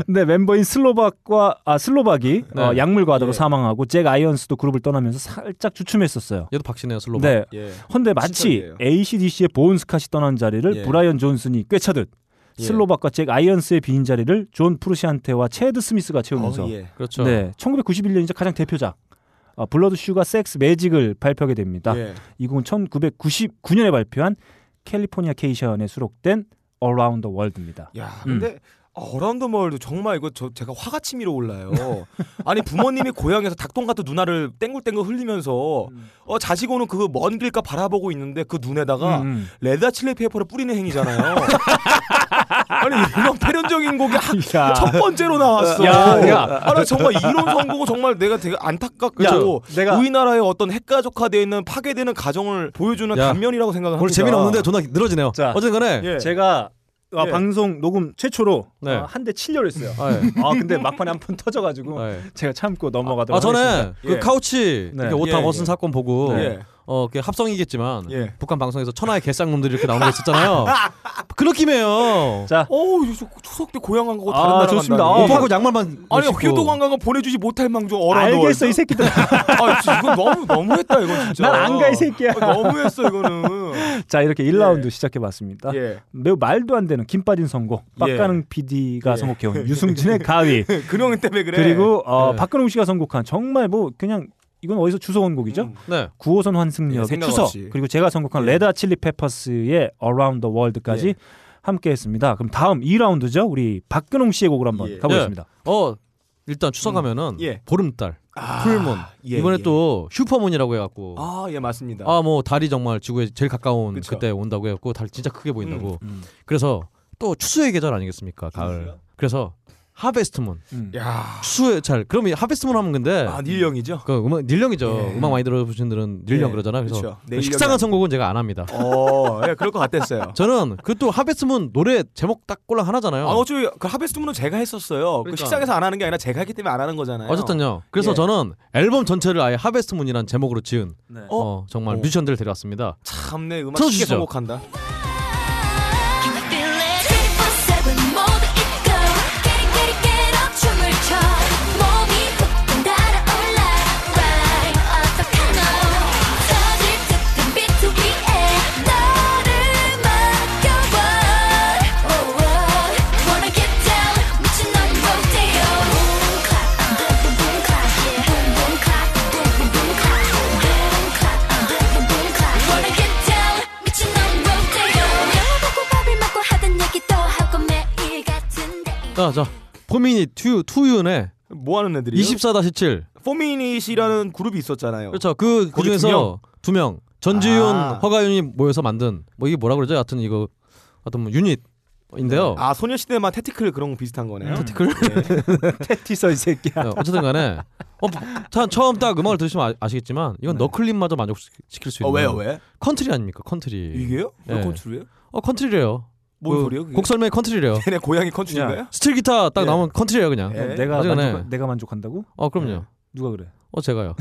네 멤버인 슬로박과 아 슬로박이
네.
어, 약물 과도로
예.
사망하고 잭 아이언스도 그룹을 떠나면서 살짝 주춤했었어요.
얘도 박신혜야 슬로바.
네.
예.
헌데 마치
신선이에요.
ACDC의 보온 스캇이 떠난 자리를
예.
브라이언 존슨이 꿰차듯
예.
슬로박과 잭 아이언스의 빈 자리를 존 프루시안테와 체드 스미스가 채우면서
어, 예.
그렇죠.
네 1991년 이제 가장 대표작 어, 블러드 슈가 섹스 매직을 발표하게 됩니다.
예.
이 곡은 1999년에 발표한 캘리포니아 케이션에 수록된 Around the World입니다.
야, 근데 어라운드 월드 정말 이거 저 제가 화가 치밀어 올라요. 아니 부모님이 고향에서 닭똥 같은 누나를 땡글땡글 흘리면서
음.
어 자식 오는 그 먼 길가 바라보고 있는데 그 눈에다가
음, 음.
레드 칠리 페퍼를 뿌리는 행위잖아요. 아니 이런 패륜적인 곡이 하- 첫 번째로 나왔어.
야, 그러니까 야.
아, 나 정말 이런 선곡은 정말 내가 되게 안타깝고
내가-
우리나라의 어떤 핵가족화되어 있는 파괴되는 가정을 보여주는
야.
단면이라고 생각을 합니다.
오늘 재미는 없는데 존나 늘어지네요.
자.
어쨌든간에
아, 그러니까. 예.
제가 아,
예.
방송 녹음 최초로
네.
아, 한대 칠려고 했어요.
아, 예.
아 근데 막판에 한 번 터져가지고
아, 예.
제가 참고 넘어가도록
아 전에
하겠습니다.
그
뭐 예.
카우치
네.
이렇게 오타
예,
벗은
예.
사건 보고
예.
어, 그게 합성이겠지만
예.
북한 방송에서 천하의 개쌍놈들이 이렇게 나온 거 있었잖아요. 그 느낌이에요.
자
어우 이거 추석 때 고향 간 거고 다른
아,
나라
좋습니다.
간다니.
어,
옷하고 양말만
아니
신고.
효도 관광은 보내주지 못할 망정 어라도
알겠어 이 새끼들.
아 진짜 이거 너무 너무했다 이거 진짜
난안가이 새끼야.
아, 너무했어 이거는
자 이렇게 1라운드 시작해봤습니다.
예
매우 말도 안 되는 김빠진 선곡
예.
빡가능 PD가
예.
선곡해온 유승진의 가위
근황 때문에 그래 예.
그리고 어,
네.
박근홍 씨가 선곡한 정말 뭐 그냥 이건 어디서 주워온 곡이죠?
음.
네.
9호선
예,
환승역의
생각
추석
없이.
그리고 제가 선곡한
예.
레드 칠리 페퍼스의 Around the World까지
예.
함께했습니다. 그럼 다음 2라운드죠. 우리 박근홍 씨의 곡을 한번
예.
가보겠습니다.
어 일단 추석하면은
예.
보름달,
아,
풀문
예,
이번에
예.
또 슈퍼문이라고 해갖고
아 예 맞습니다
아 뭐 달이 정말 지구에 제일 가까운
그쵸.
그때 온다고 해갖고 달 진짜 크게 보인다고
예.
음.
그래서 또 추수의 계절 아니겠습니까 가을 그래서 하베스트문
음.
야
추수의 잘 그럼 이 하베스트문 하면 근데
아, 닐령이죠
그 음악 닐령이죠
예.
음악 많이 들어보신 분들은 닐령
예,
그러잖아 그래서
그쵸. 네,
식상한
닐령이
선곡은 제가 안 합니다
어 예, 그럴 것 같았어요
저는 그 또 하베스트문 노래 제목 딱 꼴랑 하나잖아요
아 어차피 그 하베스트문은 제가 했었어요 그
그러니까.
식상에서 안 하는 게 아니라 제가 했기 때문에 안 하는 거잖아요
어쨌든요 그래서
예.
저는 앨범 전체를 아예 하베스트문이란 제목으로 지은
어?
어, 정말
오.
뮤지션들을 데려왔습니다
참내 음악
틀어주시죠.
쉽게 선곡한다
자자 포미니 투 투윤의
뭐 하는 애들이
24-7
포미닛이라는 그룹이 있었잖아요
그렇죠. 그, 그
어. 거기
중에서 두 명. 전지윤,
아.
허가윤이 모여서 만든 뭐 이게 뭐라 그러죠? 하여튼 이거 어떤 뭐 유닛인데요.
아 소녀시대만 테티클 그런 거 비슷한 거네요
음.
테티클?
예.
패티서 이 새끼야.
네, 어쨌든 간에 어, 다- 처음 딱 음악을 들으시면 아, 시겠지만 이건 너클림마저 만족시킬 수
네. 어
있는
왜요 왜?
컨트리 아닙니까? 컨트리.
이게요? 왜
예.
컨트롤이에요?
어 컨트리래요.
뭔
그
소리예요? 그게?
곡 설명이 컨트리래요.
걔네 고양이 컨트롤인가요?
스틸 기타 딱
예.
나오면 컨트리예요 그냥.
예.
어, 내가
아직은
만족,
해.
내가 만족한다고?
어 그럼요.
누가 그래?
어 제가요.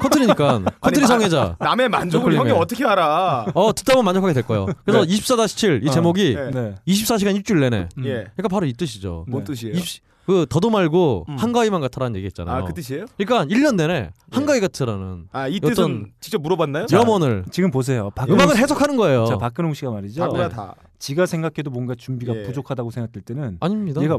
컨트리니까 컨트리
아니,
성애자.
남의 만족을
너클림에.
형이 어떻게 알아?
어 듣다 보면 만족하게 될 거예요. 그래서 24-7 이
어,
제목이
예.
네.
24시간 일주일 내내.
음.
예.
그러니까 바로 이 뜻이죠.
뭔
네.
뜻이에요?
입시, 그 더도 말고
음.
한가위만 같아라는 얘기 했잖아요.
아, 그 뜻이에요? 네.
그러니까 1년 내내 한가위 같으라는
아, 이
어떤-
뜻은 직접 물어봤나요?
염원을
지금 보세요. 박근홍
음악을 어.
씨-
해석하는 거예요.
자 박근홍 씨가 말이죠.
다구야 다.
지가 생각해도 뭔가 준비가
예. 네.
부족하다고 생각될 때는
아닙니다.
얘가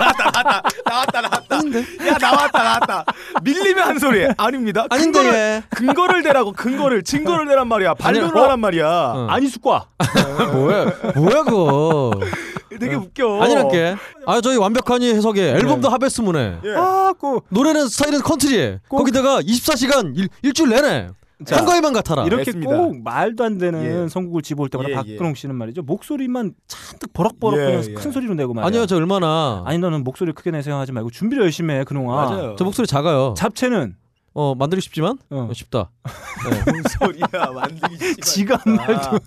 나왔다, 나왔다. 야, 나왔다, 나왔다. 밀리면 한 소리. 아닙니다.
아닌데
근거를,
얘.
근거를 대라고 근거를 증거를 대란 말이야. 반론을
어?
하란 말이야.
응.
아니 숙과.
뭐야 뭐야 그거
되게 웃겨.
어. 아니랄게 네. 아 저희 완벽한 이 해석에 앨범도 하베스문에
예.
아고
노래는 스타일은 컨트리에 거기다가 24시간 일, 일주일 내내
자,
한가위만 같아라
이렇게
알겠습니다.
꼭 말도 안 되는
예.
선곡을 집어올 때마다
예,
박근홍 씨는 말이죠 목소리만 잔뜩 버럭버럭
예,
그냥
예.
큰 소리로 내고 말이야.
아니요 저 얼마나
아니 너는 목소리 크게 내 생각하지 말고 준비를 열심히 해 그놈아.
맞아요.
저 목소리 작아요
잡채는
어 만들기 쉽지만
어.
어, 쉽다
예, 뭔 소리야. 만들기
지가 한 말도.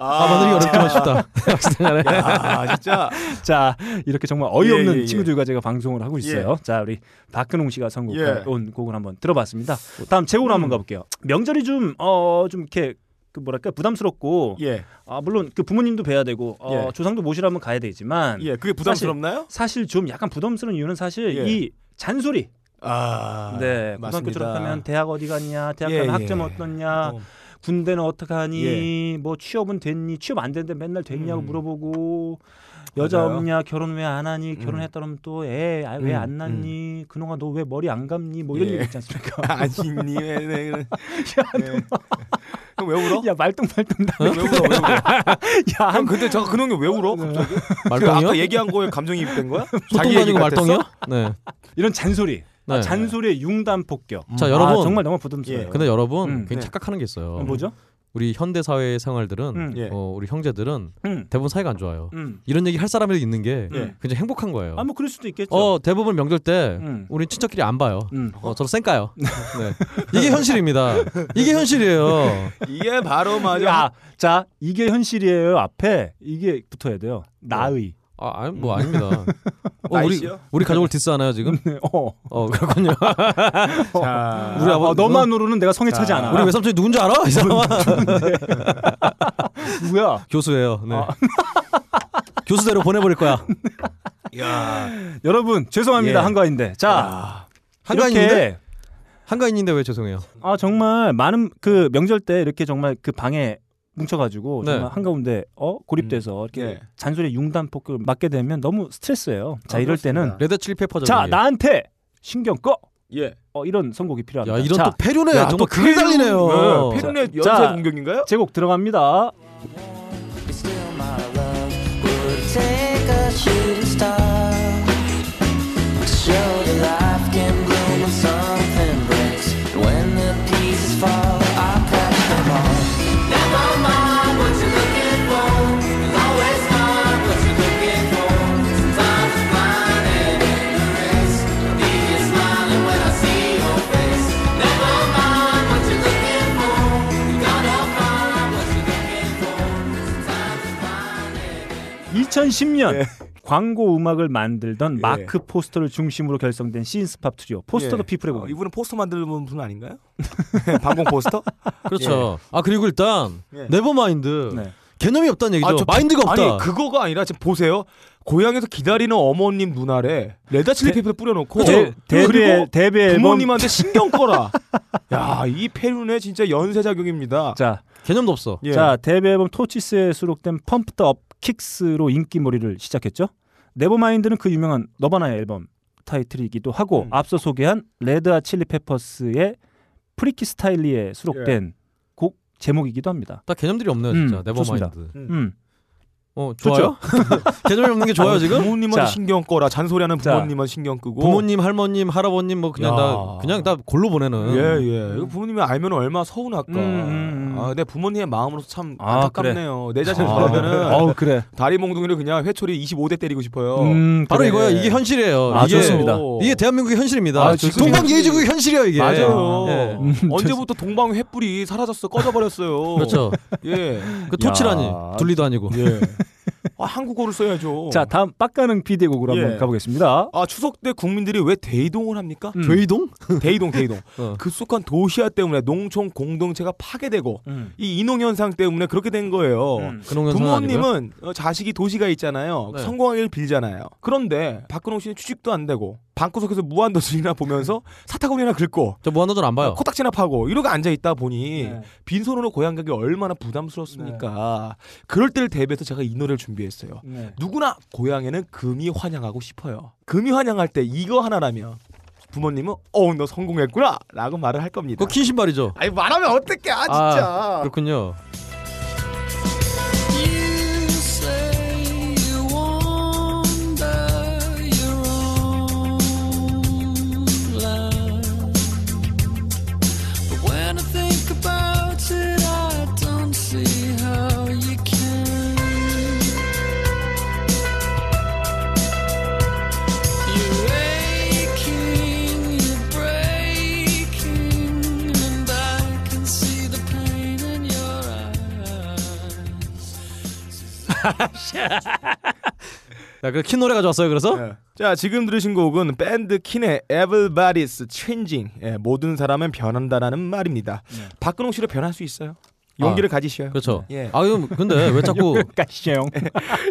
아 만들기 어렵지만 쉽다
아, 진짜.
자 이렇게 정말 어이없는
예, 예, 예.
친구들과 제가 방송을 하고 있어요. 자 우리 박근홍 씨가 선곡한
예.
온 곡을 한번 들어봤습니다. 다음 제 곡을 한번 가볼게요. 명절이 좀 어 좀 이렇게 그 뭐랄까 부담스럽고
예.
아 물론 그 부모님도 뵈야 되고 어,
예.
조상도 모시라면 가야 되지만
예. 그게 부담스럽나요?
사실 좀 약간 부담스러운 이유는 사실
예.
이 잔소리.
아.
네, 고등학교
맞습니다.
졸업하면 대학 어디 갔냐, 대학
예,
가면
예.
학점 어떻냐,
어. 예.
군대는 어떻게 하니, 뭐 취업은 됐니, 취업 안 됐는데 맨날 됐냐고
음.
물어보고 여자
맞아요.
없냐, 결혼 왜 안 하니,
음.
결혼했다 그러면 또 애 아, 왜 안
음,
낳니, 그놈아 너 왜 머리 안 감니, 뭐 이런
예.
얘기 있지 않습니까?
아니님. 네, 네. 야, 예. 형왜 울어?
야 말똥말똥 나.
왜 울어? 왜 울어?
야,
형 근데 저 근홍이 왜 울어?
네.
갑자기? 그 아까
말똥이요?
얘기한 거에 감정이 입된 거야? 자기
소똥도 아니고
얘기 같았어?
말똥이요? 네
이런 잔소리, 아,
네.
잔소리의 융단 폭격.
자
아,
여러분
정말 너무 부담스러워요.
예.
근데 여러분
음,
괜히
네.
착각하는 게 있어요.
뭐죠?
우리 현대 사회의 생활들은
음,
예.
어, 우리 형제들은
음,
대부분 사이가 안 좋아요.
음.
이런 얘기 할 사람이 있는 게
예.
굉장히 행복한 거예요.
아뭐 그럴 수도 있겠죠.
어 대부분 명절 때
그렇죠. 음.
우리 친척끼리 안 봐요.
음.
어 저로 쌩까요. 네. 이게 현실입니다. 이게 현실이에요.
이게 바로 맞아.
야, 자 이게 현실이에요. 앞에 이게 붙어야 돼요. 나의.
아, 아니, 뭐 아닙니다. 어, 우리
나이씨요?
우리 가족을 디스하나요 지금?
어.
어 그렇군요.
자,
우리 아버
어, 너만으로는 내가 성에 차지
자,
않아.
우리 외삼촌이 누군지 알아? 이 사람
누구야?
교수예요. 네.
아.
교수대로 보내버릴 거야.
여러분 죄송합니다
예.
한가인데 자
한가인인데
이렇게
한가인인데 왜 죄송해요?
아 정말 많은 그 명절 때 이렇게 정말 그 방에 뭉쳐가지고
네. 음.
정말 한 가운데 어 고립돼서 이렇게
예.
잔소리 융단 폭격을 맞게 되면 너무 스트레스예요. 자
아,
이럴 때는
그렇습니다.
레드 칠리 페퍼죠.
자
이게.
나한테 신경 꺼.
예.
어, 이런 선곡이 필요합니다.
야 이런
자,
또 페류네.
야,
정말
또
크게
페류.
달리네요.
네, 페류.
페륜의
자,
연쇄 공격인가요?
제곡 들어갑니다.
You're still my love. Would it take a shooting star to show that life can bloom when something breaks? And when the pieces fall, I pack them all. Never mind what you're looking for. You'll always find what you're looking for. Sometimes it's blind and ignorance. Leave you smiling when I see your face. Never mind what you're looking for. You're gonna find what you're looking for. Sometimes it's blind and
2010년
예.
광고 음악을 만들던
예.
마크 포스터를 중심으로 결성된 시인스팝 트리오 포스터 더
예.
피플의
어,
곡.
이분은 포스터 만드는 분 아닌가요? 네, 방공 포스터?
그렇죠. 아 그리고 일단
예.
네버마인드
네.
개념이 없다는 얘기죠.
저-
마인드가 없다.
아니 그거가 아니라 지금 보세요. 고향에서 기다리는 어머님 눈알에 레다칠리페퍼 뿌려놓고
대-
그렇죠. 그리고
데뷔 데뷔 앨범
부모님한테 신경 꺼라. 야 이 페륜의 진짜 연쇄 작용입니다.
자,
개념도 없어.
예.
자 데뷔 앨범 토치스에 수록된 펌프 더업 킥스로 인기몰이를 시작했죠. 네버마인드는 그 유명한 너바나의 앨범 타이틀이기도 하고
음.
앞서 소개한 레드 아 칠리 페퍼스의 프리키 스타일리에
예.
수록된 곡 제목이기도 합니다.
다 개념들이 없네요
음,
진짜 네버마인드.
좋습니다.
음.
음.
어 좋아요? 개념이 없는 게 좋아요 지금?
자.
부모님한테 신경 꺼라. 잔소리하는
자.
부모님만 신경 끄고.
부모님, 할머님, 할아버님 뭐 그냥
야.
다 그냥 다 골로 보내는.
예, 예. 이거 부모님이 알면 얼마나 서운할까.
음, 음, 음.
아, 내 부모님의 마음으로 참
아,
안타깝네요. 내 자신
아.
저라면은
어우 그래.
다리 몽둥이를 그냥 회초리 25대 때리고 싶어요.
음,
바로
그래.
이거야. 이게 현실이에요.
아,
이게
좋습니다.
이게 대한민국의 현실입니다.
예. 아, 좋습니다.
동방예의지국의 현실이에요 이게.
맞아요. 음,
예.
음,
언제부터 동방 횃불이 사라졌어 꺼져버렸어요.
그렇죠.
예.
그 토치라니
야.
둘리도 아니고.
예. 아, 한국어를 써야죠.
자 다음 빡가는 비디오 곡으로
예.
한번 가보겠습니다.
아 추석 때 국민들이 왜 대이동을 합니까?
음.
괴이동?
대이동 대이동.
어.
급속한 도시화 때문에 농촌 공동체가 파괴되고
음.
이 인농 현상 때문에 그렇게 된 거예요.
음.
그런 건 아니고요.
부모님은 어, 자식이 도시가 있잖아요.
네.
성공하기를 빌잖아요. 그런데 박근홍 씨는 취직도 안 되고 방구석에서 무한도전이나 보면서 사타구니나 긁고
저 무한도전 안 봐요.
코딱지나 파고 이러고 앉아 있다 보니
네.
빈손으로 고향 가기 얼마나 부담스럽습니까.
네.
그럴 때를 대비해서 제가 이 노래를 준비했어요.
네.
누구나 고향에는 금이 환영하고 싶어요. 금이 환영할 때 이거 하나라면 부모님은 어우 너 성공했구나라고 말을 할 겁니다.
그거 긴 신발이죠.
아니 말하면 어떡해 아 진짜.
그렇군요.
You say you wander your own line, but when I think about it, I don't see how you can. You're aching, you're breaking, and I can see the pain in your eyes.
야, 그킨 노래가 좋았어요. 그래서
예. 자 지금 들으신 곡은 밴드 킨의 Everybody's Changing 예, 모든 사람은 변한다라는 말입니다. 박근홍 씨로 변할 수 있어요. 용기를 가지셔요.
네. 아, 그렇죠.
예.
아 그럼 근데 왜 자꾸
까시형.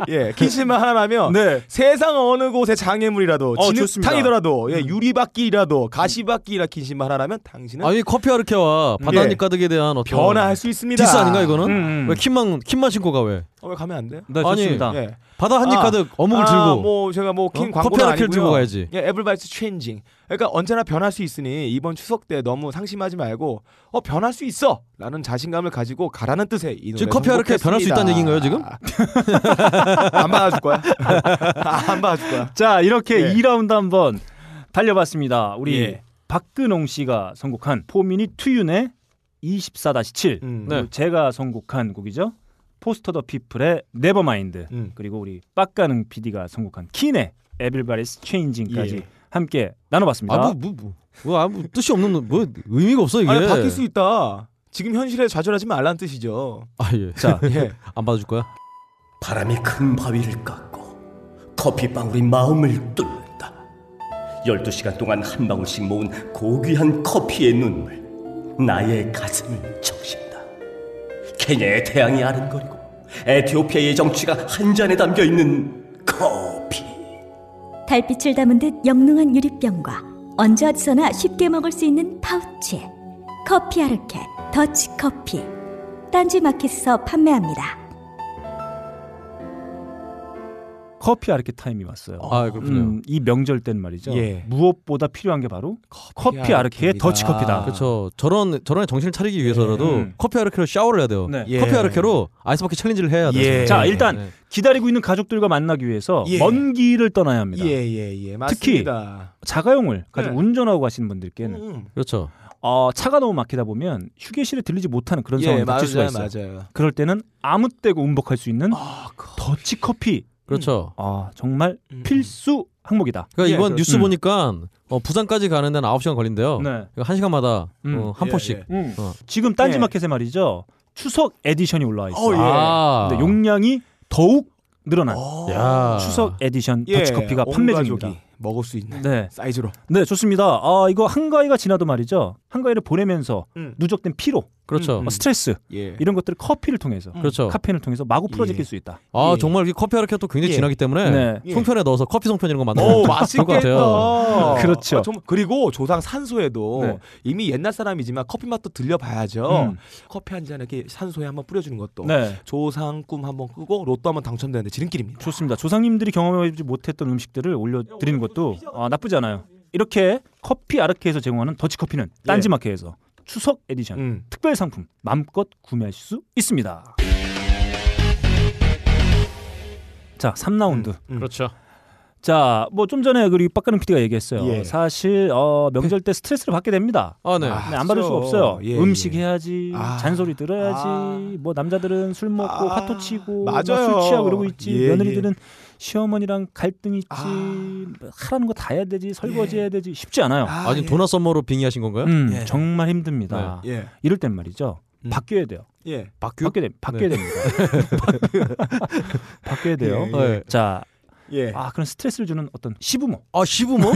예, 킨씨만 하나라면
네.
세상 어느 곳의 장애물이라도
어,
진흙탕이더라도
음.
예, 유리바퀴라도 가시바퀴라 킨씨만 하나라면 당신은
아니 커피 아르케와 바다니 가득에 대한 어떤
네? 변화할 수 있습니다.
디스 아닌가 이거는?
음, 음.
왜 킨만 킨만 신고 가 왜?
어, 왜 가면 안 돼요?
네,
아니,
좋습니다.
예.
바다 한 입
아,
가득 어묵을
아,
들고
뭐 제가 뭐 킨
어?
광고는
커피 하나 킬
아니고요.
들고 가야지.
예, Everybody's Changing. 그러니까 언제나 변할 수 있으니 이번 추석 때 너무 상심하지 말고 어 변할 수 있어라는 자신감을 가지고 가라는 뜻의 이 노래.
지금 커피 하르케 변할 수 있다는 얘기인가요, 지금?
안 받아줄 거야. 안 받아줄 거야.
자 이렇게
예.
2라운드 한번 달려봤습니다. 우리
예.
박근홍 씨가 선곡한 포미니 투윤의 24-7
음.
네.
그리고 제가 선곡한 곡이죠. 포스터 더 피플의 네버마인드
음.
그리고 우리 빡가능 PD가 선곡한 킨의 에빌바리스 체인징까지
예.
함께 나눠봤습니다.
아무 뭐, 뭐, 뭐 아무 뜻이 없는 뭐 의미가 없어 이게.
아니 바뀔 수 있다. 지금 현실에 좌절하지 말라는 뜻이죠.
아 예.
자,
예.
안 받아줄 거야?
바람이 큰 바위를 깎고 커피방울이 마음을 뚫는다. 12시간 동안 한 방울씩 모은 고귀한 커피의 눈물 나의 가슴을 적신다. 케냐의 태양이 아른거리고 에티오피아의 정취가 한 잔에 담겨 있는 커피.
달빛을 담은 듯 영롱한 유리병과 언제 어디서나 쉽게 먹을 수 있는 파우치에 커피 아르케 더치 커피 딴지 마켓에서 판매합니다.
커피 아르케 타임이 왔어요.
아 그렇군요.
음, 이 명절 땐 말이죠.
예.
무엇보다 필요한 게 바로 커피, 아르케의
아르케입니다.
더치커피다.
그렇죠. 저런 저런 정신을 차리기 위해서라도
음.
커피 아르케로 샤워를 해야 돼요.
네.
예.
커피 아르케로 아이스버킷 챌린지를 해야 돼요.
예.
자, 일단
네.
기다리고 있는 가족들과 만나기 위해서
예.
먼 길을 떠나야 합니다.
예예예
특히
맞습니다.
자가용을 가지고
네.
운전하고 가시는 분들께는
음.
그렇죠.
어, 차가 너무 막히다 보면 휴게실에 들리지 못하는 그런
예
상황이 닥칠 수가
맞아요 아.
있어요.
맞아요.
그럴 때는 아무 때고 운복할 수 있는
아, 그
더치 커피.
그렇죠.
아, 정말
음.
필수 항목이다.
그러니까
예,
이번
그렇-
뉴스
음.
보니까 어, 부산까지 가는 데는 9시간
어.
걸린대요.
네.
그러니까 1시간마다
음.
어, 한
예,
포씩.
예.
음.
어.
지금 딴지
예.
마켓에 말이죠. 추석 에디션이 올라와 있어요.
어, 예.
아.
근데 용량이 더욱 늘어난
어.
야.
추석 에디션
예,
더치커피가
온
판매
가족이
중입니다.
먹을 수 있는
네.
사이즈로.
네, 좋습니다. 아, 이거 한가위가 지나도 말이죠. 한가위를 보내면서
음.
누적된 피로,
그렇죠.
음,
어,
음.
스트레스
예. 음.
이런 것들을 커피를 통해서
그렇죠.
카페인을 통해서 마구 풀어제낄
예.
수 있다.
아
예.
정말 이 커피 아르케가 또 굉장히
예.
진하기 때문에
네.
예.
송편에 넣어서 커피 송편 이런 거 만들어
오
좋을 것
맛있겠다.
같아요.
그렇죠.
아, 좀- 그리고 조상 산소에도
네. 음.
이미 옛날 사람이지만 커피 맛도 들려봐야죠. 커피 한 잔 이렇게 산소에 한번 뿌려주는 것도
네.
조상 꿈 한번 끄고 로또 한번 당첨되는데 지름길입니다.
좋습니다. 조상님들이 경험해보지 못했던 음식들을 올려드리는 것도 아, 나쁘지 않아요. 이렇게 커피 아르케에서 제공하는 더치커피는 딴지마켓에서 추석 에디션
예. 음.
특별 상품 마음껏 구매하실 수 있습니다. 자, 3라운드.
음.
그렇죠.
자, 뭐 좀 전에 우리 빡가는 PD가 얘기했어요.
예.
사실 어, 명절 때 스트레스를 받게 됩니다.
아 네.
아,
네, 안 받을
그렇죠.
수가 없어요.
예,
음식
예.
해야지,
아.
잔소리 들어야지.
아.
뭐 남자들은 술 먹고
아.
화토 치고
맞아요.
막술 취하고 그러고 있지.
예,
며느리들은 시어머니랑 갈등 있지.
아. 예.
뭐 하라는 거 다 해야 되지. 설거지 해야 되지. 쉽지 않아요.
아,
아직 도넛 썸머로 빙의하신 건가요?
예. 음,
예.
정말 힘듭니다.
예. 예.
이럴 땐 말이죠.
음.
바뀌어야 돼요.
예.
바뀌어.
바뀌어야, 돼, 바뀌어야 됩니다. 바뀌어야 돼요.
예,
예.
자,
예.
아 그런 스트레스를 주는 어떤 시부모.
아 시부모?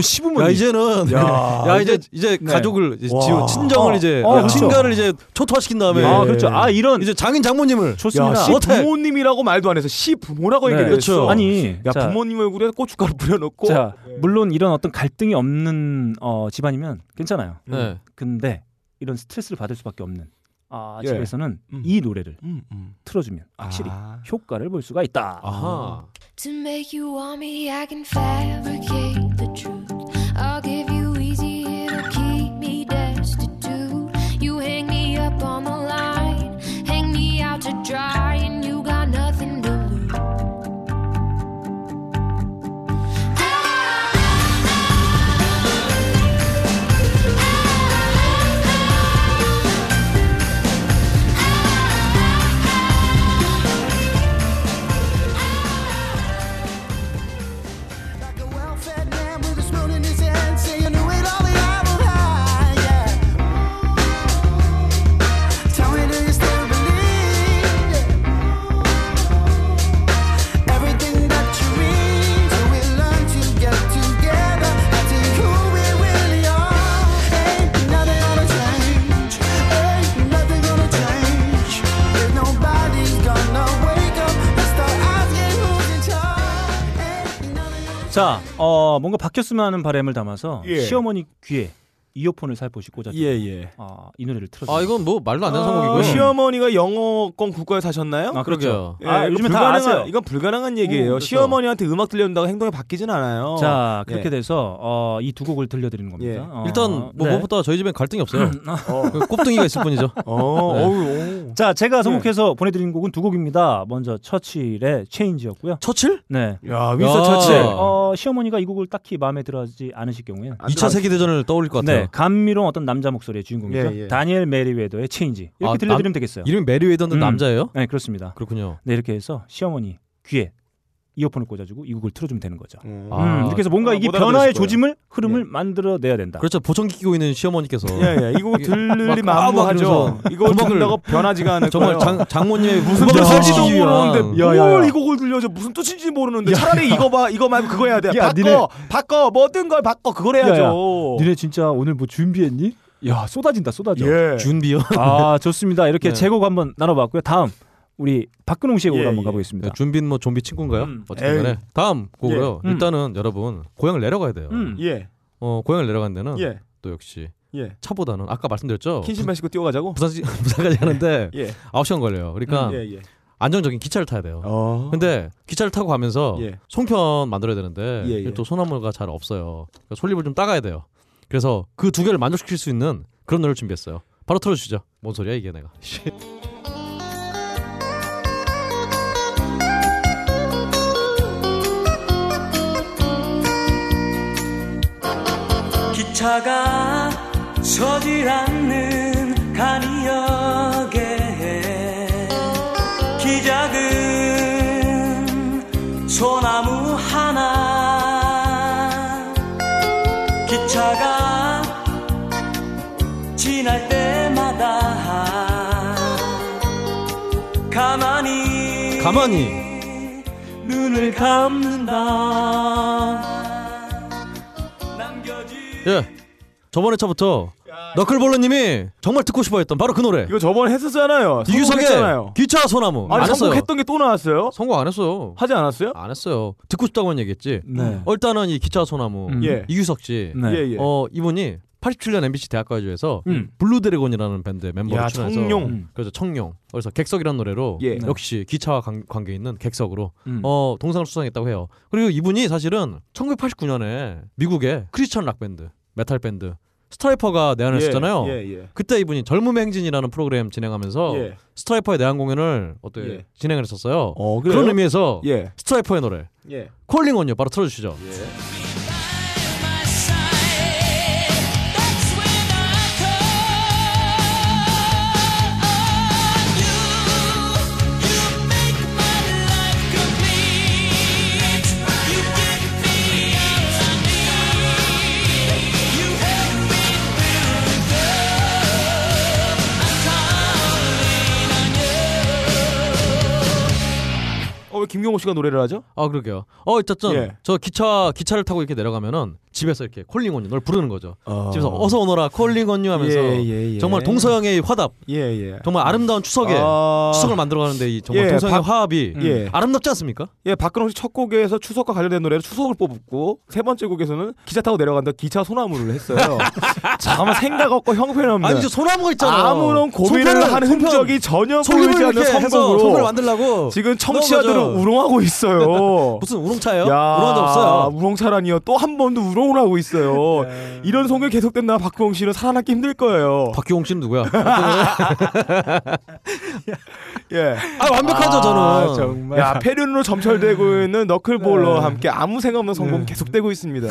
시부모.
야 이제는
야,
야 이제 이제
네.
가족을 이제 지우-
와.
친정을
어,
이제
어,
야,
그렇죠.
친가를 이제 초토화시킨 다음에
아 그렇죠. 아 이런
이제 장인 장모님을
야,
좋습니다.
시
어때?
부모님이라고 말도 안 해서 시 부모라고
네.
얘기를 했어.
아니,
야
자,
부모님 얼굴에 고춧가루 뿌려놓고. 예.
자, 물론 이런 어떤 갈등이 없는 어, 집안이면 괜찮아요.
음.
네.
근데 이런 스트레스를 받을 수밖에 없는 아,
예.
집에서는
음.
이 노래를
음, 음.
틀어주면 확실히
아.
효과를 볼 수가 있다.
아하.
To make you want me, I can fabricate the truth. I'll give you easy, it'll keep me destitute. You hang me up on the line, hang me out to dry, and you got nothing to lose.
Like a well-fed man with a spoon in his hand, saying, "Do it all the apple pie." Yeah. Tell me, do you still believe? Yeah. Everything that you read, so we learn to get together and see who we really are. Ain't nothing gonna change. Ain't nothing gonna change. If nobody's gonna wake up and start asking who's in charge. Ain't nothing gonna
자, 어, 뭔가 바뀌었으면 하는 바람을 담아서
예.
시어머니 귀에 이어폰을 살포시 꽂아서
예 예.
아, 이 노래를 틀어주세요.
아 이건 뭐 말도 안 되는 상황이고요.
시어머니가 영어권 국가에 사셨나요?
아, 그렇죠.
그러게요.
예,
아,
이거
요즘에 다
불가능한-
아세요.
이건 불가능한 얘기예요.
그렇죠.
시어머니한테 음악 들려준다고 행동이 바뀌진 않아요.
자, 그렇게
예.
돼서 어, 이 두 곡을 들려드리는 겁니다.
예.
어,
일단 뭐
네. 음,
무엇보다 저희 집엔 갈등이 없어요.
어.
그 꼽등이가 있을 뿐이죠.
어, 어우, 어.
자, 제가 선곡해서 보내드린 곡은 두 곡입니다. 먼저 처칠의 체인지였고요.
처칠?
네.
야, 윈스턴
야.
처칠.
어, 시어머니가 이 곡을 딱히 마음에 들어하지 않으실 경우에는
안
아, 2차 세계 대전을 떠올릴 것 같아요.
네, 감미로운 어떤 남자 목소리의 주인공이죠.
예, 예.
다니엘 메리웨더의 체인지 이렇게
아,
들려드리면
남-
되겠어요.
이름이 메리웨더인데 남자예요?
네, 그렇습니다.
그렇군요.
네, 이렇게 해서 시어머니 귀에 이어폰을 꽂아주고 이 곡을 틀어주면 되는 거죠. 음,
아.
이렇게 해서 뭔가
아,
이게
못 알아들었을
변화의
거예요.
조짐을 흐름을 만들어내야 된다.
그렇죠. 보청기 끼고 있는 시어머니께서.
예, 예. 이거 들리
만무하죠. 이거 듣는다고 변하지가 않을
정말
거예요.
장, 장모님의 무슨
무슨 뜻인지도
뜻이야.
모르는데 뭘 이곡을 들려줘 무슨 뜻인지 모르는데
야,
차라리
야.
이거 봐 이거 말고 그거 해야 돼
야,
바꿔
니네-
바꿔 뭐든 걸 바꿔 그걸 해야죠
니네 진짜 오늘 뭐 준비했니? 어. 야 쏟아진다 쏟아져.
예.
준비요?
아 좋습니다. 이렇게
네.
제곡 한번 나눠봤고요. 다음 우리 박근홍 씨의 곡으로
예,
한번
예.
가보겠습니다.
네, 준비는 뭐 좀비 친구인가요? 어쨌든
에이.
간에 다음 곡으로요.
예. 음.
일단은 여러분 고향을 내려가야 돼요.
음. 예.
어 고향을 내려간 데는
예.
또 역시
예.
차보다는 아까 말씀드렸죠.
킨신
부-
마시고 뛰어가자고
부산시 부산까지 가는데
예.
아홉 시간 걸려요. 그러니까
음, 예, 예.
안정적인 기차를 타야 돼요.
어.
근데 기차를 타고 가면서
예.
송편 만들어야 되는데
예, 예.
또 소나무가 잘 없어요. 그러니까 솔잎을 좀 따가야 돼요. 그래서 그 두 개를 만족시킬 수 있는 그런 노래를 준비했어요. 바로 틀어주시죠. 뭔 소리야 이게 내가.
기차가 서질 않는 간이역에 기작은 소나무 하나 기차가 지날 때마다 가만히
가만히
눈을 감는다
예. 저번에 차부터 너클볼러님이 정말 듣고 싶어했던 바로 그 노래.
이거 저번에 했었잖아요.
이규석의
성공했잖아요.
기차 소나무.
아니,
안 했어요.
성공했던 게 또 나왔어요?
성공 안 했어요.
하지 않았어요?
안 했어요. 듣고 싶다고만 얘기했지.
네.
어, 일단은 이 기차 소나무
음. 예.
이규석 씨.
네. 예, 예.
어 이분이 87년 MBC 대학가요제에서
음.
블루드래곤이라는 밴드 멤버로
야,
출연해서
청룡. 음.
그래서 청룡. 그래서 객석이라는 노래로
예. 네.
역시 기차와 관, 계 있는 객석으로
음.
어 동상을 수상했다고 해요. 그리고 이분이 사실은 1989년에 미국의 크리스천 락 밴드, 메탈 밴드 스트라이퍼가 내한했었잖아요.
예, 예, 예.
그때 이분이 젊음의 행진이라는 프로그램 진행하면서
예.
스트라이퍼의 내한 공연을 어때
예.
진행을 했었어요.
그래요?
그런 의미에서
예.
스트라이퍼의 노래
예.
콜링 온유 바로 틀어주시죠.
어, 왜 김경호 씨가 노래를 하죠?
아 그러게요. 어 어쨌든
예.
저 기차 기차를 타고 이렇게 내려가면은 집에서 이렇게 콜링 온유 널 부르는 거죠.
어.
집에서 어서 오너라 콜링 온유 하면서
예, 예, 예.
정말 동서양의 화답.
예, 예.
정말 아름다운 추석에
아.
추석을 만들어가는데 이 정말
예,
동서양의
박-
화합이
예.
아름답지 않습니까?
예, 박근홍 씨 첫 곡에서 추석과 관련된 노래로 추석을 뽑고 세 번째 곡에서는 기차 타고 내려간다 기차 소나무를 했어요. 잠깐만 생각 없고 형편없는.
아니, 저 소나무가 있잖아요.
네. 아무런 고민을
송편을,
한
송편.
흔적이 전혀
속임을
보이지 않는
이렇게 해서 송편을
선곡으로
만들려고
지금 청취자들을
넣은 거죠.
우롱하고 있어요.
무슨 우롱차예요? 우롱한 적 없어요.
우롱차라니요. 또 한 번도 우롱을 하고 있어요. 이런 송이 계속된다 박근홍 씨는 살아남기 힘들 거예요.
박기홍 씨는 누구야? 아,
예.
아 완벽하죠 저는.
정말. 야 페륜으로 점철되고 있는 너클볼러와 함께 아무 생각 없는 성공
네.
계속되고 있습니다.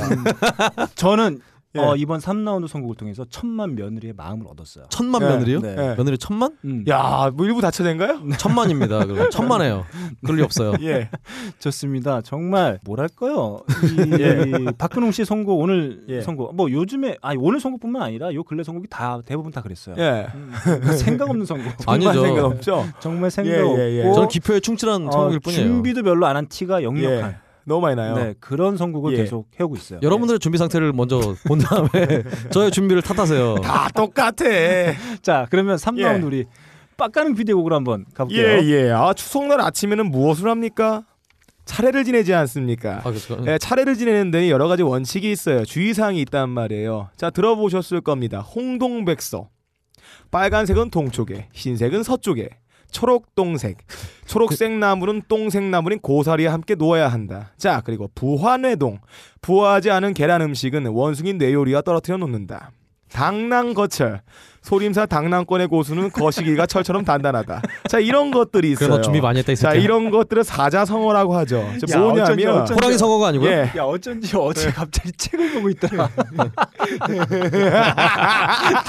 저는
예.
어, 이번 3라운드 선곡을 통해서 천만 며느리의 마음을 얻었어요.
천만
예.
며느리요?
네.
며느리 천만?
야, 뭐 일부 다쳐된가요?
천만입니다. 그럼 천만해요. 그럴 리 없어요.
예.
좋습니다. 정말 뭐랄까요? 이
예.
박근홍 씨 선곡 오늘
예.
선곡 뭐 요즘에 아니 오늘 선곡뿐만 아니라 요 근래 선곡이 다 대부분 다 그랬어요. 그러니까
예.
생각 없는 선곡.
정말
아니죠.
생각 없죠.
정말 생각
예, 예, 예.
없고
저는 기표에 충실한
어,
성공일 뿐이에요.
준비도 별로 안 한 티가 역력한
예. 너무 많이 나요.
네, 그런 선곡을
예.
계속 해오고 있어요.
여러분들의 준비 상태를 먼저 본 다음에 저의 준비를 탓하세요.
네. 다 똑같아. 예,
자, 그러면 3라운드
예.
우리 빡가는 비디오곡으로 한번 가볼게요.
예. 아, 추석날 아침에는 무엇을 합니까? 차례를 지내지 않습니까?
아, 그렇죠.
예, 차례를 지내는 데는 여러 가지 원칙이 있어요. 주의사항이 있단 말이에요. 자, 들어보셨을 겁니다. 홍동백서. 빨간색은 동쪽에, 흰색은 서쪽에, 초록동색. 초록색 나무는 똥색 나무인 고사리와 함께 놓아야 한다. 자, 그리고 부화뇌동. 부화하지 않은 계란 음식은 원숭이 뇌요리와 떨어뜨려 놓는다. 당랑거철. 소림사 당남권의 고수는 거시기가 철처럼 단단하다. 자 이런 것들이 있어요.
그래, 너 준비 많이 했다, 이
자
새끼야.
이런 것들을 사자성어라고 하죠. 저
야,
뭐냐면
어쩐지, 어쩐지. 호랑이
성어가 아니고요?
예.
야 어쩐지 어제 갑자기 책을 보고 있더라.
네.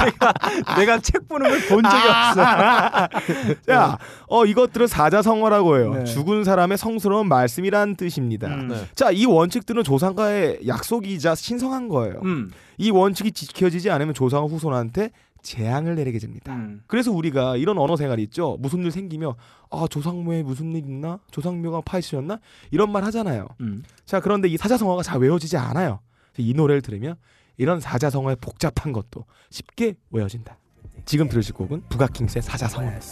내가, 내가 책 보는 걸 본 적이
아.
없어.
자, 어 이것들을 사자성어라고 해요.
네. 음.
죽은 사람의 성스러운 말씀이란 뜻입니다. 자, 이 원칙들은 조상과의 약속이자 신성한 거예요.
음.
이 원칙이 지켜지지 않으면 조상은 후손한테 재앙을 내리게 됩니다. 그래서 우리가 이런 언어 생활이 있죠. 무슨 일 생기면 아 조상모에 무슨 일 있나? 조상묘가 파헤치셨나? 이런 말 하잖아요. 자 그런데 이 사자성어가 잘 외워지지 않아요. 이 노래를 들으면 이런 사자성어의 복잡한 것도 쉽게 외워진다. 지금 들으실 곡은 부가킹스의 사자성어입니다.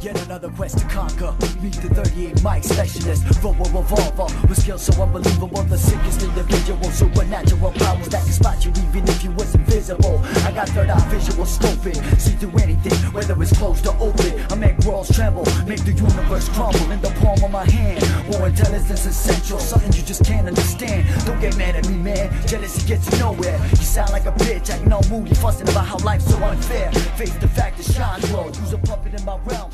Yet another quest to conquer. Meet the 38 mic specialist, Robo Revolver. With skill so unbelievable, the sickest individual. Supernatural powers that can spot you even if you was invisible. I got third eye visual scoping. See through anything, whether it's closed or open. I make worlds tremble, make the universe crumble in the palm of my hand. More intelligence essential, something you just can't understand. Don't get mad at me, man. Jealousy gets you nowhere. You sound like a bitch, acting all moody, fussing about how life's so unfair. Face the fact that shine world, use a puppet in my realm.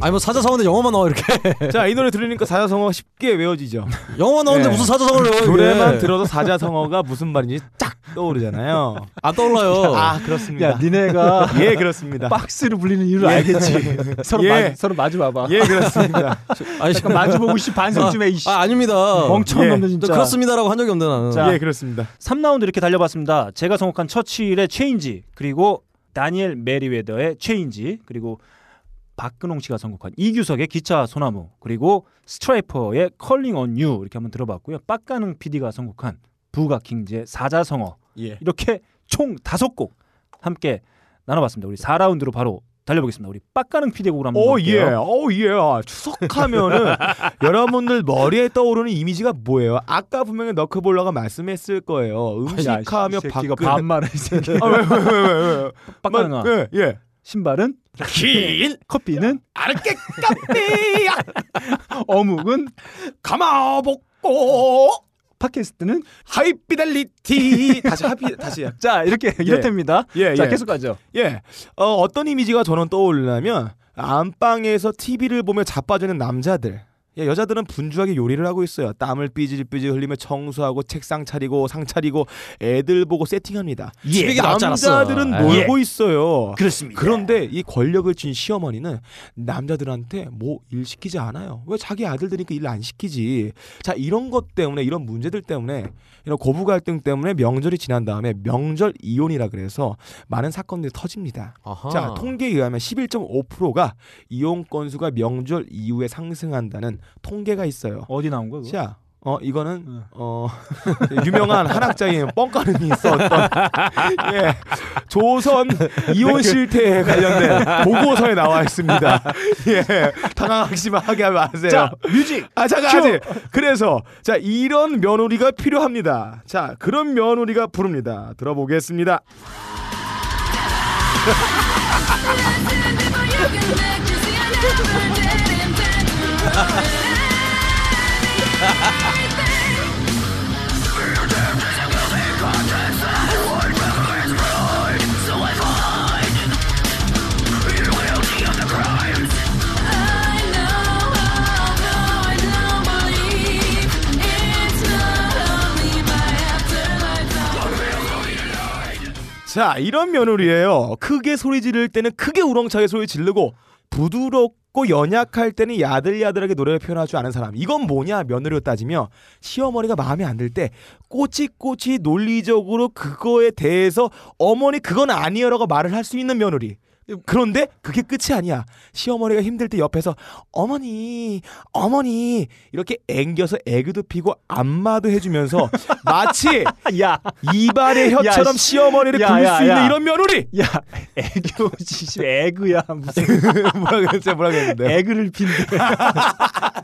아니 뭐 사자성어인데 영어만 나와 이렇게.
네. 자, 이 노래 들으니까 사자성어가 쉽게 외워지죠.
영어 나오는데 무슨 사자성어를 외워요, 이게.
예. 노래만 들어도 사자성어가 무슨 말인지 쫙 떠오르잖아요.
아 떠올라요.
아 그렇습니다.
야, 니네가
예 그렇습니다.
박스를 불리는 이유를
예.
알겠지. 서로
예.
마, 서로 마주 봐봐.
예, 그렇습니다.
아니 잠깐 마주 보고 씨 반성 좀 해. 이씨.
아, 아 아닙니다.
멍청한 놈들 진짜.
그렇습니다라고 한 적이 없는데 나는. 예.
예, 그렇습니다.
3라운드 이렇게 달려봤습니다. 제가 선곡한 처칠의 체인지 그리고 다니엘 메리웨더의 체인지 그리고 박근홍 씨가 선곡한 이규석의 기차 소나무 그리고 스트라이퍼의 컬링 온 유 이렇게 한번 들어봤고요. 빡가능 PD가 선곡한 부가킹즈의 사자성어
예.
이렇게 총 다섯 곡 함께 나눠봤습니다. 우리 4라운드로 바로 달려보겠습니다. 우리 빡가능 PD 곡으로 한번
오 예,
볼게요.
오 예. 추석하면은 여러분들 머리에 떠오르는 이미지가 뭐예요? 아까 분명히 너크볼러가 말씀했을 거예요.
아,
음식하며 아,
새끼가 반말해 이 새끼.
왜왜왜왜
빡가능아.
예, 예.
신발은
긴.
커피는
아르게 깜비야. 어묵은 가마 볶고.
팟캐스트는
하이피델리티 다시 하피 다시
자 이렇게
예.
이렇답니다.
예,
자
예.
계속 가죠.
예. 어, 어떤 이미지가 저는 떠오르냐면 안방에서 TV를 보며 자빠지는 남자들. 예, 여자들은 분주하게 요리를 하고 있어요. 땀을 삐질삐질 흘리며 청소하고 책상 차리고 상 차리고 애들 보고 세팅합니다.
예, 집에게 나왔지 않았어.
남자들은
아,
놀고
예.
있어요.
그렇습니다.
그런데 이 권력을 쥔 시어머니는 남자들한테 뭐 일 시키지 않아요. 왜 자기 아들들이니까 일 안 시키지. 자 이런 것 때문에 이런 문제들 때문에 이런 고부 갈등 때문에 명절이 지난 다음에 명절 이혼이라 그래서 많은 사건들이 터집니다.
아하.
자 통계에 의하면 11.5%가 이혼 건수가 명절 이후에 상승한다는 통계가 있어요.
어디 나온 거야? 네. 그거?
자, 어 이거는 어 유명한 한학자인 뻥가능이 있었던 예, 조선
네, 그
이혼 실태에 관련된 보고서에 나와 있습니다. 예, 당황하시마하게 하면 마세요.
자, 뮤직.
아 잠깐 아직 그래서 자 이런 며느리가 필요합니다. 자 그런 며느리가 부릅니다. 들어보겠습니다. 자 이런 며느리예요. 크게 소리 지를 때는 크게 우렁차게 소리 지르고 부드럽고 연약할 때는 야들야들하게 노래를 표현하지 않은 사람. 이건 뭐냐 며느리로 따지면 시어머니가 마음에 안 들 때 꼬치꼬치 논리적으로 그거에 대해서 어머니 그건 아니여라고 말을 할 수 있는 며느리. 그런데 그게 끝이 아니야. 시어머니가 힘들 때 옆에서 어머니, 어머니 이렇게 앵겨서 애교도 피고 안마도 해주면서 마치
야
이발의 혀처럼
야, 씨.
시어머니를
야,
부를
야,
수 있는
야.
이런 며느리.
야 애교 지시 애그야 무슨
뭐라 그랬지? 뭐라
네.
그랬는데?
애그를 핀대.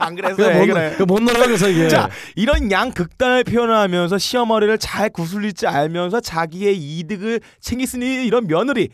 안 그래서
그거 뭔-
애교를.
그거 못 놀아 그래서 이게.
자 이런 양 극단을 표현하면서 시어머니를 잘 구슬릴지 알면서 자기의 이득을 챙기쓰니 이런 며느리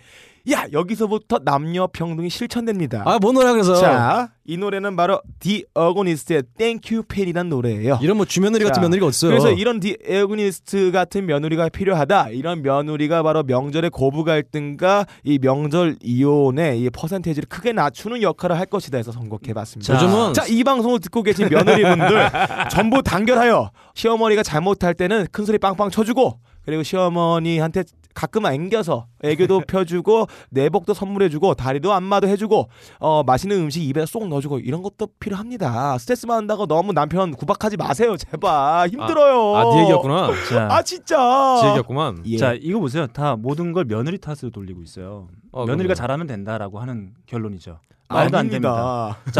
야 여기서부터 남녀 평등이 실천됩니다.
아뭔 노래야 그래서?
자이 노래는 바로 The Agonist의 Thank You Pen이란 노래예요.
이런 뭐 주며느리 같은 며느리가 어딨어요?
그래서 이런 The Agonist 같은 며느리가 필요하다. 이런 며느리가 바로 명절의 고부 갈등과 이 명절 이혼의 이 퍼센테이지를 크게 낮추는 역할을 할 것이다 해서 선곡해봤습니다.
자, 요즘은-
자이 방송을 듣고 계신 며느리분들 전부 단결하여 시어머니가 잘못할 때는 큰 소리 빵빵 쳐주고 그리고 시어머니한테 가끔 안겨서 애교도 펴주고 내복도 선물해주고 다리도 안마도 해주고 어, 맛있는 음식 입에 쏙 넣어주고 이런 것도 필요합니다. 스트레스 받는다고 너무 남편 구박하지 마세요 제발 힘들어요.
아, 네 얘기였구나.
자.
아 예. 진짜.
지혜였구만.
자 이거 보세요. 다 모든 걸 며느리 탓으로 돌리고 있어요.
아,
며느리가 잘하면 된다라고 하는 결론이죠. 말도 안 됩니다.
아, 아닙니다.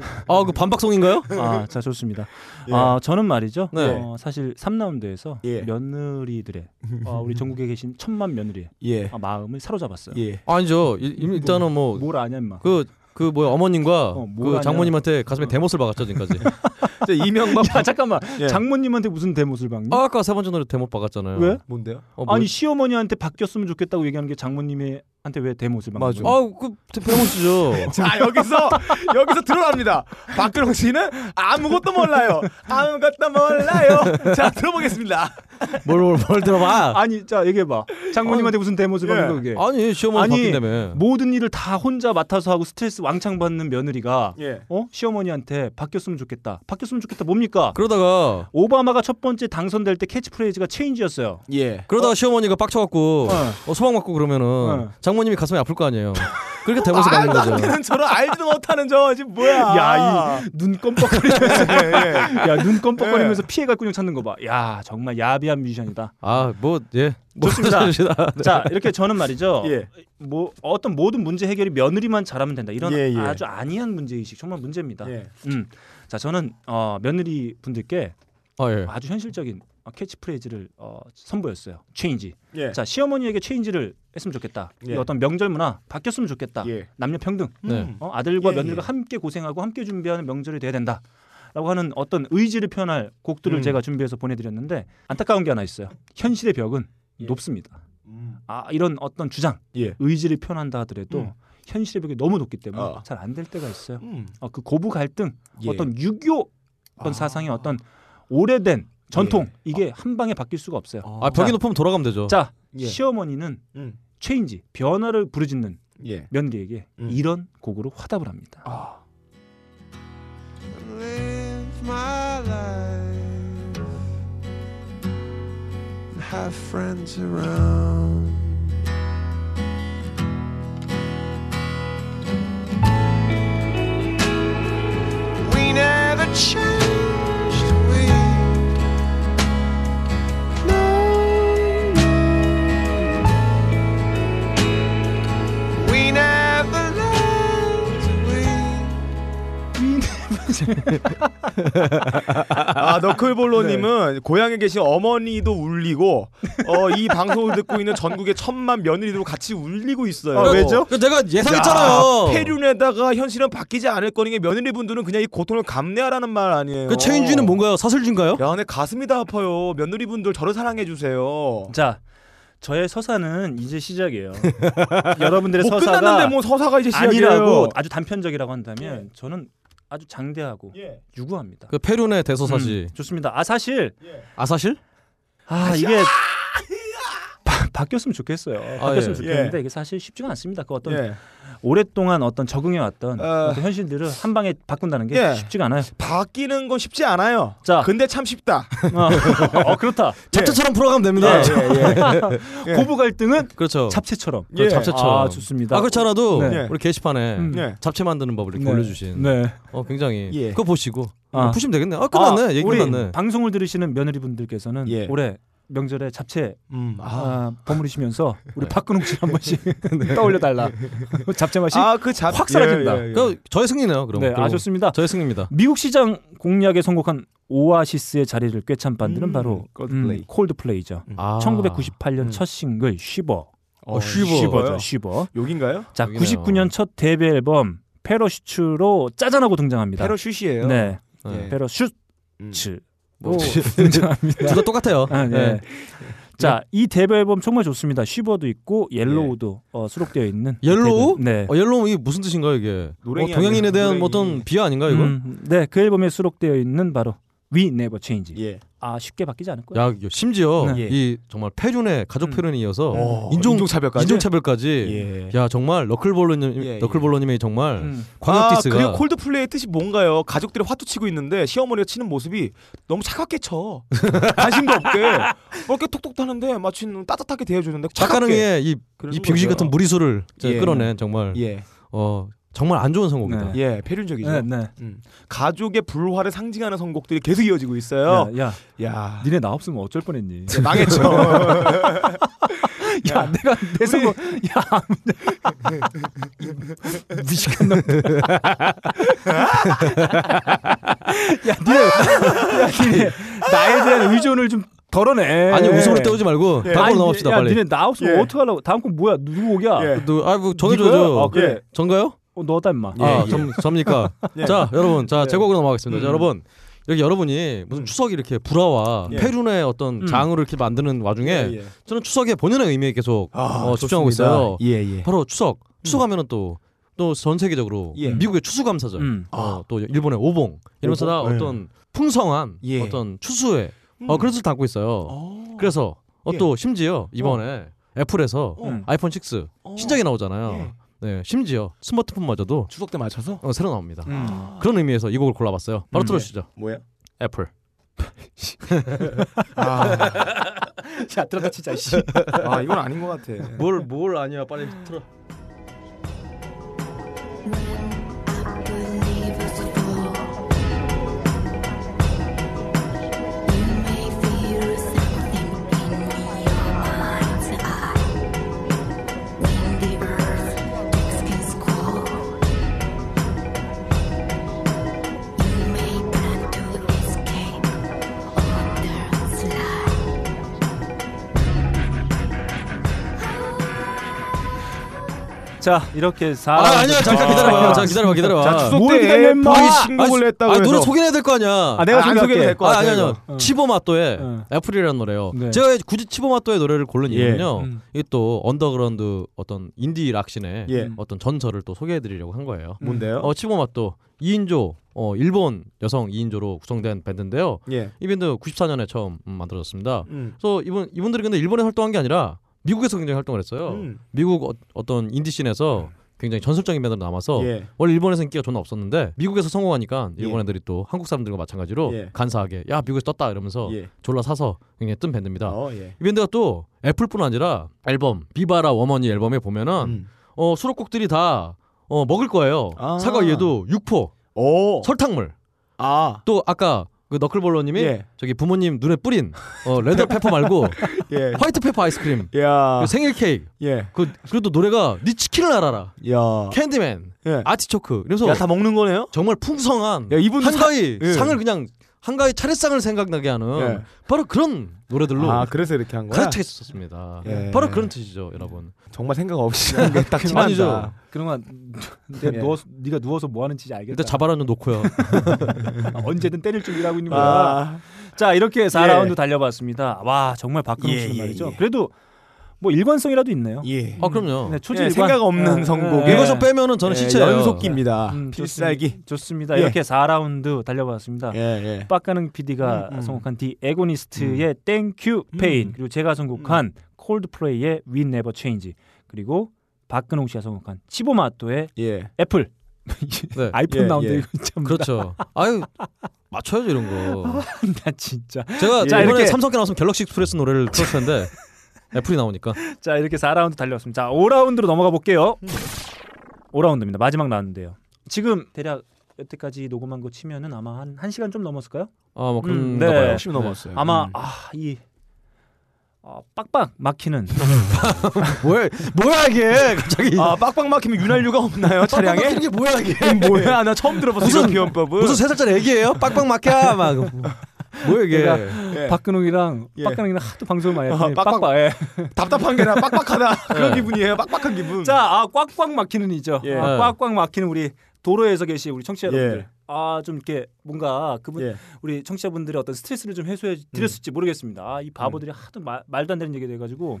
자,
아그 반박송인가요?
아, 자 좋습니다.
예.
아 저는 말이죠.
네.
어, 사실 3라운드에서 며느리들의 어, 우리 전국에 계신 천만 며느리의
예.
어, 마음을 사로잡았어요.
아니죠. 일- 일- 일단은 뭐
뭘 아냐 인마.
그, 그 뭐야 어머님과
뭘
그
아냐.
장모님한테 가슴에 대못을 박았죠 지금까지.
이명박
야, 잠깐만
예.
장모님한테 무슨 대못을 박니?
아, 아까 세 번째 노래 대못 박았잖아요.
왜?
뭔데요?
어, 뭐-
아니 시어머니한테 바뀌었으면 좋겠다고 얘기하는 게 장모님한테 왜 대못을 박는
맞아.
거예요?
아그 대못이죠.
자 여기서 여기서 드러납니다. 박근홍 씨는 아무것도 몰라요. 아무것도 몰라요. 자 들어보겠습니다.
뭘뭘 뭘 들어봐.
아니 자 얘기해봐
어,
장모님한테 무슨 대못을
예.
받는 거 그게
네. 아니 시어머니
아니, 뭐.
바뀐다며.
모든 일을 다 혼자 맡아서 하고 스트레스 왕창 받는 며느리가
예.
어 시어머니한테 바뀌었으면 좋겠다 바뀌었으면 좋겠다 뭡니까
그러다가
오바마가 첫 번째 당선될 때 캐치프레이즈가 체인지였어요
예.
그러다가 시어머니가 빡쳐갖고
어.
어, 소방 맞고 그러면은
어.
장모님이 가슴이 아플 거 아니에요. 그렇게 대못을 박는 거죠.
되는 저를 알지도 못하는 저 지금 뭐야?
야이눈 껌뻑거리면서 야눈 껌뻑거리면서
예.
피해갈 근육 찾는 거봐야 정말 야비한 뮤지션이다
아뭐예
좋습니다.
네.
자 이렇게 저는 말이죠.
예.
뭐 어떤 모든 문제 해결이 며느리만 잘하면 된다. 이런
예, 예.
아주 안이한 문제 의식 정말 문제입니다.
예.
음. 자 저는 어, 며느리 분들께
아, 예.
아주 현실적인 어, 캐치프레이즈를 어, 선보였어요. 체인지.
예.
자 시어머니에게 체인지를 했으면 좋겠다. 이
예.
어떤 명절 문화 바뀌었으면 좋겠다. 남녀 평등.
네.
어, 아들과
예,
며느리가
예.
함께 고생하고 함께 준비하는 명절이 돼야 된다. 라고 하는 어떤 의지를 표현할 곡들을
음.
제가 준비해서 보내드렸는데 안타까운 게 하나 있어요. 현실의 벽은 높습니다. 아 이런 어떤 주장,
음. 예.
의지를 표현한다 하더라도
음.
현실의 벽이 너무 높기 때문에
어.
잘 안 될 때가 있어요.
음.
어, 그 고부 갈등,
예. 아.
어떤 유교 어떤 사상의 어떤 오래된
예.
전통 이게 한 방에 바뀔 수가 없어요.
아 벽이
자,
높으면 돌아가면 되죠.
자
어. 예.
시어머니는
음.
체인지 변화를 부르짖는
예. 아.
며느리에게 이런 곡으로 화답을 합니다.
live my life and have friends around. We never changed, we no, no. we never loved, we.
아 너클볼로님은 고향에 계신 어머니도 울리고 어, 이 방송을 듣고 있는 전국의 천만 며느리도 같이 울리고 있어요.
아, 왜죠? 그 내가 예상했잖아요.
야, 폐륜에다가 현실은 바뀌지 않을 거니 며느리분들은 그냥 이 고통을 감내하라는 말 아니에요.
그 체인지는 뭔가요? 사슬진가요?
야, 내 가슴이 다 아파요. 며느리분들 저를 사랑해 주세요.
자, 저의 서사는 이제 시작이에요. 여러분들의
뭐
서사가
끝났는데 뭐 서사가 이제 시작이에요. 예.
아니라고 아주 단편적이라고 한다면 저는 아주 장대하고 유구합니다.
그 페륜의 대서사시.
음, 좋습니다. 아 사실
아사실?
아 이게 바, 바뀌었으면 좋겠어요. 바뀌었으면
예.
좋겠는데
예.
이게 사실 쉽지가 않습니다. 그 어떤
예.
오랫동안 어떤 적응해 왔던
아.
어.
어떤 현실들을 한 방에 바꾼다는 게
예.
쉽지가 않아요.
바뀌는 건 쉽지 않아요.
자,
근데 참 쉽다. 아.
어, 어, 그렇다.
잡채처럼 풀어가면 됩니다.
아, 예, 예, 예. 고부 갈등은
예. 그렇죠.
잡채처럼.
그 잡채처럼.
아, 좋습니다.
아 그렇지 않아도
네.
우리 게시판에
음. 네.
잡채 만드는 법을 이렇게
네.
올려주신.
네.
어 굉장히
예.
그거 보시고
아.
푸시면 되겠네. 아 끝났네.
아,
얘기
우리
끝났네. 예.
방송을 들으시는 며느리분들께서는 올해 명절에 잡채
음,
아, 버무리시면서
네.
우리 박근홍 씨한 번씩 떠올려 달라. 잡채 맛이
아, 그 잡-
확 사라집니다.
예, 예, 예.
그 저의 승리네요. 그럼.
네,
그럼
아 좋습니다.
저의 승리입니다.
미국 시장 공략에 성공한 오아시스의 자리를 꿰찬 반들은 바로 음, 콜드플레이죠.
아.
1998년 첫 싱글 쉬버.
어, 쉬버.
쉬버죠. 쉬버.
여긴가요?
자,
여기네요.
99년 첫 데뷔 앨범 페러슈츠로 짜잔하고 등장합니다.
페러슛이에요.
네.
예.
페러슈츠. 로
뭐,
등장합니다.
둘다 똑같아요.
아, 네.
네.
자, 이 데뷔 앨범 정말 좋습니다. 쉬버도 있고 옐로우도 어, 수록되어 있는 이
옐로우?
데뷔- 네.
어, 옐로우 이게 무슨 뜻인가요 이게?
노랭이
어, 동양인에
아니에요?
대한
노랭이.
어떤 비하 아닌가 이거?
음, 네, 그 앨범에 수록되어 있는 바로 We Never Change.
예.
아 쉽게 바뀌지 않을 거예요.
야 이거 심지어
네. 음.
이 정말 폐륜의 가족 폐륜에 이어서
오,
인종
인종차별까지?
예.
인종차별까지. 야 정말 너클볼로님
예, 예.
너클볼로님의 정말
음.
아,
광역디스가
그리고 콜드플레이의 뜻이 뭔가요? 가족들이 화투 치고 있는데 시어머니가 치는 모습이 너무 차갑게 쳐. 관심도 없게. 뭐 이렇게 톡톡 타는데 마침 따뜻하게 대해주는데 차갑게.
작가능의 이, 이
그러는
병신
거죠.
같은 무리수를
예.
끌어낸 정말
예.
어 정말 안 좋은 선곡이다.
예, 폐륜적이죠.
네,
음. 가족의 불화를 상징하는 선곡들이 계속 이어지고 있어요.
야,
야.
니네 나 없으면 어쩔 뻔했니?
야, 망했죠.
야, 내가 내 선거 뭐, 야 무식한 놈들. 야, 니네, 야, 니네 나에 대한 의존을 좀 덜어내.
예. 아니, 웃음으로 때우지 말고 다음 걸로
예. 아니,
넘어갑시다,
야,
빨리.
니네 나 없으면
예.
어떡하려고? 다음 곡 뭐야? 누구 곡이야?
예.
너- 아, 뭐
니거야?
정해줘야죠.
아, 그래.
전가요?
어, 너다 임마.
아, 점, 접니까?
예.
자, 여러분, 자, 제 곡으로 넘어가겠습니다. 자,
음.
여러분, 여기 여러분이 무슨 추석이 이렇게 불화와
예.
페륜의 어떤
음.
장으로 이렇게 만드는 와중에
예, 예.
저는 추석의 본연의 의미에 계속
아,
어, 집중하고
좋습니다.
있어요.
예, 예.
바로 추석. 추석하면은 또. 또 전 세계적으로
예.
미국의 추수감사절,
음.
어, 또 일본의 오봉 예. 이러면서 다
오봉? 예.
어떤 풍성한 어떤 추수의 어, 그런 뜻을 담고 있어요. 그래서 어,
예.
또 심지어 이번에 애플에서
어.
아이폰 6 신작이 나오잖아요. 네, 심지어 스마트폰마저도
추석 때 맞춰서
어, 새로 나옵니다.
음.
그런 의미에서 이 곡을 골라봤어요. 바로
음.
들어주시죠.
뭐야?
애플.
야, 들어가 진짜, 씨. 아, 이건 아닌 것 같아.
네. 뭘, 뭘 아니야. 빨리 틀어.
자, 이렇게 사.
아, 아니야. 잠깐 기다려봐. 자, 기다려봐. 기다려봐. 뭐?
뭘 기다려 임마.
아, 아, 노래 소개해야 될 거 아니야.
아, 내가
안
소개해도
소개해.
될것 같아,
아, 아니, 아니.
이거. 어. 네.
치보마토의 애플이라는 노래요. 제가 굳이 치보마토의 노래를 고른
예.
이유는요.
음.
이게 또 언더그라운드 어떤 인디 락신의
예.
어떤 전설을 또 소개해드리려고 한 거예요.
뭔데요?
어, 치보마토 2인조 어, 일본 여성 2인조로 구성된 밴드인데요.
예.
이 밴드 94년에 처음 음, 만들어졌습니다.
음.
그래서 이분 이분들이 근데 일본에 활동한 게 아니라 미국에서 굉장히 활동을 했어요.
음. 네.
미국 어, 떤 인디씬에서 굉장히 전설적인 밴드로 남아서
예.
원래 일본에서 인기가 존나 없었는데 미국에서 성공하니까 일본
예.
애들이 또 한국 사람들과 마찬가지로
예.
간사하게 야 미국에서 떴다 이러면서
예.
졸라 사서 굉장히 뜬 밴드입니다.
어, 예.
이 밴드가 또 애플뿐 아니라 앨범 비바라 워머니 앨범에 보면은 어, 수록곡들이 다 어, 먹을 거예요.
음. 아. 어.
사과 위에도 육포, 설탕물. 또 아까 그 너클볼러님이
예.
저기 부모님 눈에 뿌린 어, 레드 페퍼 말고
예.
화이트 페퍼 아이스크림,
야.
그 생일 케이크.
예.
그 그래도 노래가 네 치킨을 알아라.
야.
캔디맨,
예.
아티초크. 그래서
야, 다 먹는 거네요?
정말 풍성한
야, 이분
한가위
예.
상을 그냥 한가위 차례상을 생각나게 하는
예.
바로 그런 노래들로
아, 그래서 이렇게 한 거야?
가득 차 있었습니다.
예.
바로 그런 뜻이죠, 여러분.
정말 생각 없이 하는 게딱 친한다.
그동안 내
예.
누워서 네가 누워서 뭐 하는지 알겠다.
일단 자바라 좀 놓고요.
언제든 때릴 준비하고 있는 거야.
아.
자 이렇게 4라운드
예.
달려봤습니다. 와 정말 박근홍
예,
씨는
예,
말이죠.
예.
그래도 뭐 일관성이라도 있네요.
예.
아 그럼요.
네, 초지
예,
일관.
생각 없는 선곡에
이것을
예, 연속기입니다. 필살기.
네. 음, 좋습니다. 좋습니다.
예.
이렇게 아 4라운드 달려봤습니다.
예, 예.
빡가능 PD가
음, 음.
선곡한 디 에고니스트의 땡큐 페인 그리고 제가 선곡한
음.
콜드플레이의 We Never Change 그리고 박근홍 씨가 선곡한 치보마토의
예.
애플 아이폰
예,
나온데
예.
이거 참
그렇죠. 아유 맞춰야죠 이런 거.
나 진짜.
예.
제가
자,
이번에
이렇게-
삼성께 나왔으면 갤럭시 익스프레스 노래를 틀었을 텐데 애플이 나오니까.
자 이렇게 4라운드 달려왔습니다. 자 5라운드로 넘어가 볼게요. 5라운드입니다. 마지막 라운드예요. 지금 대략 여태까지 녹음한 거 치면은 아마 한 1시간 좀 넘었을까요?
아, 뭐
음,
네.
그런가 봐요.
열심히 넘었어요.
아마
음.
아이 아, 빡빡 막히는
뭐야 뭐야 이게 갑자기
아, 빡빡 막히면 윤활유가 없나요, 차량에? 뭐,
빡빡 막히는 게 뭐야, 이게?
음,
아,
뭐야? 나 처음 들어봤어.
무슨-
이런 표현법은.
무슨 세 살짜리 애기예요? 빡빡 막혀 막 뭐야 이게.
내가
예.
박근홍이랑
예.
빡가능이랑 하도 방송을 많이
아,
했더니
빡빡-
빡빡 예.
답답한 게 아니라 빡빡하다. 그런
예.
기분이에요. 빡빡한 기분.
자, 아, 꽉꽉 막히는 이죠. 아, 꽉꽉 막히는 우리 도로에서 계신 우리 청취자
예.
여러분들 아 좀 이렇게 뭔가 그분
예.
우리 청취자분들의 어떤 스트레스를 좀 해소해 드렸을지 모르겠습니다. 아, 이 바보들이 하도 마- 말도 안 되는 얘기를 해가지고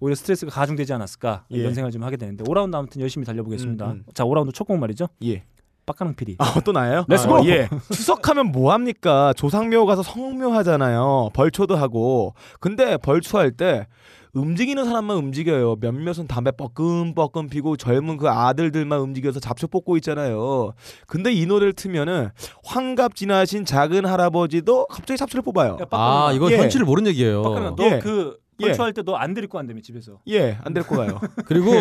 오히려 스트레스가 가중되지 않았을까
예.
이런 생각을 좀 하게 되는데 오라운드 아무튼 열심히 달려보겠습니다.
음, 음.
자 오라운드 첫 곡 말이죠.
예.
빡가능 PD.
아또 나예요?
렛츠고.
어, 예. 추석하면 뭐 합니까? 조상묘 가서 성묘 하잖아요. 벌초도 하고. 근데 벌초할 때 움직이는 사람만 움직여요. 몇몇은 담배 뻐끔뻐끔 피고 젊은 그 아들들만 움직여서 잡초 뽑고 있잖아요. 근데 이 노래를 틀면은 환갑 지나신 작은 할아버지도 갑자기 잡초를 뽑아요.
아 이건
예.
현실을 모르는 얘기예요.
어.
빡가는 너 예.
너그
예.
벌초할 때 너 안 데리고 안 되면 집에서.
예, 안 데리고 가요.
그리고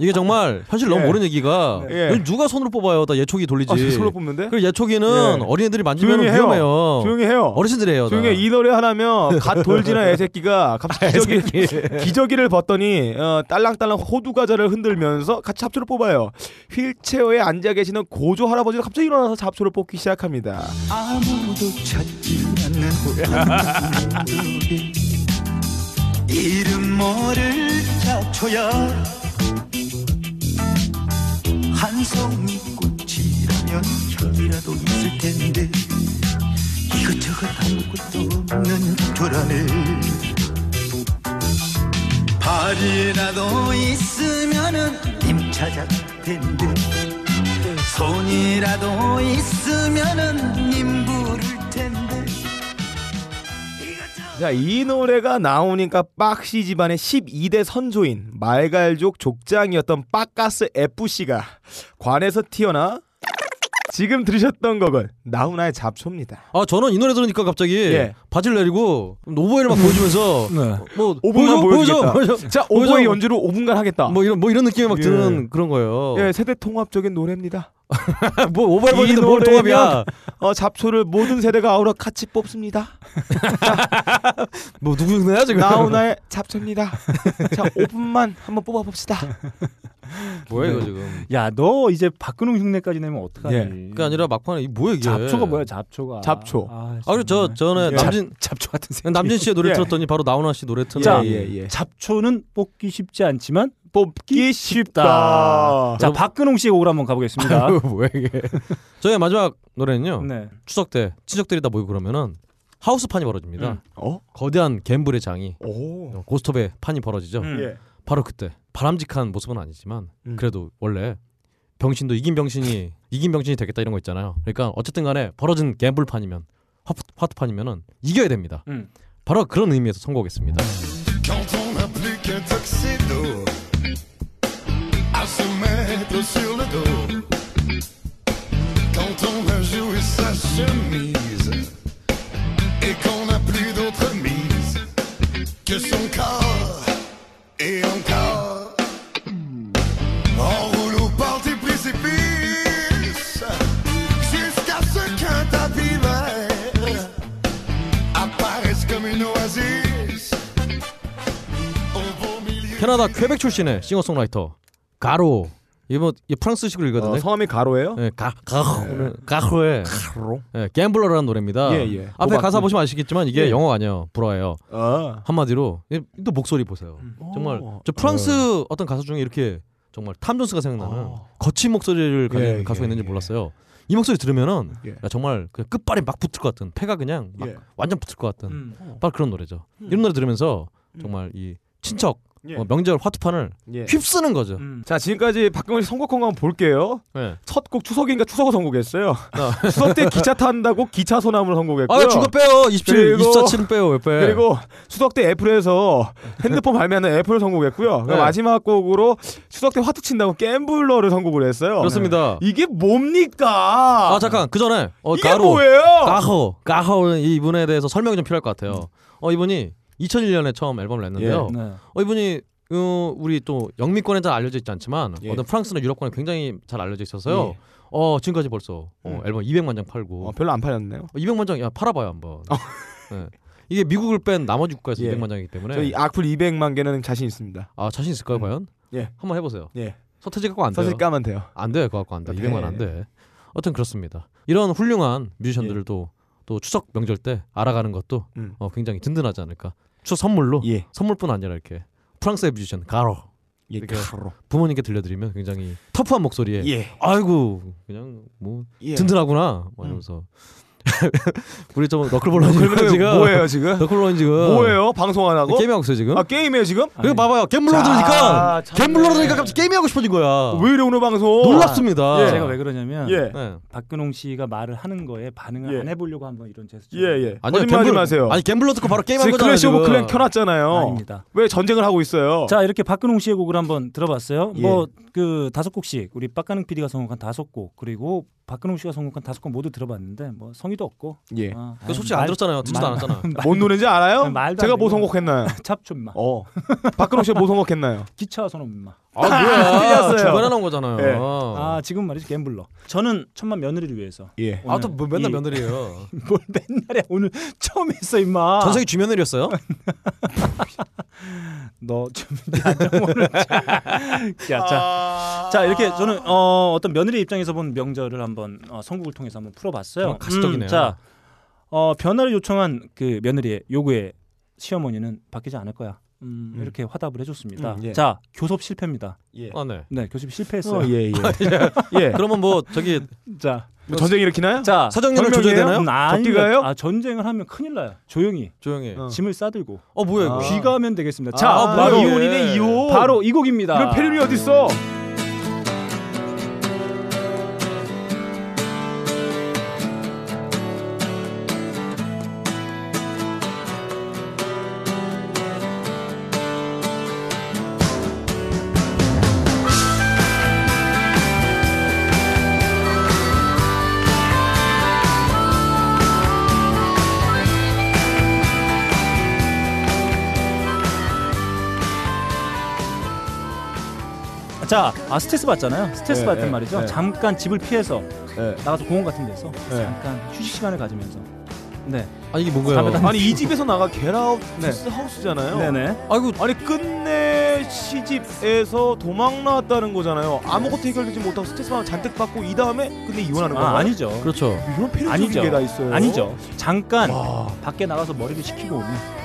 이게 정말 현실 너무
예.
모르는 얘기가
예.
이건 누가 손으로 뽑아요? 다 예초기 돌리지.
아, 손으로 뽑는데?
그 예초기는
예.
어린애들이 만지면
조용히 해요.
위험해요.
조용히 해요.
어르신들이 해요. 다.
조용히 이 노래 하나면 갓 돌지나 애새끼가 갑자기 기저귀,
아, 애새끼.
기저귀를 벗더니 어, 딸랑딸랑 호두 과자를 흔들면서 같이 잡초를 뽑아요. 휠체어에 앉아 계시는 고조 할아버지가 갑자기 일어나서 잡초를 뽑기 시작합니다.
아무도 찾지 않는 우리 이름 모를 잡초야 한 송이 꽃이라면 향이라도 있을 텐데 이것저것 아무것도 없는 불안해 발이라도 있으면은 님 찾아 텐데 손이라도 있으면은 님 부를 텐데
자, 이 노래가 나오니까 빡시 집안의 12대 선조인 말갈족 족장이었던 빡가스 FC가 관에서 튀어나 지금 들으셨던 곡은 나훈아의 잡초입니다.
아 저는 이 노래 들으니까 갑자기
예.
바지를 내리고 오버웨이를 막 보여주면서 뭐 보여줘,
5분간
보여줘,
보여주겠다.
보여줘.
자,
보여줘.
오버의 연주로 5분간 하겠다.
뭐 이런 뭐 이런 느낌이 막
예.
드는 그런 거예요.
예, 세대 통합적인 노래입니다.
뭐 오버웨이 버전도 뭘
노래면,
통합이야.
어, 잡초를 모든 세대가 아우러 같이 뽑습니다.
뭐 누구냐 지금?
나훈아의 잡초입니다. 자, 5분만 한번 뽑아 봅시다.
뭐야
네.
이거 지금?
야 너 이제 박근홍 흉내까지 내면 어떡하니?
그게 아니라 막판에 이 뭐야 이게?
예. 음. 잡초가 뭐야 잡초가.
잡초.
아,
아, 그리고 저 전에
예.
남진
잡초 같은 새끼.
남진 씨의 노래
예.
들었더니 바로 나훈아 씨 노래 틀어.
자, 잡초는 예, 뽑기 어. 쉽지 않지만
뽑기
쉽다. 자, 박근홍 씨의 곡을 한번 가보겠습니다.
뭐야 이게? 저희 마지막 노래는요.
네.
추석 때 친척들이 다 모이고 그러면은 하우스판이 벌어집니다.
음.
거대한 갬블의 장이
오.
어, 고스톱의 판이 벌어지죠.
음. 예.
바로 그때 바람직한 모습은 아니지만
음.
그래도 원래 병신도 이긴 병신이 이긴 병신이 되겠다 이런 거 있잖아요. 그러니까 어쨌든 간에 벌어진 갬블판이면 화프, 화투판이면은 이겨야 됩니다.
음.
바로 그런 의미에서 선곡했습니다.
Quand on n'a plus qu'un tuxedo à se mettre sur le dos, quand on a joué sa chemise et qu'on n'a plus d'autre mise que son corps et encore en roule au bord du précipice jusqu'à ce qu'un tapis vert apparaisse comme une oasis.
캐나다 퀘벡 출신의 싱어송라이터 가로 이뭐 프랑스식으로 읽거든요.
어, 성함이 가로예요?
네, 가 가로 가로의 예, 갬블러라는 노래입니다.
예, 예.
앞에
도박.
가사 보시면 아시겠지만 이게
예.
영어가 아니에요. 불어예요.
아.
한마디로 예, 또 목소리 보세요.
음.
정말
어.
저 프랑스 어떤 가수 중에 이렇게 정말 탐 존스가 생각나는 거친 목소리를 가진
어. 예,
가수가
예,
있는지 몰랐어요. 이 목소리 들으면은
예.
야, 정말 그냥 끝발이 막 붙을 것 같은 폐가 그냥 막
예.
완전 붙을 것 같은
음.
바로 그런 노래죠.
음.
이런 노래 들으면서 정말 이 친척
예.
어, 명절 화투판을
예.
휩쓰는 거죠.
자 지금까지 박경원 씨 선곡한 거 한번 볼게요.
네.
첫곡 추석이니까 추석을 선곡했어요. 추석 때 기차 탄다고 기차 소나무를 선곡했고요. 네.
아, 그거 빼요. 27, 24는 빼요. 왜 빼?
그리고 추석 때 애플에서 핸드폰 발매하는 애플을 선곡했고요. 그리고
네.
마지막 곡으로 추석 때 화투 친다고 갬블러를 선곡을 했어요.
그렇습니다.
네. 이게 뭡니까?
아 잠깐 그 전에 어,
이게
가로,
뭐예요?
가호 가호는 이분에 대해서 설명이 좀 필요할 것 같아요. 어 이분이 2001년에 처음 앨범을 냈는데요.
예. 네.
어 이분이 어, 우리 또 영미권에 잘 알려져 있지 않지만
예.
어떤 프랑스나 유럽권에 굉장히 잘 알려져 있어서요.
예.
어 지금까지 벌써 어, 앨범 200만 장 팔고
어, 별로 안 팔렸네요.
200만 장 야 팔아봐요 한번. 예. 이게 미국을 뺀 나머지 국가에서
예.
200만 장이기 때문에
저희 악플 200만 개는 자신 있습니다.
아 자신 있을까요 과연?
예.
한번 해보세요.
예.
서태지 갖고 안 돼요.
서태지 까면 돼요.
안 돼요. 그거 갖고 안 돼.
네.
200만 안 돼. 어떤 그렇습니다. 이런 훌륭한 뮤지션들을 또, 또 추석 명절 때 알아가는 것도
예. 음. 예.
어, 굉장히 든든하지 않을까. 추석 선물로 선물뿐 아니라 이렇게 프랑스의 뮤지션 가로 이렇게 부모님께 들려드리면 굉장히 터프한 목소리에
예.
아이고 그냥 뭐
예.
든든하구나 막 이러면서 우리 좀 너클볼런
너클볼런이
지금
뭐예요, 지금?
너클볼런 지금
뭐예요? 방송 안 하고?
게임 하고 있어요 지금
아 게임이에요 지금?
그리고 봐봐요 갬블러 들으니까 갬블러 들으니까 갑자기 게임 하고 싶어진 거야
네. 아. 왜 이래 오늘 방송?
놀랍습니다
제가 왜 그러냐면
예.
네.
박근홍 씨가 말을 하는 거에 반응을
예.
안 해보려고 한번 이런 제스처.
예예.
아니요,
거짓말하지
갬블-
마세요.
아니, 갬블러 듣고 바로 게임한
지금
거잖아요,
클래시 오브
지금.
클랜 켜놨잖아요.
어.
아닙니다.
왜 전쟁을 하고 있어요?
자 이렇게 박근홍 씨의 곡을 한번 들어봤어요.
예.
뭐 그 다섯 곡씩 우리 빡가능 PD가 선곡한 다섯 곡 그리고 박근홍 씨가 선곡한 다섯 곡 모두 들어봤는데 뭐 성의도 없고.
예.
아,
그거 솔직히 안 들었잖아요. 듣지도 않았잖아.
뭔 노래인지 알아요?
말도
제가
안
뭐
되고.
선곡했나요?
찹촌마.
어. 박근홍 씨가 뭐 선곡했나요?
기차 선언마.
아, 뭐야. 틀렸어요.
저번에 나온 거잖아요.
예.
어.
아 지금 말이지 갬블러. 저는 천만 며느리를 위해서.
예.
아, 또뭐 맨날 며느리예요.
뭘 맨날이야. 오늘 처음 했어 임마.
전성기 주며느리였어요?
너좀 오늘 야, 자, 자 이렇게 저는 어, 어떤 며느리 입장에서 본 명절을 한번 어, 선곡을 통해서 한번 풀어봤어요. 음,
정말 아, 가시적이네요.
자, 어, 변화를 요청한 그 며느리의 요구에 시어머니는 바뀌지 않을 거야. 음,
음.
이렇게 화답을 해줬습니다.
음, 예.
자, 교섭 실패입니다.
예.
아, 네.
교섭 실패했어요.
어, 예, 예. 예. 그러면 뭐 저기
자,
뭐 전쟁 일으키나요?
자,
사정연을
설명이에요?
조져야 되나요?
음, 아닙니다.
접기가요?
아, 전쟁을 하면 큰일 나요. 조용히.
조용히. 어.
짐을 싸들고.
어 뭐야 이거?
귀가하면 되겠습니다.
아,
자,
아,
바로
뭐야, 이혼이네, 이혼.
바로 이 곡입니다.
이런 페륜이 어딨어?
자, 아 스트레스 받잖아요. 스트레스
예,
받을 때
예,
말이죠.
예.
잠깐 집을 피해서 나가서 공원 같은 데서
예.
잠깐 휴식 시간을 가지면서 네.
아 이게 뭔가요?
아니 이 집에서 나가 게라우스
네.
하우스잖아요.
네네.
아이고
아니 끝내 시집에서 도망 나왔다는 거잖아요. 아무것도 해결되지 못하고 스트레스만 잔뜩 받고 이 다음에 근데 이혼하는 거예요.
아, 아니죠.
그렇죠.
이런 필요
아니죠.
게다 있어요.
아니죠. 잠깐 밖에 나가서 머리를 식히고 오면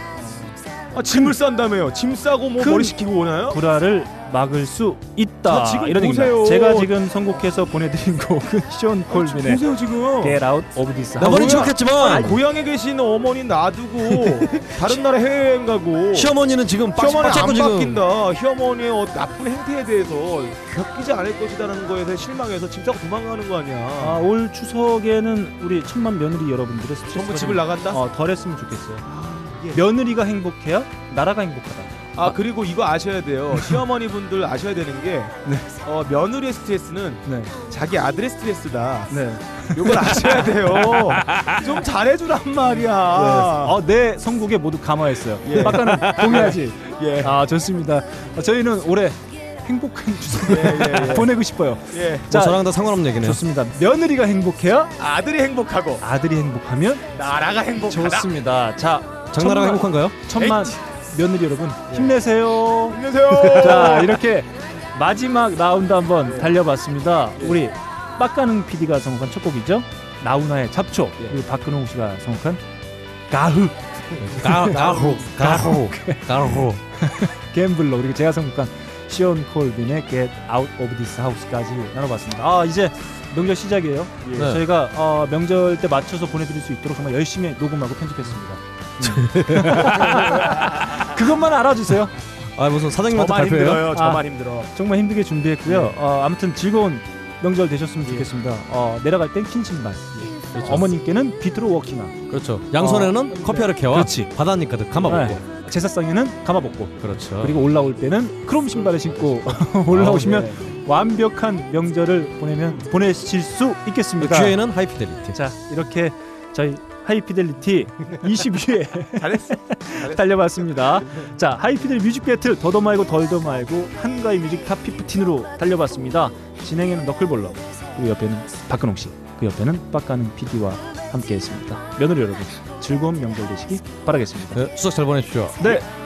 아, 짐을 싼다며요. 짐 싸고 뭐
큰
머리 식히고 오나요?
불화를 막을 수 있다.
자, 지금
이런
보세요. 아,
얘기입니다. 제가 지금 선곡해서 보내드린 곡은 쇼 콜빈의
보세요 지금.
Get Out of This.
나
House.
고향에 계신 어머니 놔두고 다른 나라 해외여행 가고
시어머니는 지금 빡-
시어머니
빡잡고
안
지금. 뭐
바뀐다 시어머니의 어, 나쁜 행태에 대해서 겪이지 않을 것이라는 거에 대해 실망해서 짐 싸고 도망가는 거 아니야
아, 올 추석에는 우리 천만 며느리 여러분들의 스트레스
전부 집을 나간다?
어, 덜했으면 좋겠어요. 며느리가 행복해야 나라가 행복하다.
아 그리고 이거 아셔야 돼요 시어머니 분들 아셔야 되는 게 어, 며느리의 스트레스는 자기 아들의 스트레스다
네.
요걸 아셔야 돼요 좀 잘해주란 말이야
어, 내 선곡에 모두 감화했어요.
아. 예.
아까는 동의하지.
예.
아 좋습니다. 아, 저희는 올해 행복한 추석
예, 예.
보내고 싶어요.
예.
뭐 저랑 다 상관없는 얘기네요.
좋습니다. 며느리가 행복해야
아들이 행복하고
아들이 행복하면
나라가 행복하다
좋습니다. 자
장나라가
천만-
행복한가요?
천만 며느리 여러분 힘내세요.
힘내세요.
자 이렇게 마지막 라운드 한번 달려봤습니다. 우리 빡가능 PD가 선곡한 첫 곡이죠. 나훈아의 잡초 그리고 박근홍 씨가 선곡한 가흐
가- 가흐, 가흐, 가흐
갬블러 그리고 제가 선곡한 시온 콜빈의 Get Out of This House까지 나눠봤습니다. 아 이제 명절 시작이에요.
예. 네.
저희가 어, 명절 때 맞춰서 보내드릴 수 있도록 정말 열심히 녹음하고 편집했습니다. 음. 그것만 알아주세요.
아 무슨 사장님한테
저만
발표해요?
힘들어요, 저만
아,
힘들어.
정말 힘들게 준비했고요. 어, 아무튼 즐거운 명절 되셨으면 좋겠습니다. 어, 내려갈 땐 흰 신발, 그렇죠. 어머님께는 비트로 워킹아,
그렇죠. 양손에는
어.
커피 아르케와
그렇지.
바다니 가득 감아 먹고.
네. 제사상에는 감아먹고
네.
그렇죠.
그리고 올라올 때는 크롬 신발을 신고
아,
올라오시면
네.
완벽한 명절을 보내면 보내실 수 있겠습니다.
아,
기회는 그
그러니까
하이피델리티.
자 이렇게 저희 하이피델리티 22회
잘했어.
달려봤습니다. 자 하이피델 뮤직 배틀 더더 말고 덜더 말고 한가위 뮤직 탑 15으로 달려봤습니다. 진행에는 너클볼러 그리고 옆에는 박근홍 씨, 그 옆에는 빡가는 PD와 함께했습니다. 며느리 여러분 즐거운 명절 되시기 바라겠습니다.
네, 추석 그 잘 보내십시오.
네,